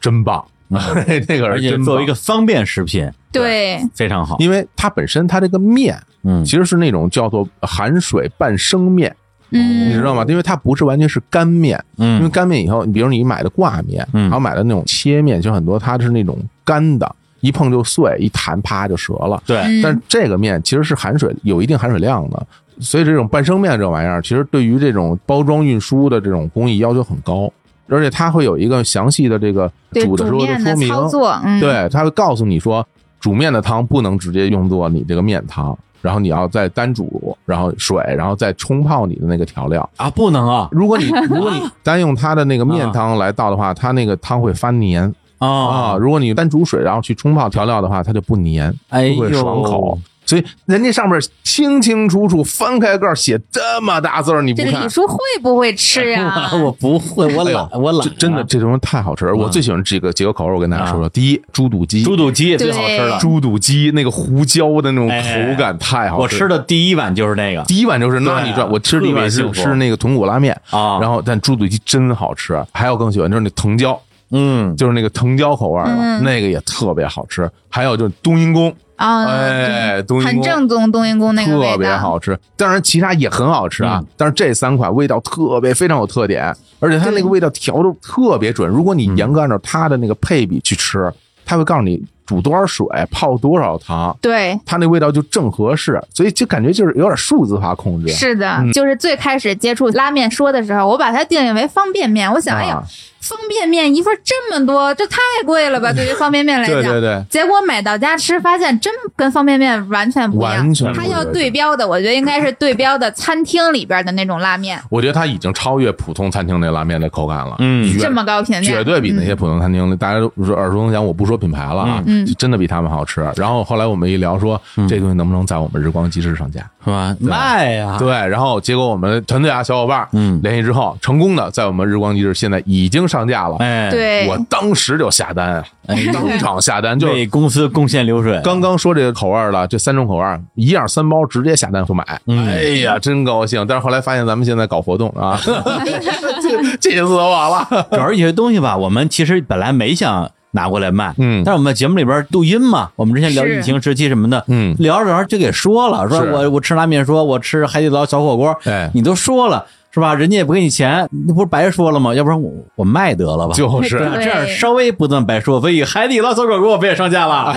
真棒，那个
嗯而且
真
作为
棒
一个方便食品
对，
非常好。
因为它本身它这个面
嗯
其实是那种叫做含水半生面，你知
嗯，
道吗？因为它不是完全是干面，因为
嗯
干面以后，你比如你买的挂面，
嗯
然后买的那种切面，其实很多它是那种干的，一碰就碎，一弹啪就折了。
对，
嗯
但这个面其实是含水有一定含水量的，所以这种半生面这玩意儿，其实对于这种包装运输的这种工艺要求很高，而且它会有一个详细的这个
对
煮的时候
面
说
的
明，
操作，嗯，
对，他会告诉你说，煮面的汤不能直接用作你这个面汤，然后你要再单煮，然后水，然后再冲泡你的那个调料。
啊，不能啊
如果你如果你单用它的那个面汤来倒的话，它那个汤会发黏啊、
啊！
如果你单煮水，然后去冲泡调料的话，它就不黏，
哎
不会
呦，
爽口。所以人家上面清清楚楚翻开盖儿写这么大字儿，你不
这个
看
李，叔会 不会吃呀？
我不会，我
哎呦
懒，我懒，
这
啊
真
啊
的。这东西太好吃了。我最喜欢几个几个口味，我跟大家说说。第一，猪肚鸡，
嗯猪肚鸡也最好吃
对
了，
猪肚鸡那个胡椒的那种
哎
口感太好
我
吃
吃
了。
的第一碗就是那个
第一碗就是那
对啊
你转，我吃
特
第
别
一碗
幸
是
福
是那个豚骨拉面，
啊，
然后但猪肚鸡真好吃。还有更喜欢就是那藤椒，
嗯，
就是那个藤椒口味儿的
嗯
那个也特别好吃。还有就是冬阴功，
啊，
哎，冬阴
很
功
正宗冬阴功那个味道，
特别好吃。当然，其他也很好吃啊
嗯，
但是这三款味道特别非常有特点，而且它那
对
个味道调的特别准。如果你
嗯
严格按照它的那个配比去吃，它会告诉你煮多少水，泡多少糖，
对，
它那味道就正合适，所以就感觉就是有点数字化控制。
是的，就是最开始接触拉面说的时候，我把它定义为方便面，我想，
啊
哎呀，方便面一份这么多，这太贵了吧？对于方便面来 讲，
对对对，
结果买到家吃，发现真跟方便面完全不一样
完。全不
它
一样
要对标的，我觉得应该是对标的餐厅里边的那种拉面，
我觉得它已经超越普通餐厅那拉面的口感了，
嗯
绝
这么高评价，
绝对比那些普通餐厅，大家都说耳熟能详。我不说品牌了啊，
嗯嗯
就真的比他们好吃。然后后来我们一聊说，
嗯
这东西能不能在我们日光集市上架？
是吧？卖呀，
对，然后结果我们团队啊小伙伴，
啊嗯
联系之后成功的在我们日光集市现在已经上架了。
哎，，
对，
我当时就下单啊，当场下单就。
为公司贡献流水，
刚刚说这个口味儿了，这三种口味儿一样三包，直接下单购买。
嗯
哎呀，真高兴！但是后来发现咱们现在搞活动 啊， 气死我了。
主要是有些东西吧，我们其实本来没想拿过来卖，
嗯
但是我们在节目里边录音嘛，我们之前聊
是
疫情时期什么的，
嗯
聊着聊着就给说了，说
是
我我吃拉面，说我吃海底捞小火锅，
哎
你都说了是吧？人家也不给你钱，那不是白说了吗？要不然我我卖得了吧？
就是
对，
对
这样稍微不那么白说，所以海底捞小火锅我们也上架了，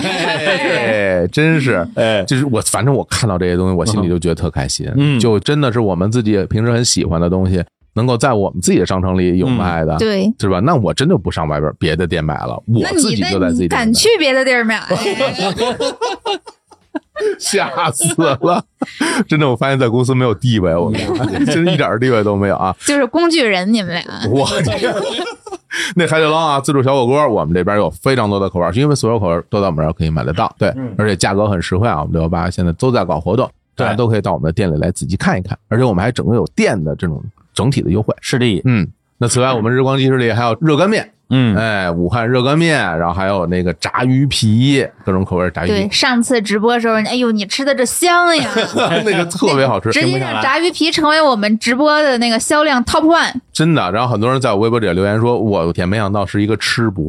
哎，真是，
哎
就是我，反正我看到这些东西，我心里就觉得特开心。
嗯
就真的是我们自己平时很喜欢的东西，能够在我们自己的商城里有
嗯
卖的，
对。
是吧？那我真就不上外边别的店买了，我
那
自
你
己就
那
在自己
你
店
敢
买
去别的地儿哎买？
吓死了！ 真的，我发现在公司没有地位，我跟你说，
嗯
真是一点儿地位都没有啊！
就是工具人，你们俩。
我 那海底捞啊，自助小火锅，我们这边有非常多的口味儿，是因为所有口味儿都在我们这儿可以买得到，对，
嗯
而且价格很实惠啊。我们六幺八现在都在搞活动，
对
大家都可以到我们的店里来仔细看一看，而且我们还整个有店的这种整体的优惠。
是的，
嗯，那此外，我们日光集市里还有热干面，
嗯，
哎，武汉热干面，然后还有那个炸鱼皮，各种口味儿炸鱼
对，
皮，
上次直播时候，哎呦，你吃的这 香呀！
那个特别好 吃，
直接让炸鱼皮成为我们直播的那个销量 top one。
真的，然后很多人在我微博底下留言说：“我天，没想到是一个吃播。”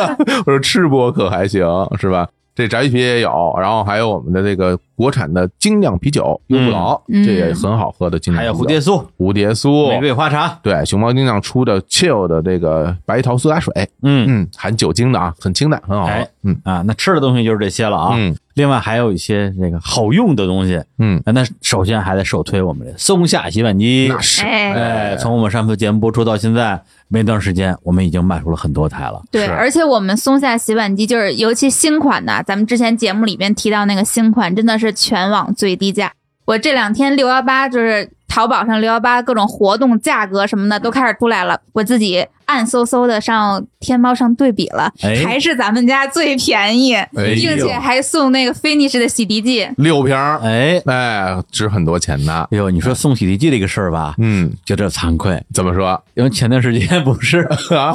我说：“吃播可还行，是吧？”这炸鱼皮也有，然后还有我们的这个国产的精酿啤酒优不劳，
嗯
这也很好喝的精酿
还
啤
有
酒。
蝴蝶酥、
蝴蝶酥，
玫瑰花茶，
对，熊猫精酿出的 chill 的这个白桃苏打水，
嗯
嗯，含酒精的啊，很清淡，很好喝
哎。
嗯
啊，那吃的东西就是这些了啊。
嗯
另外还有一些这个好用的东西，
嗯，
那首先还得首推我们的松下洗碗机。
那是
哎，
哎，从我们上次节目播出到现在，没段时间，我们已经卖出了很多台了。
对，
是
而且我们松下洗碗机就是，尤其新款的，咱们之前节目里边提到那个新款，真的是全网最低价。我这两天六幺八就是淘宝上六幺八各种活动价格什么的都开始出来了，我自己暗搜搜的上天猫上对比了，
哎
还是咱们家最便宜，
哎呦
并且还送那个 Finish 的洗涤剂。
六瓶儿，
哎，
哎，值很多钱的。
哎呦，你说送洗涤剂这个事儿吧，
嗯，
觉得惭愧，
怎 么说？
因为前段时间不 是
啊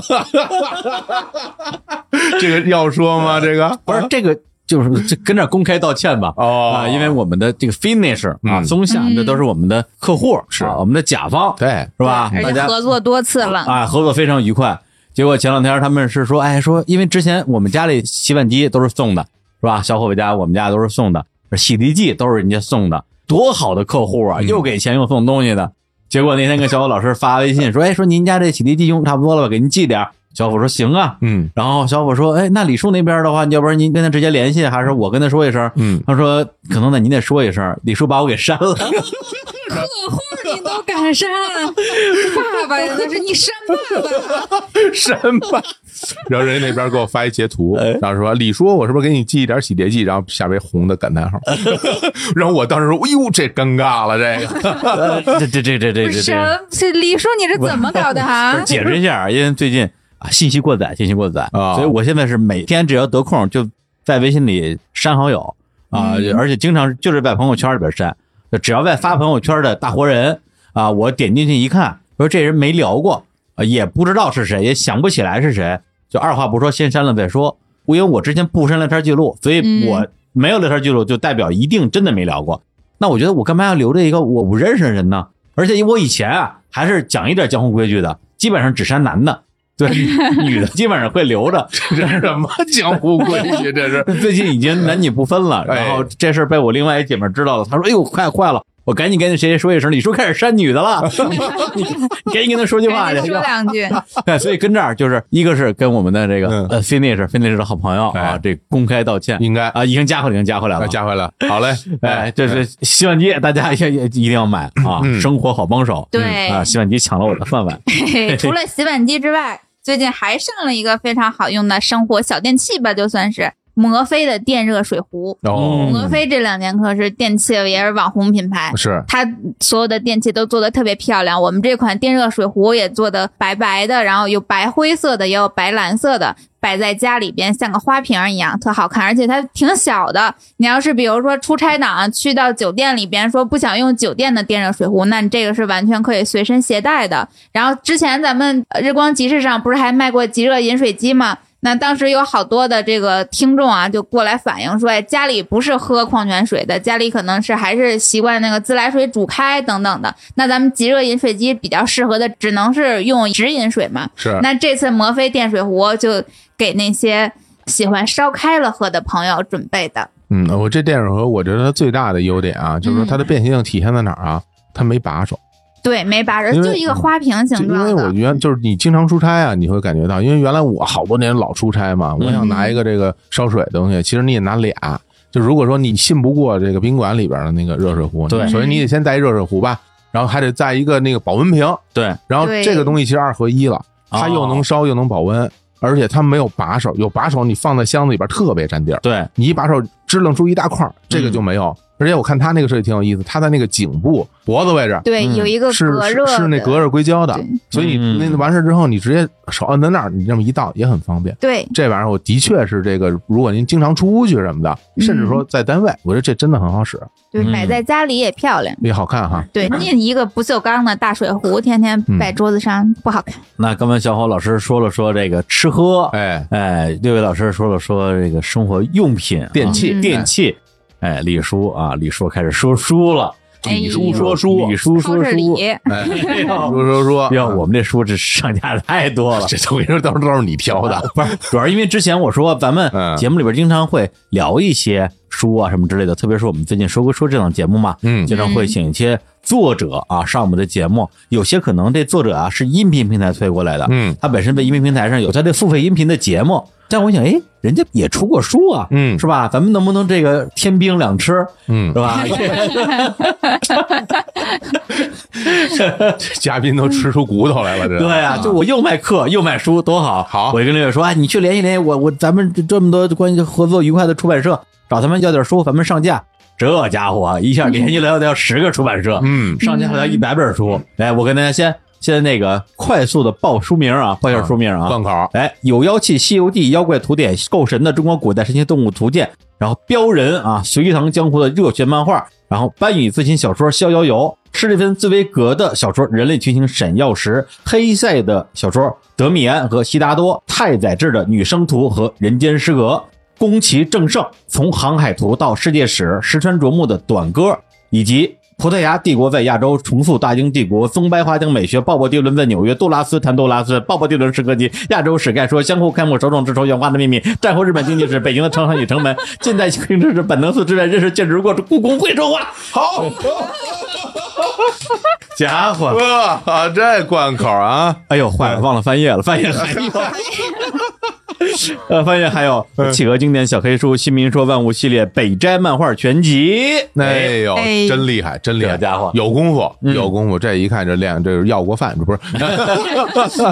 这个要说吗？这个
不是这个。就是这跟这儿公开道歉吧，
哦
啊，因为我们的这个 finish 啊，
嗯
松下
嗯
这都是我们的啊客户，是我们的甲方，
对
是吧？
而
大
且
家
合作多次了，
啊啊，合作非常愉快。结果前两天他们是说，哎，说因为之前我们家里洗碗机都是送的，是吧？小伙计家我们家都是送的，洗涤剂都是人家送的，多好的客户啊，又给钱又送东西的。结果那天跟小伙老师发微信说，哎，说您家这洗涤剂用差不多了吧，给您寄点儿。小伙说行啊，
嗯
然后小伙说：“哎，那李叔那边的话，要不然您跟他直接联系，还是我跟他说一声？”
嗯，
他说：“可能得您得说一声，李叔把我给删了。
客户你都敢删， 爸爸呀，那是你删爸爸。
删吧。然后人家那边给我发一截图，
哎
然后说李叔，我是不是给你寄一点洗涤剂？然后下边红的感叹号。 然后我当时说，哎呦，这尴尬了，这个
这 这这这这这这，
什这李叔你是怎么搞的哈？
解释一下，因为最近啊信息过载，信息过载，
啊
所以我现在是每天只要得空就在微信里删好友啊，而且经常就是在朋友圈里边删，就只要在发朋友圈的大活人啊，我点进去一看，说这人没聊过，啊也不知道是谁，也想不起来是谁，就二话不说先删了再说。因为我之前不删聊天记录，所以
嗯
我没有聊天记录，就代表一定真的没聊过。那我觉得我干嘛要留着一个我不认识的人呢？而且我以前啊还是讲一点江湖规矩的，基本上只删男的，对，女的基本上会留着。
这是什么江湖规矩？这是
最近已经男女不分了，
哎
然后这事儿被我另外一姐们儿知道了，她说：“哎呦，快坏了！”我赶紧跟谁谁说一声，李叔开始删女的 了，你你赶紧跟他说句话
赶紧
去。
哎说两句，
对，所以跟这儿就是一个是跟我们的这个
嗯
呃 finish finish 的好朋友啊，
哎
这公开道歉
应该
啊，已经加回来，已经加回来了
那。加回来，好嘞，
哎，这是洗碗机，大家也也一定要买啊！
嗯
生活好帮手，
对
嗯啊，洗碗机抢了我的饭碗，
嘿除了洗碗机之外，最近还上了一个非常好用的生活小电器吧，就算是摩飞的电热水壶。
哦，
摩飞这两年可是电器也是网红品
嗯
牌，
是
它所有的电器都做的特别漂亮。我们这款电热水壶也做的白白的，然后有白灰色的，也有白蓝色的，摆在家里边像个花瓶儿一样，特好看。而且它挺小的，你要是比如说出差党去到酒店里边说不想用酒店的电热水壶，那你这个是完全可以随身携带的。然后之前咱们呃日光集市上不是还卖过即热饮水机吗？那当时有好多的这个听众啊，就过来反映说，哎，家里不是喝矿泉水的，家里可能是还是习惯那个自来水煮开等等的。那咱们即热饮水机比较适合的，只能是用直饮水嘛。
是，
那这次摩飞电水壶就给那些喜欢烧开了喝的朋友准备的。
嗯，我这电水壶，我觉得它最大的优点啊，就是说它的变形性体现在哪儿啊？它没把手。
对，没把人
因为
就一个花瓶
就
形
因为
状
我
的，
原就是你经常出差啊，你会感觉到，因为原来我好多年老出差嘛，我想拿一个这个烧水的东西，其实你也拿俩。就如果说你信不过这个宾馆里边的那个热水壶，
对
首先你得先带一热水壶吧，然后还得带一个那个保温瓶，
对，
然后
对
这个东西其实二合一了，它又能烧又能保温，而且它没有把手，有把手你放在箱子里边特别占地儿，
对，
你一把手支棱出一大块儿，这个就没有。而且我看它那个设计挺有意思，它在那个颈部脖子位置，
对，
嗯
有一个
是
隔
是
热的，
是那隔热硅胶的
对，
所以
嗯
那完事之后，你直接手摁在那儿，你这么一倒也很方便。
对，
这玩意儿我的确是这个，如果您经常出去什么的，
嗯
甚至说在单位，我觉得这真的很好使，
对，
嗯
摆在家里也漂亮。
也好看哈。
对，那一个不锈钢的大水
嗯
壶，天天摆桌子上不好看。
那刚才小伙老师说了说这个吃喝，
哎，
哎，六位老师说了说这个生活用品、
电
啊
器嗯
电器。哎，李叔啊，李叔开始说书了。
哎
李
呦
李叔
超
说
市
书。
里，
哎，
哎呦
说说说，
哟，我们这书这上架太多了
。这我跟你说，到时候都是你挑的。
不是，主要是因为之前我说咱们
嗯
节目里边经常会聊一些书啊什么之类的，特别是我们最近说归说这档节目嘛，
嗯
经常会请一些作者啊上我们的节目，有些可能这作者啊是音频平台推过来的，
嗯
他本身在音频平台上有他的付费音频的节目，但我想，哎，人家也出过书啊，
嗯
是吧？咱们能不能这个天兵两吃，
嗯
是， 吧？
啊这嘉宾都吃出骨头来了，这
对啊，就我又卖课又卖书，多好！
好
我就跟六月说，哎，你去联系联系我，我咱们这这么多关系合作愉快的出版社，找他们要点书，咱们上架。这家伙啊一下联系了要要十个出版社，
嗯
上架了要一百本书。来，我跟大家先先那个快速的报书名啊，报一下书名啊。
贯口，
哎，有妖气《西游记》《妖怪图典》《够神的中国古代神奇动物图鉴》，然后《镖人》啊，《隋唐江湖》的热血漫画，然后班宇自行小说《逍遥游》，施蒂芬·茨威格的小说《人类群星闪耀时》，黑塞的小说《德米安和悉达多》，太宰治的《女生图》和《人间失格》，宫崎正胜从《航海图到世界史》，石川卓木的《短歌》，以及葡萄牙帝国在亚洲重塑大英帝国，松白花江美学，鲍勃迪伦在纽约，杜拉斯谈杜拉斯，鲍勃迪伦是歌姬，亚洲史概说，相互开幕，手冢治虫，原画的秘密，战后日本经济史，北京的长城与城门， 近代清治是本能寺之变，认识建筑过程，故宫会说话。
好，
家伙，
哇，啊这贯口 啊，
哎呦，坏了，忘了翻页了，翻页
嗯
还有。呃，翻页还有《企鹅经典小黑书》《新民说万物》系列《北斋漫画全集》。
哎呦，
哎
真厉害，真厉害，
这家伙嗯
有功夫，有功夫，这一看这练，这是要过饭，这不是？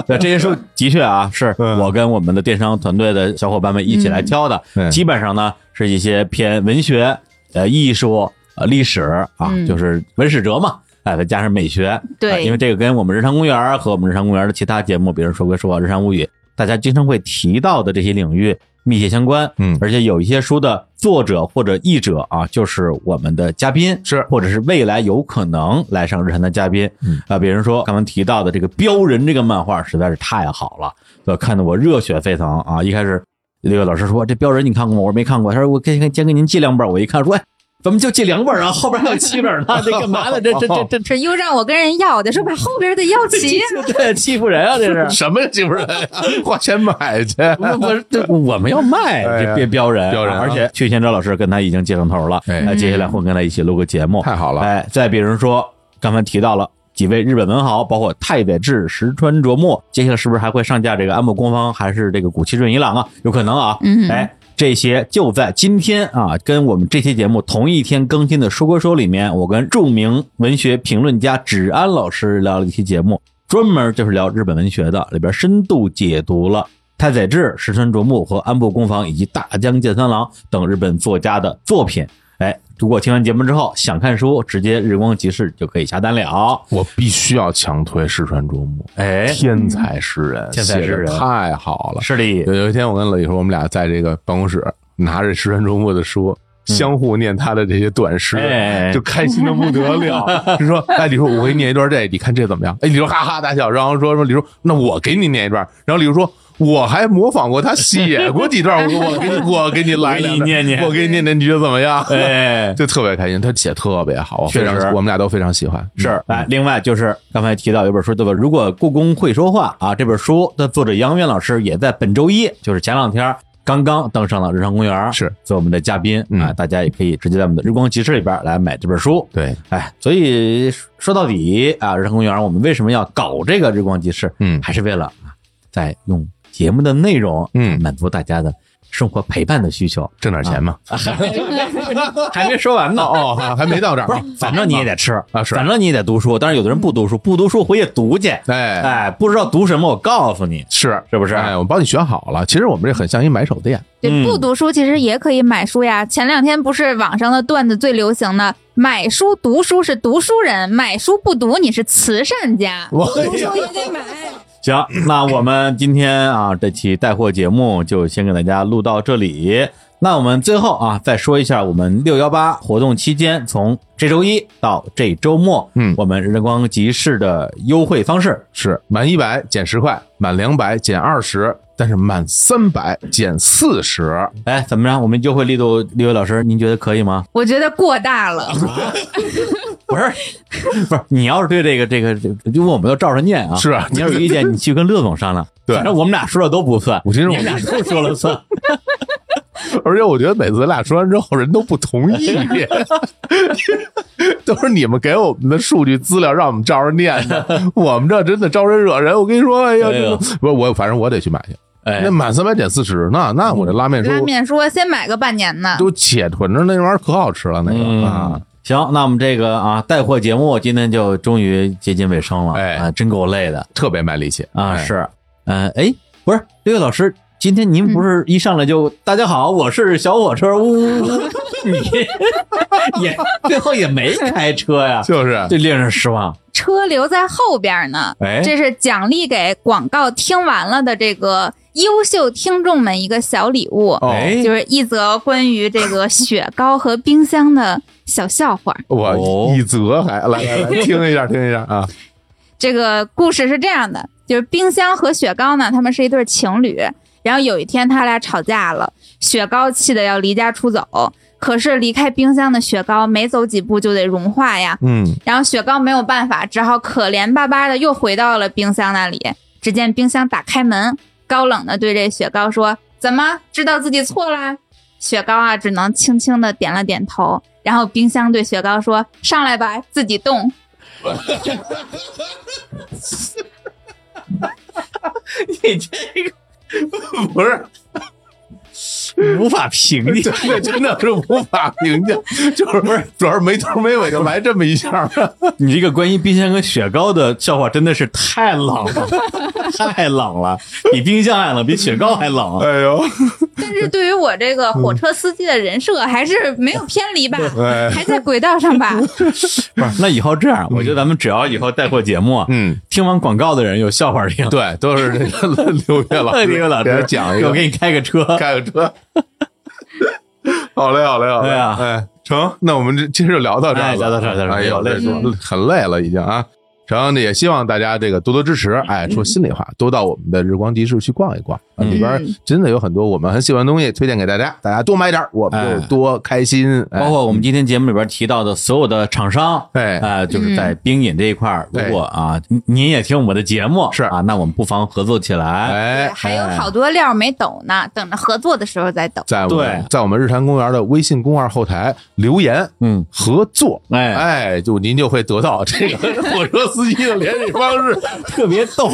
对这些书的确啊，是
嗯
我跟我们的电商团队的小伙伴们一起来挑的，
嗯对
基本上呢是一些偏文学、呃艺术、呃历史啊，
嗯
就是文史哲嘛。哎，再加上美学，
对
呃因为这个跟我们日常公园儿和我们日常公园儿的其他节目，比如说《归说啊日常物语》，大家经常会提到的这些领域密切相关。
嗯
而且有一些书的作者或者译者啊，就是我们的嘉宾，
是
或者是未来有可能来上日坛的嘉宾。
嗯
啊，比如说刚刚提到的这个《标人》这个漫画实在是太好了，呃，看得我热血沸腾啊！一开始那个老师说这《标人》你看过吗？我说没看过。他说我先先给您借两本，我一看说哎。咱们就借两本啊，后边还有七本呢，这干嘛呢？这这这这
是又让我跟人要的，说把后边的要 齐。
这这欺负人啊！这是，
什么欺负人呀？ 花钱买去，
不不是，这我们要卖
哎呀
这别标人啊，
标人啊
而且曲先哲老师跟他已经接上头了，
哎
那接下来会跟他一起录个节目，
太好了
哎，再比如说刚才提到了。几位日本文豪，包括太宰治、石川卓墨，接下来是不是还会上架这个安部公方，还是这个古崎润一郎啊？有可能啊。
嗯
哎，这些就在今天啊，跟我们这期节目同一天更新的《说归说》里面，我跟著名文学评论家芷安老师聊了一期节目，专门就是聊日本文学的，里边深度解读了太宰治、石川卓木和安部公房以及大江健三郎等日本作家的作品。哎，如果听完节目之后想看书，直接日光集市就可以下单了。
我必须要强推石川卓木，
哎，
天才诗人，
天才诗人
写得太好了。
是的
有，有一天，我跟磊说，我们俩在这个办公室拿着石川卓木的书，相互念他的这些短诗，
嗯哎
就开心的不得 了。就说：“哎，李叔，我给你念一段这，你看这怎么样？”哎，李叔哈哈大笑，然后说：“说李叔，那我给你念一段。”然后李叔说。我还模仿过他写过几段，我说我给你我给你来
我给你
两段
念念
我给你念念，你觉得怎么样？
哎，
就特别开心，他写特别好，我
确
非常
实
我们俩都非常喜欢。
是
嗯，
哎，另外就是刚才提到有本书叫做《如果故宫会说话》啊，这本书的作者杨元老师也在本周一，就是前两天儿刚刚登上了日常公园，
是
做我们的嘉宾
嗯
啊，大家也可以直接在我们的日光集市里边来买这本书。
对，
哎，所以说到底啊，日常公园我们为什么要搞这个日光集市？
嗯
还是为了啊，在用节目的内容，啊
嗯
满足大家的生活陪伴的需求。
挣点钱
啊
嘛。
还没说完呢，
哦，还还没到这儿
不是
啊，，
反正你也得吃
啊是
反正你也得读书。但是有的人不读书，不读书回去读去，
哎
哎，不知道读什么，我告诉你，
是
是不是
哎，我帮你选好了。其实我们这很像一买手店，
嗯
对，不读书其实也可以买书呀。前两天不是网上的段子最流行的，买书读书是读书人，买书不读你是慈善家。
我
读书也得买，
行，那我们今天啊这期带货节目就先给大家录到这里。那我们最后啊再说一下，我们六幺八活动期间，从这周一到这周末，
嗯
我们日光集市的优惠方式
是满一百减十块，满两百减二十，但是满三百减四十。
哎，怎么着？我们优惠力度，李伟老师，您觉得可以吗？
我觉得过大了。
不是，不是，你要是对这个这个，这个因为我们都照着念啊，
是啊
你要有意见，你去跟乐总商量。
对
反正我们俩说了都不算，
我觉得我
你们俩都说了 算。
而且我觉得每次咱俩说完之后，人都不同意， 都是你们给我们的数据资料，让我们照着 念的。我们这真的招人惹人。我跟你说，哎呀，
哎呦
这个不，我反正我得去买去。
哎
那，满三百减四十，那那我这拉面
拉
说
面说先买个半年的，
都且囤着，那玩意儿可好吃了，那
嗯
个啊。
行，那我们这个啊带货节目今天就终于接近尾声了，
哎
啊，真够累的
特别卖力气
啊，
哎
是，嗯，哎，不是，六位老师。今天您不是一上来就、大家好，我是小火车，呜呜呜， 你也最后也没开车呀，
就是
这令人失望。
车留在后边呢。
哎，
这是奖励给广告听完了的这个优秀听众们一个小礼物，
哦
哎
就是一则关于这个雪糕和冰箱的小笑话。
哦
我一则还来来来听一下听一下啊，
这个故事是这样的，就是冰箱和雪糕呢，他们是一对情侣。然后有一天他俩吵架了，雪糕气得要离家出走，可是离开冰箱的雪糕没走几步就得融化 呀。
嗯，
然后雪糕没有办法，只好可怜巴巴的又回到了冰箱那里。只见冰箱打开门，高冷的对这雪糕说：“怎么知道自己错啦？”雪糕啊，只能轻轻的点了点头。然后冰箱对雪糕说：“上来吧，自己 动。
你这
不是，
无法评
这
价。
这真的是无法评价， 就是不是，主要是没头没尾就来这么一下，
你这个关于冰箱跟雪糕的笑话真的是太冷 了，太冷了，比冰箱还冷，比雪糕还冷。
哎呦，”
但是对于我这个火车司机的人设，还是没有偏离吧，
哎，
还在轨道上吧。
不是， 那以后这样，我觉得咱们只要以后带货节目，
嗯，
听完广告的人有笑话听，
对，都是这个刘 烨 老师，
这个老
给
师
他讲一
我
个，
给你开个车，
开个车。好嘞，好嘞，好嘞，
对啊
哎，成，那我们这今儿就聊到这儿
哎
了，
聊到这儿聊到这儿
哎呦，
累死
我
这很累了已经啊。成，也希望大家这个多多支持，哎，说心里话，多到我们的日光集市去逛一逛，啊
嗯
里边真的有很多我们很喜欢的东西，推荐给大家，大家多买点儿，我们
哎
就多开心。哎
包括我们今天节目里边提到的所有的厂商，
哎
呃，就是在冰饮这一块儿，
嗯
如果啊您您也听我们的节目
是
啊，那我们不妨合作起来。
哎，
还有好多料没抖呢，等着合作的时候再 抖。
在我们
对
在我们日坛公园的微信公号后台留言，
嗯，
合作，
哎
哎，就您就会得到这个 火车司机的联系方式。
特别逗。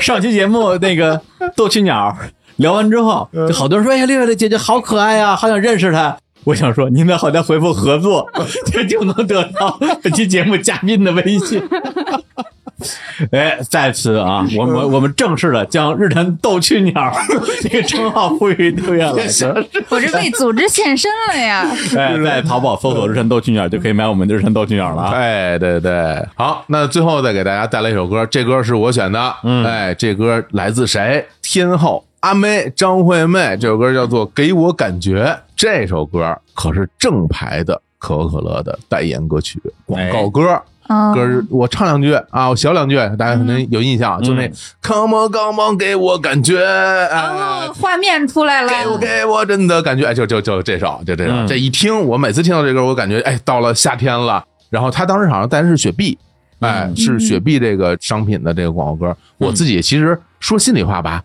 上期节目那个逗趣鸟聊完之后，就好多人说：“哎呀，六月的姐姐好可爱呀、好想认识她。”我想说，您在后台回复“合作”，这就能得到本期节目嘉宾的微信。 哎，再次啊，我们我们正式的将日坛逗趣鸟这个称号赋予六月老师。
我这为组织献身 了呀！
哎，在淘宝搜索“日坛逗趣鸟”就可以买我们的日坛逗趣鸟了啊。
哎，对对，好，那最后再给大家带来一首歌，这歌是我选的，
嗯
哎，这歌来自谁？天后阿妹张惠妹，这首歌叫做《给我感觉》，这首歌可是正牌的可口可乐的代言歌曲、广告歌。
嗯
歌儿我唱两句啊，我小两句，大家可能有印象，啊就那
嗯
Come on Come on，给我感觉，哎
哦，画面出来了，
给我给我真的感觉，哎，就就就这首，就这首，
嗯
这一听，我每次听到这歌，我感觉哎，到了夏天了。然后他当时好像带的是雪碧，
嗯
哎，是雪碧这个商品的这个广告歌。我自己其实说心里话吧，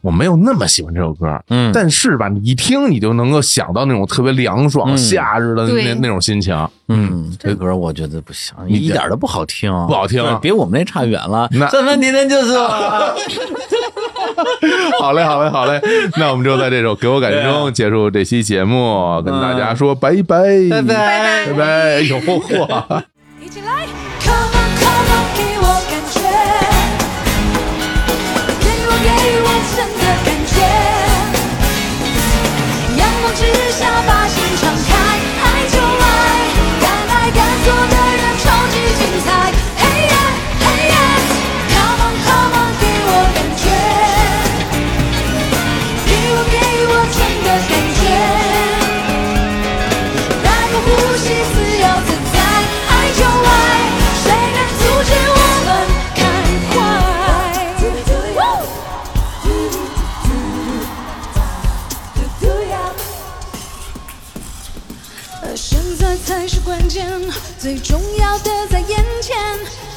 我没有那么喜欢这首歌，
嗯
但是吧，你一听你就能够想到那种特别凉爽
嗯
夏日的那
对
那种心情。
嗯，这歌我觉得不行，
你
一点儿都不好听，
不好听
对比我们那差远了。
那
三分甜甜就是我，
好嘞，好嘞，好嘞，那我们就在这首《给我感觉》中结束这期节目，跟大家说拜拜，
啊拜拜。
拜拜，哎呦嚯嚯。
一起来，Come on Come on，给我感觉，给我给我真的感觉，阳光之下把心敞开，爱就来，敢爱敢做的人超级精彩。Hey yeah Hey yeah，Come on Come on，给我感觉，给我给我真的感觉。大口呼吸，自由自在，爱就爱，谁能阻止我们开怀？而现在才是关键，最重要的在眼前，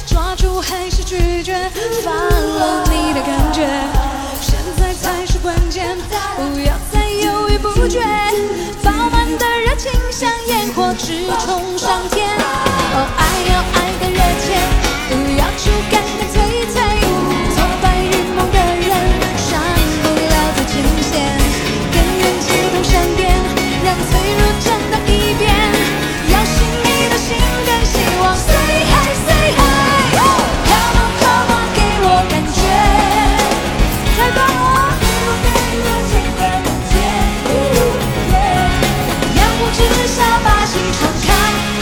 抓住还是拒绝，发了你的感觉。现在才是关键，不要再犹豫不决，饱满的热情像烟火直冲上天。哦，爱要爱的热切，不要去干干脆脆，挫败与梦的人上不了最前线，跟人气同闪电，让脆弱站到一边，摇醒你的心跟希望。Say hi, say hi, come on, come on，给我感觉，太棒了，给我给我情的感觉，阳光之下把心敞开，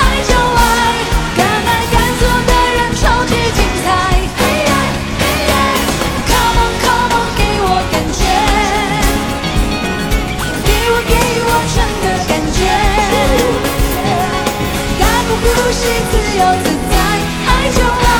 爱就爱，敢爱敢做的人超级精彩。Hey yeah, hey yeah, come on, come on，给我感觉。给我给我真的感觉，大口呼吸，自由自在，爱就来，